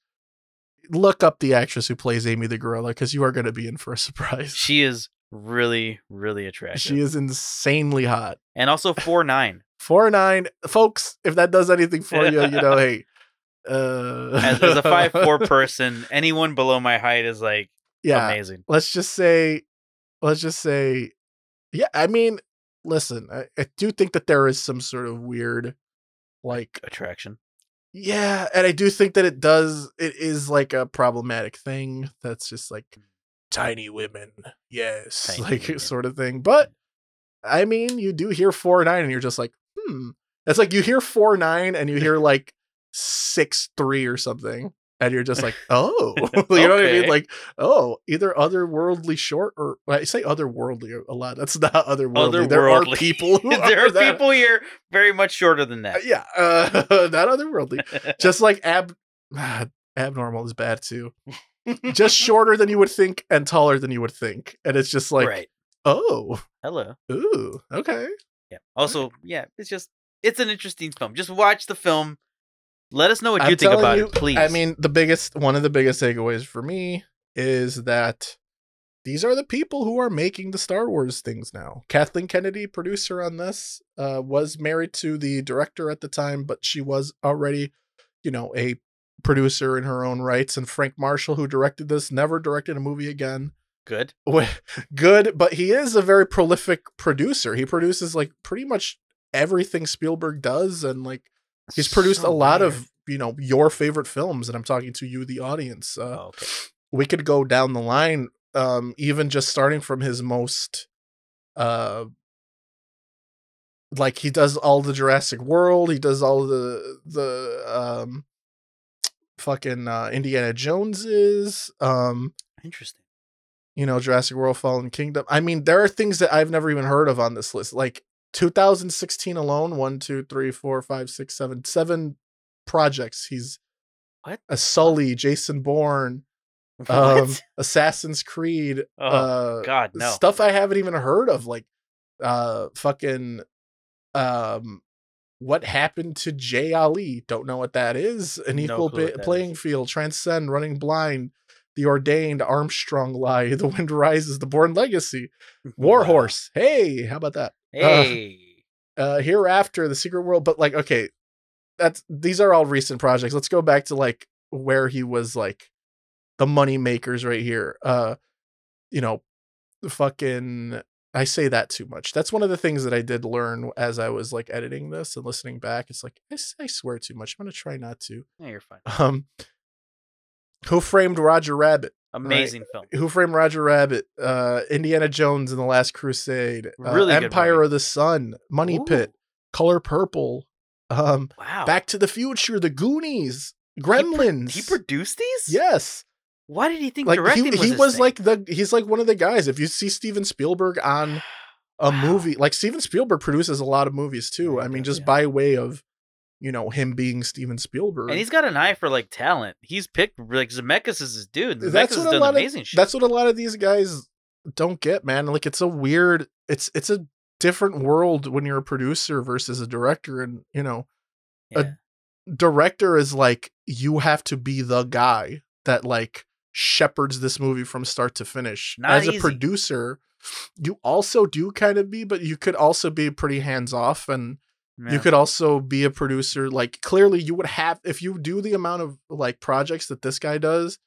A: look up the actress who plays Amy the gorilla because you are going to be in for a surprise.
B: she is really, really attractive.
A: She is insanely hot.
B: and also four nine.
A: Four nine, folks. If that does anything for you, you know, hey. Uh,
B: As, as a five four person, anyone below my height is like
A: yeah.
B: amazing.
A: Let's just say, let's just say, yeah. I mean, listen, I, I do think that there is some sort of weird, like
B: Attraction.
A: Yeah, and I do think that it does. It is like a problematic thing that's just like tiny women, yes,
B: Mm. Tiny
A: like
B: women.
A: sort of thing. But I mean, you do hear four nine, and you're just like, hmm. It's like you hear four nine, and you hear like six three or something, and you're just like, oh, you know what I mean?
B: Okay.
A: Like, oh, either otherworldly short or well, I say otherworldly a lot. That's not otherworldly. There are
B: Otherworldly.
A: people who
B: there are
A: that.
B: people here very much shorter than
A: Uh,
B: that.
A: yeah, uh, not otherworldly. just like ab ah, abnormal is bad too. Just shorter than you would think and taller than you would think, and it's just like,
B: right.
A: oh,
B: Hello.
A: ooh, okay.
B: Yeah. Also, yeah, it's just it's an interesting film. Just watch the film. Let us know what
A: I'm
B: you think
A: telling
B: about
A: you,
B: it, please.
A: I mean, the biggest one of the biggest takeaways for me is that these are the people who are making the Star Wars things now. Kathleen Kennedy, producer on this, uh, was married to the director at the time, but she was already, you know, a producer in her own rights. And Frank Marshall, who directed this, never directed a movie again.
B: good.
A: Wh- good, but he is a very prolific producer. He produces like pretty much everything Spielberg does, and like he's produced
B: So
A: a lot
B: weird.
A: of you know your favorite films. And I'm talking to you, the audience. Uh,
B: Oh, okay.
A: We could go down the line, um, even just starting from his most, uh, like he does all the Jurassic World. He does all the the um, fucking uh, Indiana Joneses. Um,
B: Interesting.
A: you know, Jurassic World Fallen Kingdom. I mean, there are things that I've never even heard of on this list. Like 2016 alone, one, two, three, four, five, six, seven, seven projects. He's
B: What?
A: a Sully, Jason Bourne, um,
B: What?
A: Assassin's Creed,
B: Oh,
A: uh,
B: God, no.
A: stuff I haven't even heard of, like uh, fucking um, what happened to Jay Ali? Don't know what that is. An
B: No
A: equal
B: clue
A: Bi-
B: what that
A: playing
B: is.
A: field, transcend, running blind, the ordained, Armstrong lie, the wind rises, the born legacy, warhorse. Hey, how about that?
B: Wow. Hey.
A: Uh, hereafter, the secret world. But like, okay, that's these are all recent projects. Let's go back to like where he was like the money makers right here. Uh, you know, the fucking I say that too much. That's one of the things that I did learn as I was like editing this and listening back. It's like I, s- I swear too much. I'm gonna try not to.
B: No, you're fine.
A: Um, who framed Roger Rabbit?
B: Amazing film.
A: Who framed Roger Rabbit? Uh, Indiana Jones and the Last Crusade. uh,
B: Really good
A: Empire
B: movie.
A: of the Sun. Money
B: Ooh,
A: Pit. Color Purple. Um,
B: Wow.
A: Back to the Future, The Goonies,
B: He pro-
A: Gremlins.
B: He produced these?
A: yes,
B: Why did he think
A: like he
B: directing
A: he
B: was
A: was,
B: his thing?
A: like the he's like one of the guys. If you see Steven Spielberg on a
B: Wow.
A: movie, like Steven Spielberg produces a lot of movies too.
B: Yeah,
A: I
B: he
A: mean,
B: does,
A: just
B: yeah.
A: by way of you know him being Steven Spielberg,
B: And he's got an eye for like talent. He's picked like Zemeckis is his dude. Zemeckis
A: that's
B: has
A: what a
B: done
A: lot
B: amazing
A: of
B: shit.
A: that's what a lot of these guys don't get, man. Like it's a weird, it's it's a different world when you're a producer versus a director, and you know. a-
B: Yeah.
A: director is like you have to be the guy that like shepherds this movie from start to finish
B: Not
A: as a
B: easy.
A: producer you also do kind of be but you could also be pretty hands off and
B: Yeah.
A: you could also be a producer like clearly you would have if you do the amount of like projects that this guy does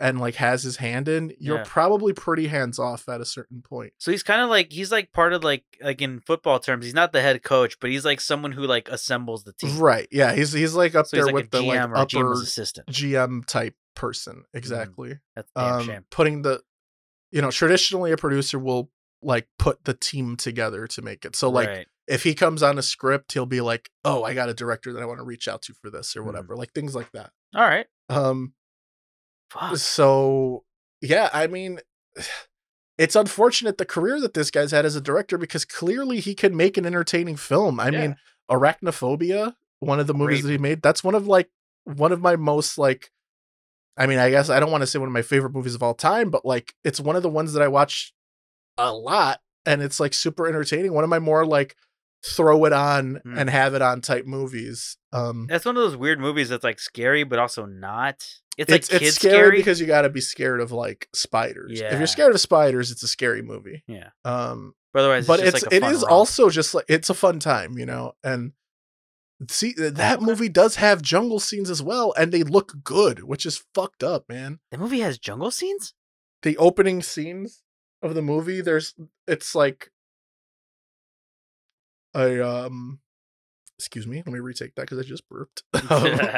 A: and like has his hand in you're
B: Yeah.
A: probably pretty hands off at a certain point
B: So he's kind of like he's like part of like like in football terms, he's not the head coach, but he's like someone who like assembles the team.
A: right yeah he's he's like up
B: So
A: there
B: he's like
A: with
B: a
A: the
B: GM
A: like
B: or a
A: upper
B: GM's assistant.
A: gm type person
B: Mm-hmm.
A: exactly
B: That's a damn
A: um,
B: shame.
A: putting the you know traditionally a producer will like put the team together to make it so like
B: Right.
A: if he comes on a script he'll be like oh i got a director that i want to reach out to for this
B: Mm.
A: or whatever like things like that
B: all right,
A: um
B: fuck.
A: so yeah i mean it's unfortunate the career that this guy's had as a director because clearly he can make an entertaining film i
B: Yeah.
A: mean arachnophobia one of the movies
B: Great
A: that he made that's one of like one of my most like i mean i guess i don't want to say one of my favorite movies of all time but like it's one of the ones that i watch a lot and it's like super entertaining one of my more like throw it on
B: Mm.
A: and have it on type movies um
B: That's one of those weird movies that's like scary but also not.
A: it's,
B: It's, like
A: it's,
B: kids
A: scary,
B: scary.
A: because you got to be scared of like spiders. If
B: Yeah.
A: you're scared of spiders, it's a scary movie.
B: Yeah.
A: Um,
B: But otherwise,
A: but
B: it's,
A: it's,
B: just like a
A: it
B: fun
A: is
B: romp.
A: also just like it's a fun time, you know. And see th- that movie does have jungle scenes as well, and they look good, which is fucked up, man.
B: the movie has jungle scenes.
A: The opening scenes of the movie, there's it's like a um, excuse me, let me retake that because I just burped. Um,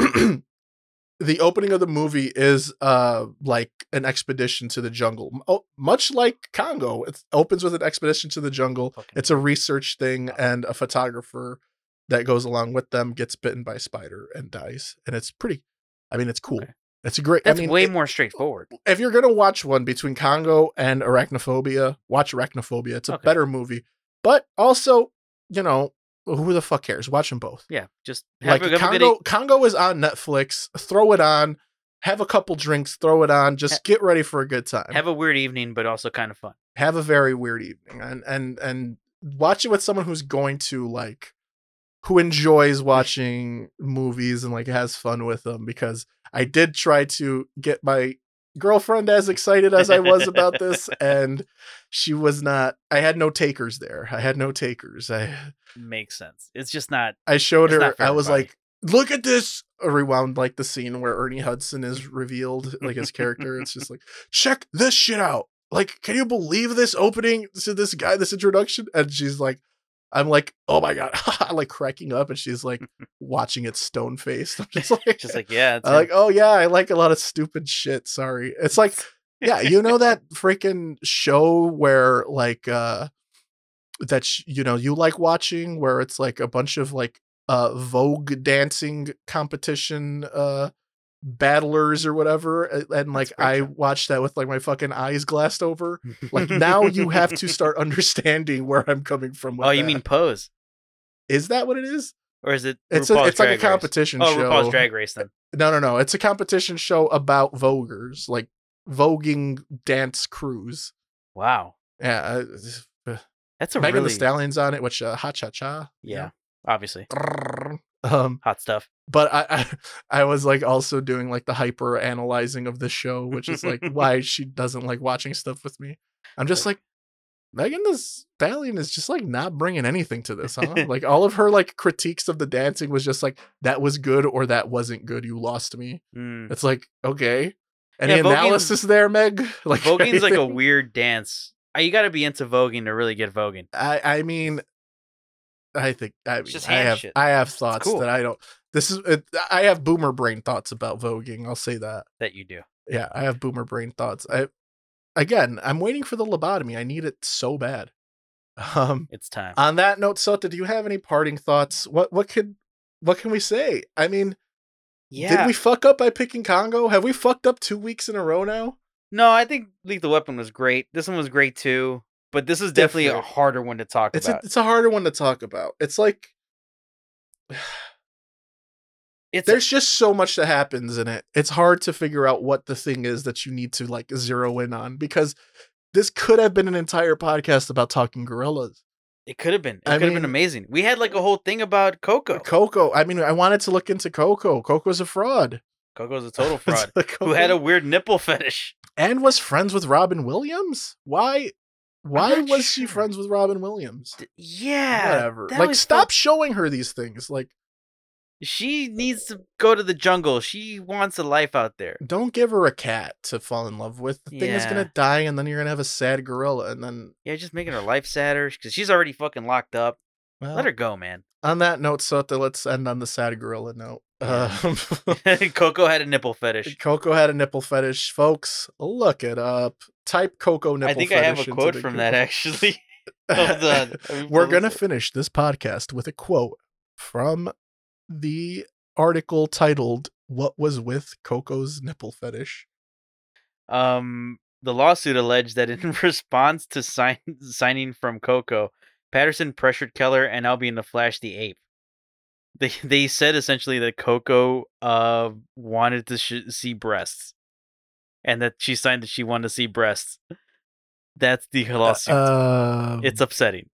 A: the opening of the movie is uh like an expedition to the jungle M- oh, much like congo it opens with an expedition to the jungle
B: Fucking-
A: it's a research thing and a photographer that goes along with them gets bitten by a spider and dies and it's pretty I mean, it's cool.
B: Okay.
A: It's a great.
B: That's
A: I mean,
B: way
A: it-
B: more straightforward.
A: if you're gonna watch one between Congo and Arachnophobia, watch Arachnophobia. It's a
B: Okay.
A: better movie. But also, you know, who the fuck cares? Watch them both.
B: Yeah, just have
A: Like
B: a, have a good
A: Congo, Congo is on Netflix. Throw it on. Have a couple drinks. Throw it on.
B: Ha-
A: Just get ready for a good time.
B: e- have a weird evening, but also kind of fun.
A: have a very weird evening and and and watch it with someone who's going to like who enjoys watching movies and like has fun with them because I did try to get my girlfriend as excited as I was about this and she was not I had no takers there. I had no takers. I
B: Makes sense. It's just not.
A: I showed
B: It's
A: her
B: not for
A: I was
B: everybody.
A: like look at this I rewound like the scene where Ernie Hudson is revealed like his character it's just like check this shit out. Like, can you believe this opening to this guy, this introduction? And she's like, I'm like, oh my God, like cracking up. And she's like watching it stone faced. I'm just like,
B: Just like yeah, it's
A: I'm like, oh yeah, I like a lot of stupid shit. Sorry. It's like, yeah, you know that freaking show where like, uh, that sh- you know you like watching where it's like a bunch of like uh vogue dancing competition uh battlers or whatever a- and like
B: great
A: i
B: show.
A: watched that with like my fucking eyes glassed over oh, like now you have to start understanding where i'm coming from with
B: oh, you
A: that.
B: mean pose,
A: is that what it is
B: or is it?
A: it's
B: RuPaul's
A: a, it's like a
B: Drag Race?
A: competition
B: Oh,
A: show
B: RuPaul's Drag Race then.
A: no no no it's a competition show about voguers like voguing dance crews
B: Wow,
A: yeah uh,
B: that's a
A: megan
B: really
A: the stallion's on it which uh ha cha cha
B: yeah, obviously
A: um
B: hot stuff.
A: but I, I I was like also doing like the hyper analyzing of the show, which is like why she doesn't like watching stuff with me. I'm just like Megan the Stallion is just like not bringing anything to this, huh? like all of her like critiques of the dancing was just like that was good or that wasn't good. You lost me.
B: Mm.
A: It's like okay, any
B: Yeah, voguing-
A: analysis there, Meg? Like
B: Voguing's like a
A: anything?
B: weird dance. Uh, You got to be into voguing to really get voguing.
A: I I mean, I think I mean,
B: just
A: I
B: hand
A: have
B: shit.
A: I have thoughts
B: cool.
A: that I don't. This is it, I have boomer brain thoughts about voguing. I'll say that.
B: That you do.
A: Yeah, I have boomer brain thoughts. I again, I'm waiting for the lobotomy. I need it so bad. Um.
B: It's time.
A: On that note, Sota, do you have any parting thoughts? What what could what can we say? I mean, did
B: yeah.
A: we fuck up by picking Congo? Have we fucked up two weeks in a row now?
B: No, I think Lethal Weapon was great. This one was great too. But this is definitely a
A: Different.
B: harder one to talk
A: It's a,
B: about.
A: it's a harder one to talk about. It's like
B: it's a-
A: there's just so much that happens in it. It's hard to figure out what the thing is that you need to like zero in on because this could have been an entire podcast about talking gorillas.
B: it could have been. It
A: I
B: could have been
A: mean-
B: amazing. We had like a whole thing about Coco.
A: Coco. I mean, I wanted to look into Coco. Coco's a fraud.
B: Coco's a total fraud.
A: Coco-
B: Who had a weird nipple fetish?
A: and was friends with Robin Williams? Why? Why
B: not
A: was she
B: sure.
A: friends with Robin Williams?
B: D- Yeah.
A: Whatever.
B: that
A: Like,
B: was
A: stop
B: the-
A: showing her these things. Like,
B: she needs to go to the jungle. She wants a life out there.
A: don't give her a cat to fall in love with. The thing is
B: Yeah.
A: gonna die, and then you're gonna have a sad gorilla, and then
B: Yeah, just making her life sadder because she's already fucking locked up.
A: well,
B: Let her go, man.
A: on that note, Sota, let's end on the sad gorilla note. Um,
B: Coco had a nipple fetish.
A: Coco had a nipple fetish, folks. Look it up. Type Coco nipple.
B: I think I
A: fetish
B: have a
A: into
B: quote
A: the
B: from that
A: Google.
B: actually. Hold on. Let me
A: We're
B: pull
A: gonna
B: this up.
A: finish this podcast with a quote from the article titled "What Was with Coco's Nipple Fetish."
B: Um, the lawsuit alleged that in response to sign- signing from Coco, Patterson pressured Keller and Albion to flash the ape. They they said essentially that Coco uh wanted to sh- see breasts, and that she signed that she wanted to see breasts. That's the lawsuit.
A: Uh,
B: it's upsetting.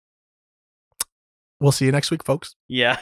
A: we'll see you next week, folks.
B: Yeah.